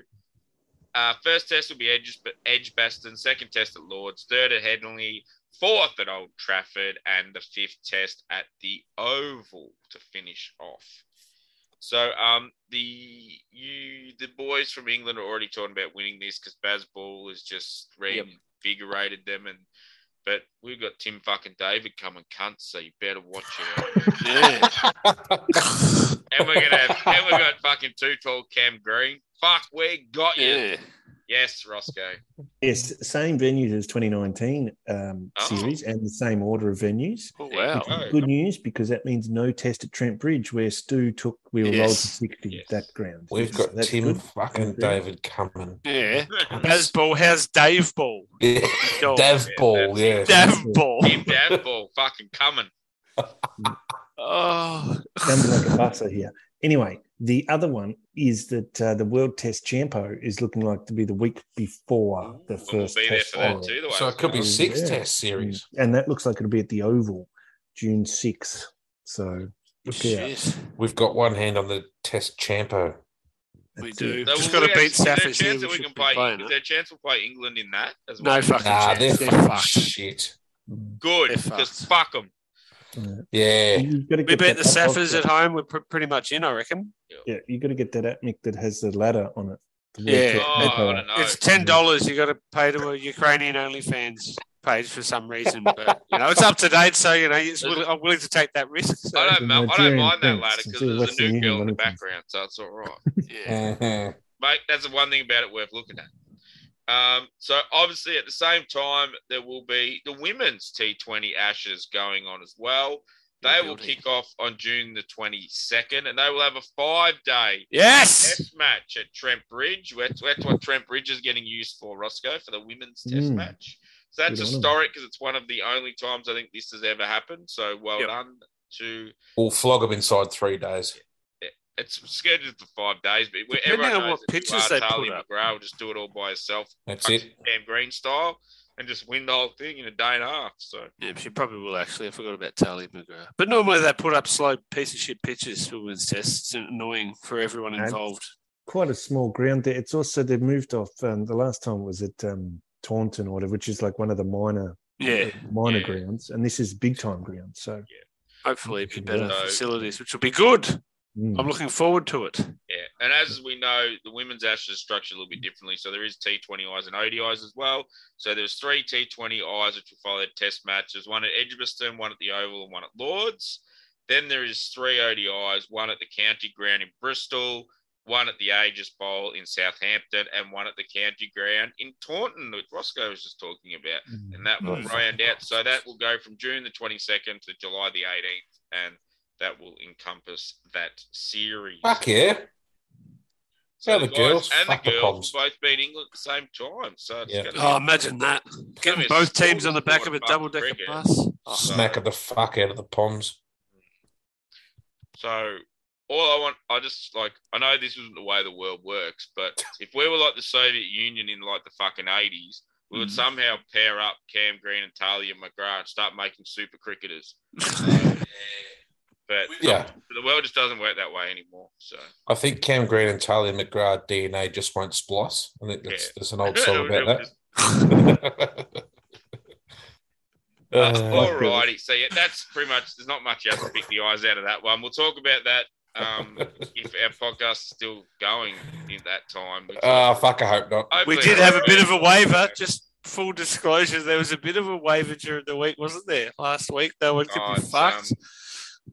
Speaker 1: uh, first test will be Edge, Edgebaston, second test at Lords, third at Headingley, fourth at Old Trafford, and the fifth test at the Oval to finish off. So, um, the you the boys from England are already talking about winning this because Baz Ball has just reinvigorated them, and but we've got Tim fucking David coming, cunt. So you better watch it.
Speaker 4: Yeah.
Speaker 1: <laughs> and we're gonna have, and we've got fucking two tall Cam Green. Fuck, we got you.
Speaker 4: yeah.
Speaker 1: Yes, Roscoe.
Speaker 3: <laughs> Yes, same venues as 2019 um,
Speaker 1: Oh.
Speaker 3: series and the same order of venues.
Speaker 4: Oh,
Speaker 1: wow. Oh.
Speaker 3: Good news because that means no test at Trent Bridge where Stu took we were rolled to
Speaker 4: Yes.
Speaker 3: 60
Speaker 1: Yes.
Speaker 3: that ground.
Speaker 2: We've
Speaker 3: So
Speaker 2: got
Speaker 3: that's
Speaker 2: Tim
Speaker 3: good.
Speaker 2: fucking David coming.
Speaker 4: Yeah. Baz Ball. How's Dave Ball?
Speaker 2: Yeah.
Speaker 4: Go on.
Speaker 2: Dav Ball, yeah.
Speaker 4: Dave Ball.
Speaker 1: Tim Dadball fucking coming.
Speaker 4: Oh. <laughs>
Speaker 3: Sounds like a butter here. Anyway, the other one is that uh, the World Test Champo is looking like to be the week before the
Speaker 1: We'll, we'll
Speaker 3: first
Speaker 1: be there
Speaker 3: test
Speaker 1: for that
Speaker 3: final.
Speaker 1: too. The way
Speaker 2: So it
Speaker 1: it's
Speaker 2: could
Speaker 1: going.
Speaker 2: be six
Speaker 3: Yeah. Mm.
Speaker 2: test series.
Speaker 3: And that looks like it'll be at the Oval, June 6th. So look out.
Speaker 4: Shit.
Speaker 2: We've got one hand on the test champo.
Speaker 4: We
Speaker 3: That's
Speaker 4: do.
Speaker 3: it.
Speaker 1: So
Speaker 4: Just
Speaker 1: will
Speaker 4: got to
Speaker 1: we actually- is
Speaker 4: beat
Speaker 1: there a
Speaker 4: Saffis here.
Speaker 1: chance
Speaker 4: We
Speaker 1: that we
Speaker 4: should
Speaker 1: can
Speaker 4: be
Speaker 1: play-
Speaker 4: playing
Speaker 1: Is
Speaker 4: it.
Speaker 1: there a chance we'll play England in that as well?
Speaker 4: No fucking
Speaker 2: Nah, they're,
Speaker 4: chance.
Speaker 2: fucking
Speaker 4: fucked.
Speaker 2: shit.
Speaker 1: Good,
Speaker 4: They're
Speaker 1: because fuck
Speaker 4: fucked.
Speaker 1: them.
Speaker 2: Yeah.
Speaker 3: Uh, You've got to
Speaker 4: We
Speaker 3: get
Speaker 4: beat
Speaker 3: that
Speaker 4: the
Speaker 3: up-
Speaker 4: Saffers at home. We're pr- pretty much in, I reckon.
Speaker 3: Yeah, you got to get that atmic that has the ladder on it. The World
Speaker 4: Yeah.
Speaker 1: Oh,
Speaker 3: Test Champo.
Speaker 1: I don't know.
Speaker 4: It's ten dollars. You got to pay to a Ukrainian OnlyFans page for some reason, but you know it's up to date. So you know it's will, I'm willing to take that risk. So,
Speaker 1: I don't,
Speaker 3: the
Speaker 1: mind- I don't
Speaker 3: Nigerian
Speaker 1: mind that
Speaker 3: prince
Speaker 1: ladder
Speaker 3: and
Speaker 1: because
Speaker 3: see
Speaker 1: there's
Speaker 3: what's
Speaker 1: a
Speaker 3: the
Speaker 1: new
Speaker 3: union
Speaker 1: girl in the
Speaker 3: looking for.
Speaker 1: background, so it's all right.
Speaker 4: yeah.
Speaker 2: Mhm.
Speaker 1: Mate, that's the one thing about it worth looking at. Um, so obviously at the same time there will be the women's T20 Ashes going on as well. They will
Speaker 4: Guilty.
Speaker 1: kick off on June the 22nd, and they will have a five-day
Speaker 4: Yes.
Speaker 1: test match at Trent Bridge. That's, that's what Trent Bridge is getting used for, Roscoe, for the women's test
Speaker 3: Mm.
Speaker 1: match. So that's
Speaker 3: Good on 'em.
Speaker 1: historic because it's one of the only times I think this has ever happened. So well
Speaker 4: Yep.
Speaker 1: done to.
Speaker 2: <laughs> We'll flog them inside three days.
Speaker 1: It's scheduled for five days, but we-
Speaker 4: Depending
Speaker 1: everyone
Speaker 4: on
Speaker 1: knows
Speaker 4: what
Speaker 1: that you
Speaker 4: pictures
Speaker 1: are
Speaker 4: they
Speaker 1: Charlie
Speaker 4: put up.
Speaker 1: McGrath will just do it all by herself,
Speaker 2: That's it.
Speaker 1: Cam Green style, and just win the whole thing in a day and a half. So
Speaker 4: Yeah, she probably will actually. I forgot about Tali McGrath. But normally they put up slow piece of shit pictures for women's tests. It's annoying for everyone
Speaker 3: And-
Speaker 4: involved.
Speaker 3: Quite a small ground there. It's also they've moved off. Um, the last time was at um, Taunton or whatever, which is like one of the minor
Speaker 4: Yeah,
Speaker 3: minor
Speaker 1: Yeah.
Speaker 3: grounds, and this is big time ground. So
Speaker 4: hopefully it'd be better
Speaker 1: So-
Speaker 4: facilities, which will be good.
Speaker 3: mm.
Speaker 4: I'm looking forward to it.
Speaker 1: yeah, and as we know, the women's Ashes is structured a little bit differently. So there is T20Is and ODIs as well. So there's three T20Is which will follow the Test match. There's one at Edgbaston, one at the Oval, and one at Lords. Then there is three ODIs, one at the County Ground in Bristol, one at the Aegis Bowl in Southampton, and one at the County Ground in Taunton, which Roscoe was just talking about. and that will
Speaker 4: Nice.
Speaker 1: round out. So that will go from June the 22nd to July the 18th, and that will encompass that series.
Speaker 2: Fuck yeah.
Speaker 1: So
Speaker 2: Yeah,
Speaker 1: the
Speaker 2: the
Speaker 1: guys
Speaker 2: girls,
Speaker 1: and
Speaker 2: fuck
Speaker 1: the
Speaker 2: the
Speaker 1: girls
Speaker 2: Poms.
Speaker 1: both beat England at the same time. So it's
Speaker 2: Yeah.
Speaker 1: gonna
Speaker 4: Oh,
Speaker 1: be-
Speaker 4: imagine that.
Speaker 1: it's gonna
Speaker 4: Getting
Speaker 1: be a
Speaker 4: both teams on the back of a
Speaker 1: fucking
Speaker 4: double decker
Speaker 1: cricket.
Speaker 4: bus. Oh,
Speaker 2: Smack of the fuck out of the ponds.
Speaker 1: So all I want, I just like, I know this isn't the way the world works, but if we were like the Soviet Union in like the fucking 80s, we would
Speaker 4: Mhm.
Speaker 1: somehow pair up Cam Green and Talia McGrath and start making super
Speaker 4: <laughs>
Speaker 1: cricketers. But
Speaker 2: Yeah.
Speaker 1: the world just doesn't work that way anymore. So
Speaker 2: I think Cam Green and Talia McGrath DNA just won't splice. I think that's,
Speaker 1: Yeah.
Speaker 2: there's
Speaker 1: <laughs>
Speaker 2: an old song about
Speaker 1: Just-
Speaker 2: that. <laughs>
Speaker 1: Uh,
Speaker 2: Uh,
Speaker 1: all righty. So yeah, that's pretty much. There's not much else to pick the eyes out of that one. We'll talk about that
Speaker 2: <laughs>
Speaker 1: um, if our podcast is still going in that time. which-
Speaker 2: Ah, fuck, I hope not.
Speaker 1: Hopefully
Speaker 4: we did have a
Speaker 1: not.
Speaker 4: bit of a waiver. Just full disclosure, there was a bit of a waiver during the week, wasn't there? Last week, no one could
Speaker 1: Oh,
Speaker 4: be
Speaker 1: it's,
Speaker 2: um,
Speaker 4: fucked.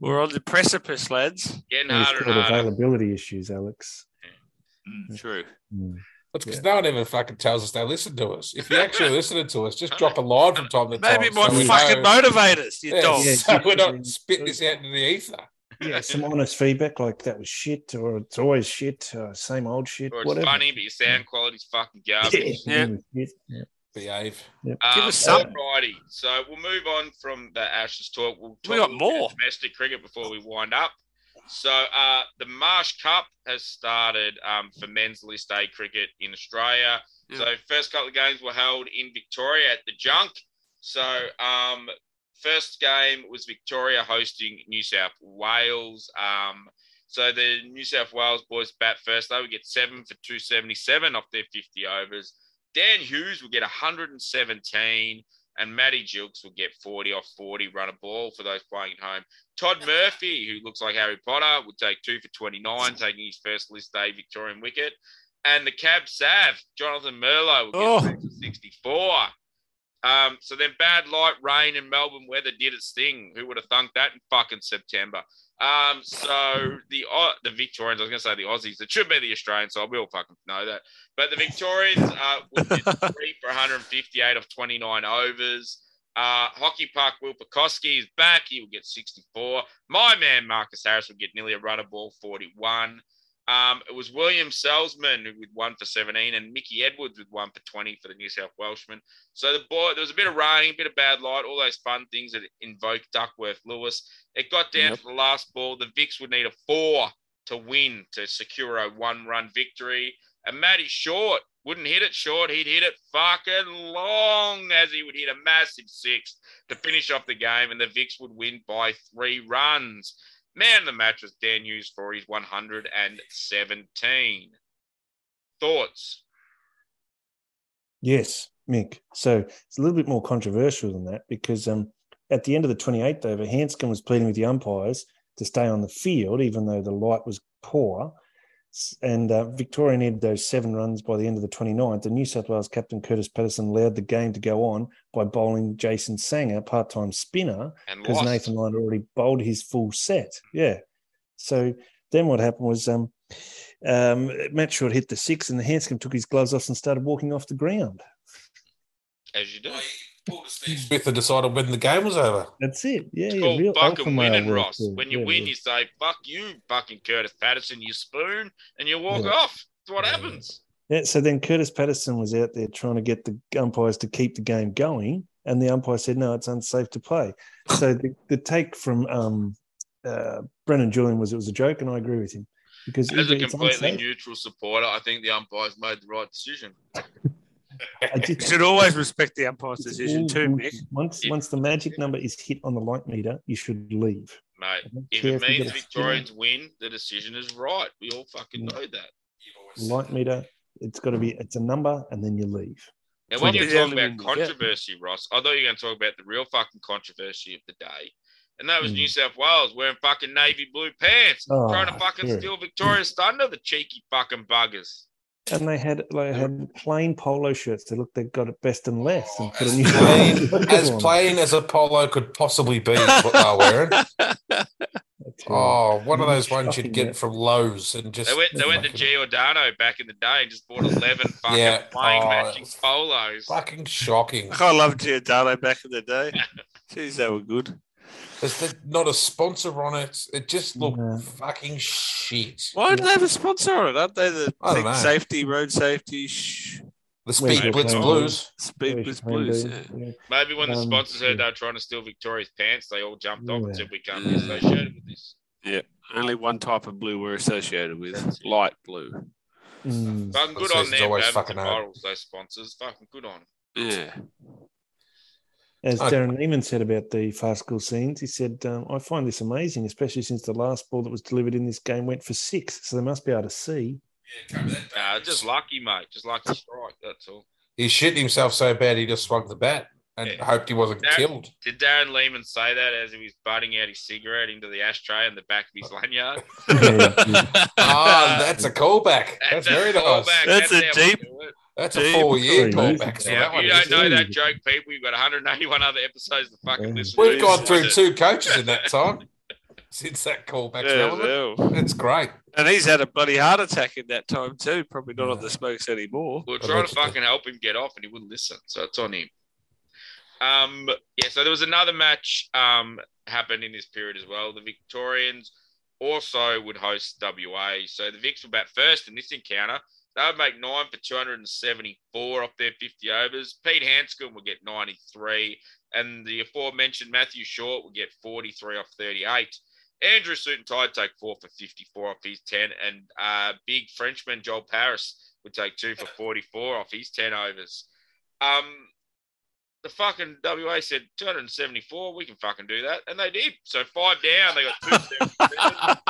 Speaker 4: We're on the precipice, lads.
Speaker 1: getting
Speaker 3: It's
Speaker 1: harder and
Speaker 3: called
Speaker 1: harder.
Speaker 3: availability issues, Alex.
Speaker 4: True.
Speaker 3: Mm.
Speaker 2: That's because no one ever fucking tells us they listen to us. If you actually listen to us, just drop a line from time to time.
Speaker 4: Maybe it might
Speaker 2: so we
Speaker 4: fucking
Speaker 2: know-
Speaker 4: motivate us, you
Speaker 2: Yeah,
Speaker 4: dogs.
Speaker 3: Yeah,
Speaker 2: so we're
Speaker 3: yeah.
Speaker 2: not spitting this out into the ether.
Speaker 1: <laughs>
Speaker 3: Yeah, some honest feedback like that was shit, or it's always shit, uh, same old shit,
Speaker 1: Or it's
Speaker 3: whatever.
Speaker 1: funny, but your sound quality's fucking
Speaker 3: <laughs> Yeah,
Speaker 1: garbage.
Speaker 4: Yeah.
Speaker 3: shit. Yeah.
Speaker 2: Behave.
Speaker 4: Give
Speaker 1: Um,
Speaker 4: us some.
Speaker 1: Alrighty, so we'll move on from the Ashes talk. We'll talk
Speaker 4: We
Speaker 1: a
Speaker 4: got
Speaker 1: little bit of
Speaker 4: more.
Speaker 1: domestic cricket before we wind up. So uh, the Marsh Cup has started um, for men's list A cricket in Australia.
Speaker 4: Yeah.
Speaker 1: So first couple of games were held in Victoria at the Junk. So um, first game was Victoria hosting New South Wales. Um, so the New South Wales boys bat first. They would get seven for 277 off their 50 overs. Dan Hughes will get 117, and Matty Jilks will get 40 off 40, run a ball for those playing at home. Todd Murphy, who looks like Harry Potter, would take two for 29, taking his first list day Victorian wicket. And the cab sav, Jonathan Merlo, will get
Speaker 4: Oh.
Speaker 1: six for 64. Um, so then bad light, rain, and Melbourne weather did its thing. Who would have thunk that in fucking September? Um, so the Au- the Victorians, I was going to say the Aussies, it should be the Australians, so I will fucking know that. But the Victorians uh, would get three for 158 of 29 overs. Uh, Hockey Park Will Pekoski is back. He will get 64. My man Marcus Harris will get nearly a runner ball, 41. Um, it was William Salzman with one for 17 and Mickey Edwards with one for 20 for the New South Welshman. So the boy, there was a bit of rain, a bit of bad light, all those fun things that invoked Duckworth Lewis. It got down
Speaker 4: Yep.
Speaker 1: to the last ball. The Vicks would need a four to win to secure a one run victory. And Matty Short wouldn't hit it short. He'd hit it fucking long as he would hit a massive six to finish off the game. And the Vicks would win by three runs. Man of the match was Dan Hughes for his 117. Thoughts?
Speaker 3: Yes, Mick. So it's a little bit more controversial than that because um, at the end of the 28th over, Hanscom was pleading with the umpires to stay on the field, even though the light was poor. S- And uh, Victoria needed those seven runs by the end of the 29th. And New South Wales captain Curtis Patterson allowed the game to go on by bowling Jason Sanger, part time spinner,
Speaker 1: And
Speaker 3: because
Speaker 1: lost.
Speaker 3: Nathan Lyon had already bowled his full set. Yeah. So then what happened was um, um, Matt Short hit the six, and the Hanscom took his gloves off and started walking off the ground.
Speaker 1: as you do.
Speaker 2: Smith had decided when the game was over.
Speaker 3: That's it. Yeah,
Speaker 1: It's
Speaker 3: yeah.
Speaker 1: called
Speaker 3: real alpha
Speaker 1: fucking
Speaker 3: male
Speaker 1: winning,
Speaker 3: work
Speaker 1: Ross.
Speaker 3: there.
Speaker 1: When you
Speaker 3: Yeah,
Speaker 1: win,
Speaker 3: yeah.
Speaker 1: you say, fuck you, fucking Curtis Patterson, you spoon, and you walk
Speaker 3: Yeah.
Speaker 1: off. It's what
Speaker 2: Yeah.
Speaker 1: happens.
Speaker 3: Yeah, so then Curtis Patterson was out there trying to get the umpires to keep the game going, and the umpire said, "No, it's unsafe to play." So the, the take from um, uh, Brennan Julian was it was a joke, and I agree with him because
Speaker 1: As
Speaker 3: either
Speaker 1: a
Speaker 3: it's
Speaker 1: completely
Speaker 3: unsafe-
Speaker 1: neutral supporter, I think the umpires made the right decision.
Speaker 3: I just-
Speaker 4: You should always respect the umpire's
Speaker 3: it's
Speaker 4: decision
Speaker 3: all
Speaker 4: too, Mick.
Speaker 3: bullshit. Once
Speaker 1: Yeah.
Speaker 3: once the magic number is hit on the light meter, you should leave.
Speaker 1: Mate,
Speaker 3: I don't
Speaker 1: if
Speaker 3: care
Speaker 1: it
Speaker 3: you
Speaker 1: means
Speaker 3: get a
Speaker 1: Victorians win, the decision is right. We all fucking
Speaker 3: Yeah.
Speaker 1: know that.
Speaker 3: light meter. It's got to be it's a number, and then you leave.
Speaker 1: Now,
Speaker 3: So
Speaker 1: when
Speaker 3: yeah.
Speaker 1: you're talking
Speaker 4: Yeah,
Speaker 1: about
Speaker 4: yeah.
Speaker 1: controversy, Ross, I thought you were going to talk about the real fucking controversy of the day. And that was
Speaker 3: Mm.
Speaker 1: New South Wales wearing fucking navy blue pants,
Speaker 3: Oh,
Speaker 1: trying to fucking
Speaker 3: sure.
Speaker 1: steal Victoria's Thunder, the cheeky fucking buggers.
Speaker 3: And they had like had plain polo shirts. They looked they got it best and less, and put a new <laughs>
Speaker 2: Plain,
Speaker 3: logo
Speaker 2: as
Speaker 3: on.
Speaker 2: plain as a polo could possibly be, is what they're wearing.
Speaker 3: That's right.
Speaker 2: Oh, one of those ones you'd
Speaker 3: Shocking, yeah.
Speaker 2: get from Lowe's and just
Speaker 1: They went, they went to Giordano back in the day and just bought 11 fucking
Speaker 2: Yeah.
Speaker 1: plain
Speaker 2: Oh,
Speaker 1: matching
Speaker 2: that's-
Speaker 1: polos.
Speaker 2: fucking shocking.
Speaker 4: I loved Giordano back in
Speaker 2: <laughs>
Speaker 4: the day. Jeez, they were good.
Speaker 2: There's the- not a sponsor on it. It just looked
Speaker 3: No.
Speaker 2: fucking shit.
Speaker 4: Why don't they have a sponsor on it? Aren't they the
Speaker 2: I don't
Speaker 4: thing,
Speaker 2: know.
Speaker 4: safety, road safety, sh-
Speaker 2: The
Speaker 3: Where's
Speaker 2: Speed
Speaker 1: your
Speaker 2: Blitz
Speaker 1: plan?
Speaker 2: Blues.
Speaker 4: speed with
Speaker 3: Asian
Speaker 4: blues?
Speaker 3: handball,
Speaker 4: Yeah.
Speaker 3: yeah.
Speaker 1: Maybe when the
Speaker 3: Um,
Speaker 1: sponsors heard
Speaker 3: yeah.
Speaker 1: they were trying to steal Victoria's pants, they all jumped off and
Speaker 3: Yeah.
Speaker 1: said, We can't be
Speaker 4: Mm.
Speaker 1: associated with this.
Speaker 4: Only one type of blue we're associated with, light blue.
Speaker 3: Mm.
Speaker 1: Fucking good
Speaker 2: Those
Speaker 1: on
Speaker 2: seasons
Speaker 1: them for
Speaker 2: always
Speaker 1: having
Speaker 2: fucking
Speaker 1: the
Speaker 2: hard.
Speaker 1: bottles, those sponsors. Fucking good on 'em.
Speaker 4: Yeah.
Speaker 3: As
Speaker 2: Okay.
Speaker 3: Darren Neiman said about the fast school scenes, he said, um, I find this amazing, especially since the last ball that was delivered in this game went for six. So they must be able
Speaker 2: <laughs>
Speaker 3: to see.
Speaker 1: Nah, just lucky, mate. Just lucky strike. That's all.
Speaker 2: He shit himself so bad he just swung the bat and
Speaker 1: Yeah.
Speaker 2: hoped he wasn't
Speaker 1: That- <laughs>
Speaker 2: killed.
Speaker 1: Did Darren Lehman say that as he was butting out his cigarette into the ashtray in the back of
Speaker 2: Uh,
Speaker 1: his lanyard?
Speaker 4: <laughs>
Speaker 2: Ah, that's
Speaker 1: <laughs>
Speaker 2: a callback. That's, very
Speaker 1: a
Speaker 2: nice.
Speaker 1: callback.
Speaker 4: That's a
Speaker 1: how we
Speaker 4: deep-
Speaker 1: do it.
Speaker 2: That's
Speaker 4: Deep
Speaker 2: a four-year
Speaker 3: three.
Speaker 2: callback. So
Speaker 3: Yeah,
Speaker 2: that
Speaker 1: Now,
Speaker 2: one
Speaker 1: if you
Speaker 2: is-
Speaker 1: don't know
Speaker 3: is-
Speaker 1: that joke, people, you've got 181 other episodes to fucking
Speaker 3: Yeah.
Speaker 1: listen to.
Speaker 2: We've gone through
Speaker 1: That's
Speaker 2: two coaches in that time since that callback's relevant.
Speaker 4: yeah.
Speaker 2: That's great.
Speaker 4: And he's had a bloody heart attack in that time too. Probably not on the smokes anymore.
Speaker 1: We were trying to
Speaker 2: Allegedly.
Speaker 1: fucking help him get off, and he wouldn't listen. So it's on him. Um, yeah. So there was another match um happened in this period as well. The Victorians also would host WA. So the Vicks were bat first in this encounter. They would make nine for 274 off their 50 overs. Pete Hanscom would get 93, and the aforementioned Matthew Short would get 43 off 38. Andrew Suit and Tide take four for 54 off his 10, and uh, big Frenchman Joel Paris would take two for 44 off his 10 overs. Um, the fucking WA said 274, we can fucking do that. And they did. So five down, they got
Speaker 4: <laughs>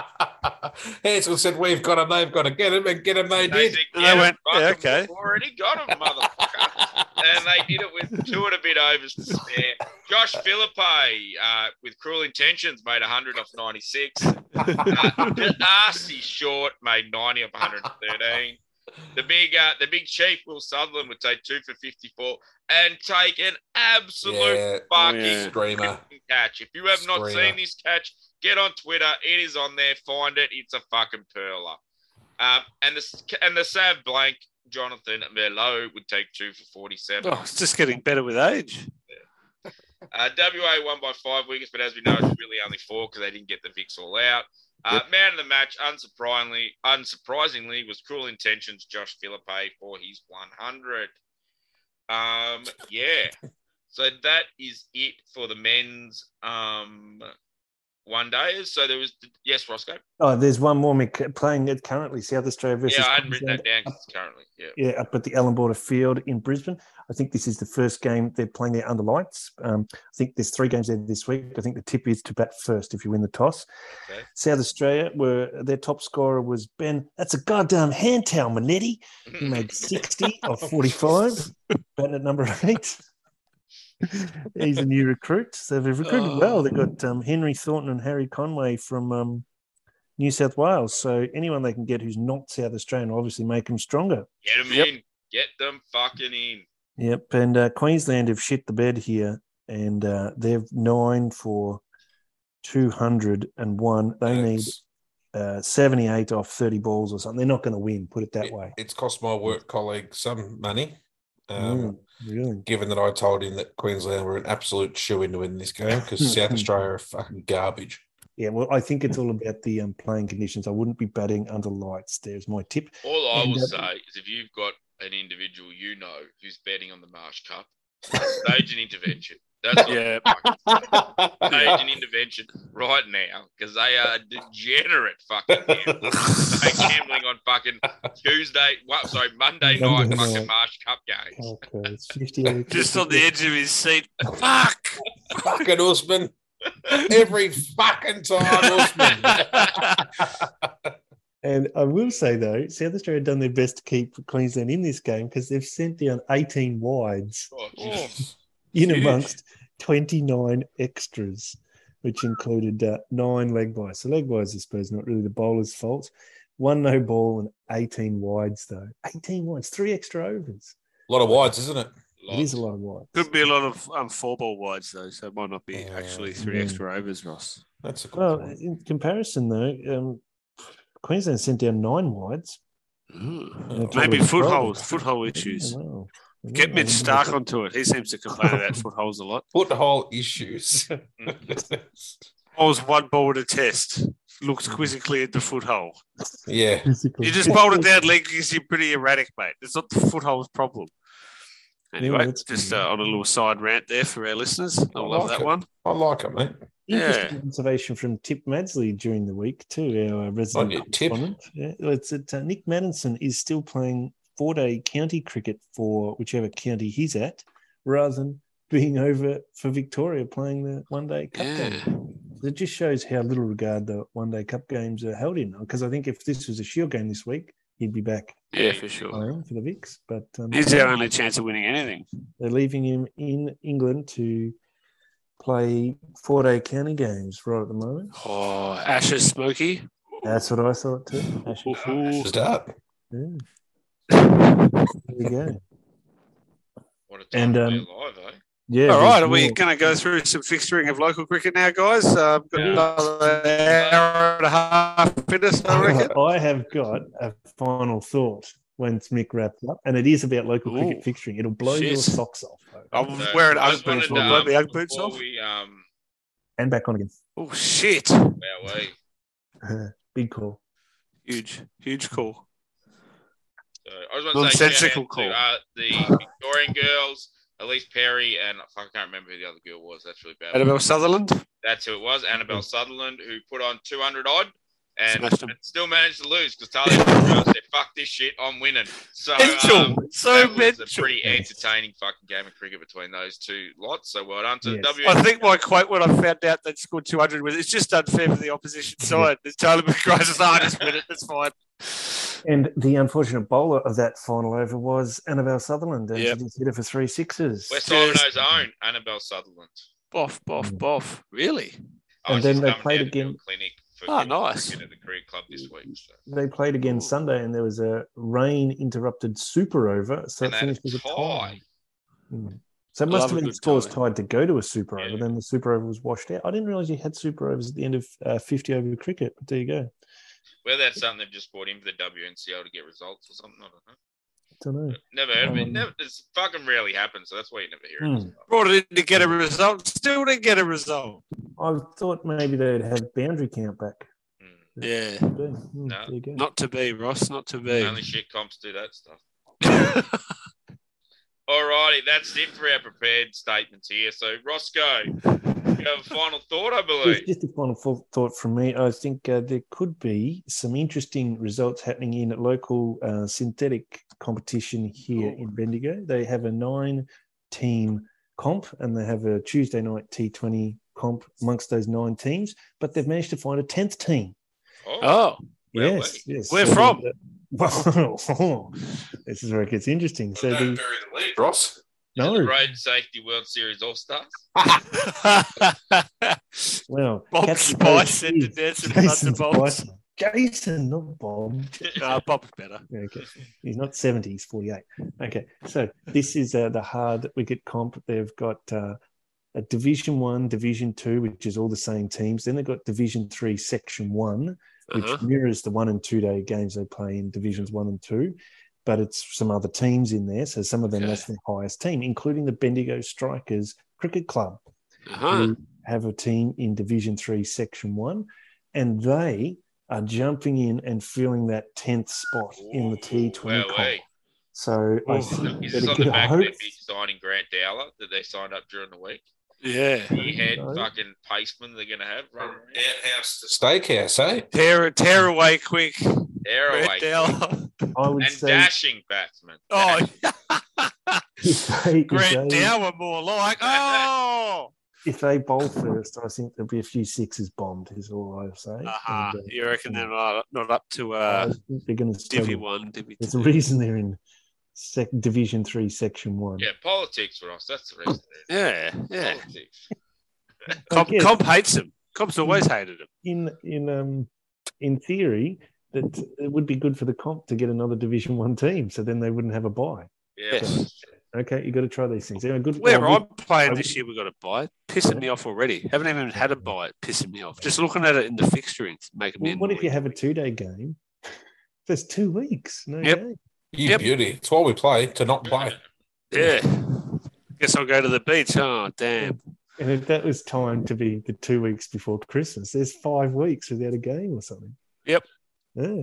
Speaker 1: two.
Speaker 2: <laughs> Hansel said, We've got him, they've got to get him, and get him they
Speaker 1: they
Speaker 2: did.
Speaker 1: said,
Speaker 4: And
Speaker 1: "Get
Speaker 4: they
Speaker 1: 'em,
Speaker 4: went,
Speaker 1: fucking,
Speaker 4: "Yeah, okay."
Speaker 1: we've already got him, motherfucker. and they did it with two and a bit overs to spare. Josh Philippi, uh, with cruel intentions, made 100 off 96. Uh, Darcy Short made 90 of 113. The big, uh, the big chief Will Sutherland would take two for fifty-four and take an <laughs> absolute
Speaker 2: Yeah,
Speaker 1: fucking
Speaker 4: yeah.
Speaker 2: screamer.
Speaker 1: catch. If you have not
Speaker 2: Screamer.
Speaker 1: seen this catch, get on Twitter. It is on there. Find it. It's a fucking perler. Um, and the and the sad blank Jonathan Merlot would take two for forty-seven.
Speaker 4: Oh, it's just getting better with age.
Speaker 1: Uh, WA won by five wickets, but as we know, it's really only four because they didn't get the Vicks all out. Uh, Man of the match, unsurprisingly, unsurprisingly, was Cruel Intentions Josh Philippe for his 100. Um, yeah, so that is it for the men's um one days. So there was yes, Roscoe.
Speaker 3: <laughs> Oh, there's one more Mick, playing it currently South Australia versus
Speaker 1: Yeah, I hadn't written that
Speaker 3: Queensland
Speaker 1: down
Speaker 3: up-
Speaker 1: 'cause it's currently yeah.
Speaker 3: yeah, up at the Allen Border Field in Brisbane. I think this is the first game they're playing there under lights. Um, I think there's three games there this week. I think the tip is to bat first if you win the toss.
Speaker 1: Okay.
Speaker 3: South Australia, where their top scorer was Ben. That's a goddamn hand towel, Manetti. He made 60 of 45, batting at number eight. He's a new recruit. So they've recruited
Speaker 4: Oh.
Speaker 3: well. They've got um, Henry Thornton and Harry Conway from um, New South Wales. So anyone they can get who's not South Australian will obviously make them stronger.
Speaker 1: <laughs> Get them
Speaker 4: Yep.
Speaker 1: in. Get them fucking in.
Speaker 3: Yep. And uh, Queensland have shit the bed here and uh, they've nine for 201. They need
Speaker 2: It's-
Speaker 3: uh, 78 off 30 balls or something. They're not going to win, put it that way.
Speaker 2: It's cost my work colleague some money, um,
Speaker 3: Mm, really?
Speaker 2: given that I told him that Queensland were an absolute shoe in to win this game
Speaker 3: <laughs>
Speaker 2: because South Australia are fucking garbage.
Speaker 3: Yeah, well, I think it's all about the um, playing conditions. I wouldn't be batting under lights. There's my tip.
Speaker 1: All I
Speaker 3: And,
Speaker 1: will
Speaker 3: uh,
Speaker 1: say is if you've got an individual you know who's betting on the Marsh Cup, stage an intervention.
Speaker 3: <laughs>
Speaker 1: That's what
Speaker 4: Yeah.
Speaker 1: stage an intervention right now because they are degenerate fucking gamblers. They
Speaker 2: <laughs>
Speaker 1: gambling on fucking Tuesday, what, sorry, Monday night
Speaker 3: Monday
Speaker 1: fucking
Speaker 3: night.
Speaker 1: Marsh Cup games.
Speaker 3: Okay, it's 50
Speaker 4: <laughs> <laughs> Just on the edge of his seat. <laughs> Fuck!
Speaker 2: fucking Usman. Every fucking time,
Speaker 4: <laughs>
Speaker 2: Usman.
Speaker 4: Oh.
Speaker 3: And I will say, though, South Australia have done their best to keep Queensland in this game because they've sent down 18 wides
Speaker 1: Oh,
Speaker 2: Oh,
Speaker 3: in
Speaker 2: Huge.
Speaker 3: amongst 29 extras, which included uh, nine leg byes. So, leg byes, I suppose, not really the bowler's fault. One no ball and 18 wides, though. 18 wides, three extra overs.
Speaker 2: A lot of wides, isn't it?
Speaker 3: It is a lot of wides.
Speaker 4: Could be a lot of um, four ball wides, though, so it might not be
Speaker 2: Yeah.
Speaker 4: actually three
Speaker 3: Yeah.
Speaker 4: extra overs, Ross.
Speaker 2: That's a good
Speaker 3: Well,
Speaker 2: point.
Speaker 3: in comparison, though, um, Queensland sent down nine wides.
Speaker 2: Oh.
Speaker 3: They're
Speaker 4: Maybe
Speaker 3: probably-
Speaker 4: footholds, foothold issues.
Speaker 3: Yeah, Oh, well, I
Speaker 4: Get
Speaker 3: don't
Speaker 4: Mitch
Speaker 3: know. <laughs>
Speaker 4: Stark onto it. He seems to complain about footholds a lot.
Speaker 2: Foothold issues.
Speaker 4: Bowls one ball at a test. Looks quizzically at the foothole.
Speaker 2: yeah.
Speaker 3: Physical.
Speaker 4: You just bowled it down leg because you're pretty erratic, mate. It's not the foothold's problem. Anyway,
Speaker 3: that's
Speaker 4: just
Speaker 3: good.
Speaker 4: uh, on a little side rant there for our listeners. I
Speaker 2: I
Speaker 4: love
Speaker 2: like
Speaker 4: that
Speaker 2: it.
Speaker 4: one.
Speaker 2: I like it, mate.
Speaker 3: Interesting
Speaker 4: yeah.
Speaker 3: observation from Tip Madsley during the week too. Our uh, resident
Speaker 2: yeah, Tip.
Speaker 3: correspondent. Yeah, well, it's that uh, Nick Madison is still playing four-day county cricket for whichever county he's at, rather than being over for Victoria playing the one-day cup game.
Speaker 4: Yeah.
Speaker 3: It just shows how little regard the one day cup games are held in. Because I think if this was a Shield game this week, he'd be back
Speaker 4: Yeah, for sure.
Speaker 3: playing for the Vics. But um,
Speaker 4: He's our only chance of winning anything.
Speaker 3: they're leaving him in England to play four day county games right at the moment.
Speaker 4: Oh, Ashes Smoky.
Speaker 3: That's what I thought too. Actually,
Speaker 4: Ooh.
Speaker 2: Just up.
Speaker 3: yeah, there you go.
Speaker 1: What a time
Speaker 3: And,
Speaker 1: to
Speaker 3: um,
Speaker 1: be alive, eh?
Speaker 3: Yeah.
Speaker 4: All right,
Speaker 3: there's
Speaker 4: are we
Speaker 3: more.
Speaker 4: going to go through some fixturing of local cricket now, guys? Uh, we've got
Speaker 1: Yeah.
Speaker 4: another hour and a half in us, I
Speaker 3: <laughs>
Speaker 4: reckon.
Speaker 3: I have got a final thought once Mick wraps up, and it is about local cricket
Speaker 4: Ooh.
Speaker 3: fixturing. It'll blow your
Speaker 4: Shit. Oh.
Speaker 3: socks off. though.
Speaker 4: I'm
Speaker 1: So,
Speaker 4: wearing
Speaker 1: I
Speaker 4: Ugg
Speaker 1: just wanted
Speaker 4: boots.
Speaker 1: to,
Speaker 4: Will I blow
Speaker 1: um,
Speaker 4: the Ugg boots
Speaker 1: before
Speaker 4: off?
Speaker 1: we, um,
Speaker 3: And back on again. Uh,
Speaker 4: Oh, shit.
Speaker 1: where are we?
Speaker 3: Big call.
Speaker 4: Huge, huge call.
Speaker 1: So Uh, I just want to say shout
Speaker 4: Nonsensical
Speaker 1: out
Speaker 4: call.
Speaker 1: to, uh, the Victorian girls, Elise Perry, and I can't remember who the other girl was. That's really bad.
Speaker 4: Annabelle Sutherland.
Speaker 1: That's who it was, Annabelle Sutherland, who put on 200 odd and,
Speaker 4: Smashed 'em.
Speaker 1: and still managed to lose because Talia Fitzgerald said, fuck this shit, I'm winning. So, um,
Speaker 4: <laughs> Mental. So
Speaker 1: that was
Speaker 4: mental.
Speaker 1: a pretty entertaining fucking game of cricket between those two lots. So well done to
Speaker 3: Yes.
Speaker 1: W.
Speaker 4: I think my quote when I found out they'd scored 200 was it's just unfair for the <laughs> opposition side. There's Taylor McGrath says, "Ah, just win it. That's fine.
Speaker 3: And the unfortunate bowler of that final over was Annabelle Sutherland, and
Speaker 4: Yep.
Speaker 3: she just hit it for three sixes.
Speaker 1: West Domino's own Annabelle Sutherland.
Speaker 4: Boff, boff, boff. Really?
Speaker 3: And then
Speaker 1: she's
Speaker 3: they
Speaker 1: coming
Speaker 3: played
Speaker 1: down to do a
Speaker 3: again.
Speaker 1: Clinic for
Speaker 4: Ah,
Speaker 1: women's
Speaker 4: nice.
Speaker 1: cricket at the Crick club this week. So.
Speaker 3: They played again Sunday, and there was a rain interrupted super over, so
Speaker 1: And
Speaker 3: it
Speaker 1: they had
Speaker 3: finished
Speaker 1: a
Speaker 3: with a
Speaker 1: tie.
Speaker 3: tie. Mm. So it must
Speaker 4: Love
Speaker 3: have
Speaker 4: a
Speaker 3: been
Speaker 4: good
Speaker 3: scores
Speaker 4: tie.
Speaker 3: tied to go to a super
Speaker 1: Yeah.
Speaker 3: over. Then the super over was washed out. I didn't realize you had super overs at the end of uh, fifty over cricket. But there you go.
Speaker 1: Whether that's something they've just brought in for the WNCL to get results or something, I don't know.
Speaker 3: don't know.
Speaker 1: Never heard of it.
Speaker 3: Um,
Speaker 1: Never, it's fucking rarely happens, so that's why you never hear
Speaker 3: Mm.
Speaker 1: it.
Speaker 4: Brought it in to get a result, still didn't get a result.
Speaker 3: I thought maybe they'd have boundary count back.
Speaker 1: Mm.
Speaker 4: Yeah,
Speaker 3: Yeah, mm,
Speaker 1: No.
Speaker 3: there you go.
Speaker 4: not to be, Ross, not to be. <laughs>
Speaker 1: Only shit comps do that stuff. Alrighty, that's it for our prepared statements here. So Roscoe, you have a final thought, I
Speaker 3: <laughs> Just-
Speaker 1: believe.
Speaker 3: Just a final thou- thought from me. I think uh, there could be some interesting results happening in local uh, synthetic competition here in Bendigo. They have a nine team comp and they have a Tuesday night T20 comp amongst those nine teams, but they've managed to find a 10th team.
Speaker 1: Oh,
Speaker 4: oh,
Speaker 1: Well,
Speaker 3: yes, yes.
Speaker 4: Where from?
Speaker 3: the- <laughs> well, oh, this is where it gets interesting. So
Speaker 2: Don't
Speaker 3: the
Speaker 2: bury the lead, Ross.
Speaker 1: the
Speaker 3: no,
Speaker 1: Road Safety World Series All Stars.
Speaker 3: well,
Speaker 4: <laughs> Bob
Speaker 3: Catch the
Speaker 4: Spice
Speaker 3: Coast
Speaker 4: said to
Speaker 3: is
Speaker 4: dance in
Speaker 3: Jason
Speaker 4: Thunderbolts. <laughs>
Speaker 3: Spicer. Jason, not Bob.
Speaker 4: no, Bob's better.
Speaker 3: Yeah, Okay. He's not 70, he's 48. Okay. So this is uh, the hard wicket comp. They've got uh, a Division 1, Division 2, which is all the same teams. Then they've got Division 3, Section 1, which
Speaker 4: Uh-huh.
Speaker 3: mirrors the one and two day games they play in Divisions 1 and 2. But it's some other teams in there. So some of them,
Speaker 4: Okay.
Speaker 3: that's the highest team, including the Bendigo Strikers Cricket Club
Speaker 4: Uh-huh.
Speaker 3: have a team in Division Three, Section One, and they are jumping in and filling that tenth spot in the T Twenty.
Speaker 1: Well, hey.
Speaker 3: So I
Speaker 4: Ooh.
Speaker 3: think
Speaker 1: Is
Speaker 3: that
Speaker 1: this
Speaker 3: it
Speaker 1: on
Speaker 3: could
Speaker 1: the back of
Speaker 3: hope-
Speaker 1: that big signing Grant Dowler that they signed up during the week?
Speaker 4: Yeah.
Speaker 1: He had
Speaker 3: No.
Speaker 1: fucking paceman they're gonna have running
Speaker 2: Outhouse to steakhouse, eh?
Speaker 4: Tear, tear away quick.
Speaker 1: air
Speaker 4: Red
Speaker 1: away
Speaker 4: Dell.
Speaker 3: I would
Speaker 1: and
Speaker 3: say
Speaker 1: dashing batsman.
Speaker 4: <laughs> Oh,
Speaker 3: <laughs> if they, if
Speaker 4: Grant
Speaker 3: they-
Speaker 4: Dower more like. Oh.
Speaker 3: if they bowl first, I think there'll be a few sixes bombed. Is all I'll say.
Speaker 4: Uh-huh.
Speaker 3: And, uh,
Speaker 4: You reckon they're not, not up to
Speaker 3: I
Speaker 4: uh,
Speaker 3: think they're going to
Speaker 4: Divvy
Speaker 3: struggle.
Speaker 4: 1, Divvy
Speaker 3: There's a
Speaker 4: 2?
Speaker 3: reason they're in sec- Division Three, Section
Speaker 1: <laughs>
Speaker 3: One.
Speaker 1: Yeah, politics, Ross. That's the reason.
Speaker 4: Yeah, <laughs> yeah.
Speaker 3: Oh,
Speaker 1: Politics.
Speaker 4: Comp,
Speaker 3: Yes.
Speaker 4: Comp hates him. Comp's always
Speaker 3: Mm.
Speaker 4: hated him.
Speaker 3: in in um in theory that it would be good for the comp to get another division one team so then they wouldn't have a buy
Speaker 1: Yeah,
Speaker 4: Yes.
Speaker 1: well, that's true.
Speaker 3: okay you got to try these things they're a good
Speaker 4: Where
Speaker 3: Oh, I
Speaker 4: I'm
Speaker 3: would-
Speaker 4: playing this year, we've got a buy. it. Pissing me off already. Haven't even had a buy. It pissing me off. Just looking at it in the fixturing, it's making me.
Speaker 3: well, what if you
Speaker 4: annoyed.
Speaker 3: have a two-day game there's two weeks no
Speaker 4: Yep.
Speaker 3: game.
Speaker 2: You
Speaker 4: Yep.
Speaker 2: beauty. It's what we play to not play.
Speaker 4: Yeah. Guess I'll go to the beach. Oh damn.
Speaker 3: and if that was timed to be the two weeks before christmas there's five weeks without a game or something
Speaker 4: Yep.
Speaker 3: yeah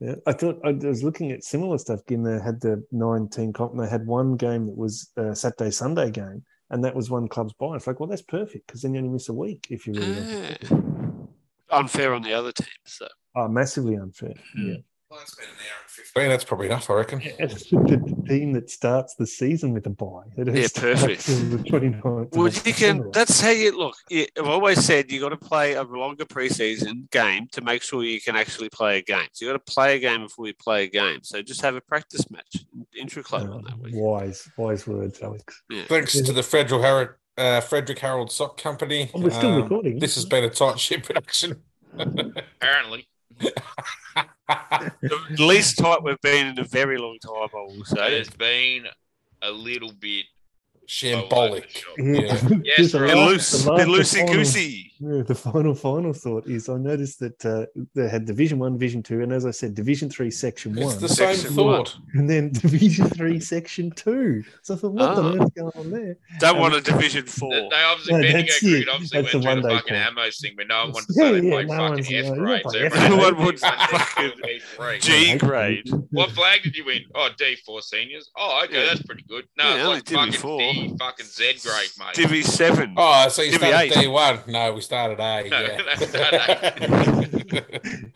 Speaker 3: yeah, I thought I was looking at similar stuff. Again, they had the 19 comp, and they had one game that was a Saturday Sunday game, and that was one club's buy. It's like, well, that's perfect because then you only miss a week if you
Speaker 4: Ah.
Speaker 3: really want
Speaker 4: Yeah. Unfair on the other team. So
Speaker 3: are Ah, massively unfair.
Speaker 4: Hmm.
Speaker 3: Yeah.
Speaker 2: It's been an hour and 15. That's probably enough, I reckon.
Speaker 3: It's the team that starts the season with a buy. They don't
Speaker 4: Yeah,
Speaker 3: start <laughs>
Speaker 4: perfect.
Speaker 3: till The 29th
Speaker 4: well,
Speaker 3: of
Speaker 4: you can.
Speaker 3: December.
Speaker 4: That's how you look. you- I've always said you got to play a longer preseason game to make sure you can actually play a game. So you got to play a game before you play a game. So just have a practice match, intra club on
Speaker 3: Uh,
Speaker 4: that week.
Speaker 3: wise, wise words, Alex.
Speaker 2: Thanks to the Frederick Harold, uh, Frederick Harold Sock Company.
Speaker 3: Oh, we're still
Speaker 2: Um,
Speaker 3: recording.
Speaker 2: This has been a tight ship production. <laughs>
Speaker 1: Apparently.
Speaker 4: the least tight we've been in a very long time. I will
Speaker 1: It
Speaker 4: say.
Speaker 1: has been a little bit all over the
Speaker 2: Shambolic.
Speaker 1: shop.
Speaker 2: Yeah.
Speaker 3: <laughs> Just
Speaker 1: Yes,
Speaker 3: a
Speaker 1: we're
Speaker 4: Bit
Speaker 3: laugh-
Speaker 1: on.
Speaker 4: loose,
Speaker 3: the
Speaker 4: bit
Speaker 3: last
Speaker 4: loosey
Speaker 3: performance.
Speaker 4: goosey.
Speaker 3: <laughs> Yeah, the final, final thought is I noticed that uh, they had Division One, Division Two, and as I said, Division Three, Section
Speaker 2: It's
Speaker 3: One,
Speaker 2: the same
Speaker 4: Section
Speaker 2: thought.
Speaker 3: and then <laughs> Division Three, Section Two. So I thought, what
Speaker 4: Ah.
Speaker 3: the hell's going on there?
Speaker 4: Don't want a division four.
Speaker 1: They they obviously,
Speaker 3: Yeah,
Speaker 1: Bendigo
Speaker 3: that's
Speaker 1: Cricket
Speaker 3: it.
Speaker 1: obviously
Speaker 3: That's
Speaker 1: went
Speaker 3: the
Speaker 1: through the
Speaker 3: one-day
Speaker 1: fucking Amos thing, but
Speaker 3: <laughs>
Speaker 1: no one wanted to
Speaker 3: Yeah,
Speaker 1: say they
Speaker 3: yeah,
Speaker 1: played
Speaker 3: no
Speaker 1: fucking
Speaker 3: one's- yeah,
Speaker 1: F
Speaker 3: you're
Speaker 1: grade.
Speaker 3: not
Speaker 1: So
Speaker 3: playing
Speaker 1: everyone
Speaker 4: F
Speaker 1: had
Speaker 4: grade.
Speaker 1: to
Speaker 4: Everyone
Speaker 1: be
Speaker 4: would
Speaker 1: fucking
Speaker 4: fucking-
Speaker 1: D3.
Speaker 4: G grade.
Speaker 1: What flag did you win? Oh, D4 seniors. Oh, okay,
Speaker 4: Yeah.
Speaker 1: that's pretty good. No,
Speaker 4: Yeah,
Speaker 1: it's
Speaker 4: only
Speaker 1: like
Speaker 4: Divi
Speaker 1: fucking
Speaker 4: four.
Speaker 1: D, fucking Z grade, mate.
Speaker 4: Divi seven.
Speaker 2: Oh, so you
Speaker 4: Give me
Speaker 2: started
Speaker 4: eight.
Speaker 2: D1. No, we started A.
Speaker 1: No,
Speaker 2: yeah.
Speaker 1: that's
Speaker 2: <laughs>
Speaker 1: not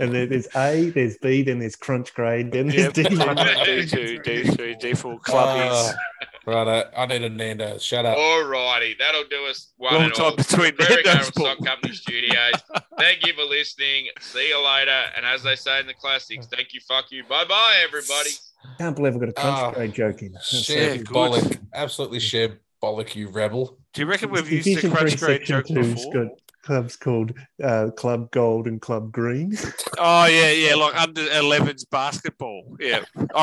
Speaker 3: And then there's A, there's B, then there's Crunch Grade, then there's
Speaker 4: Yep. <laughs>
Speaker 3: D.
Speaker 4: D2, D3, D4 clubbies.
Speaker 2: right, Ah, I need a Nando. Shut up.
Speaker 1: All righty, that'll do us
Speaker 3: Oh.
Speaker 1: one
Speaker 4: Long
Speaker 1: and all.
Speaker 4: time between
Speaker 1: Very
Speaker 4: <laughs> Nando's
Speaker 1: Garrett
Speaker 4: ball.
Speaker 1: Sock Company Studios. thank you for listening. See you later. And as they say in the classics, thank you, fuck you. Bye bye, everybody.
Speaker 3: can't believe I got a Crunch
Speaker 2: Ah,
Speaker 3: Grade joke in. That's-
Speaker 4: Yeah,
Speaker 2: Shambolic.
Speaker 4: good.
Speaker 2: bollock. Absolutely shambolic, you rebel.
Speaker 4: Do you reckon we've used
Speaker 3: Division
Speaker 4: the crunch
Speaker 3: three,
Speaker 4: grade
Speaker 3: section
Speaker 4: joke
Speaker 3: two's
Speaker 4: before?
Speaker 3: good. club's called uh, Club Gold and Club Green. <laughs>
Speaker 4: Oh yeah, yeah, like under 11s basketball. Yeah, I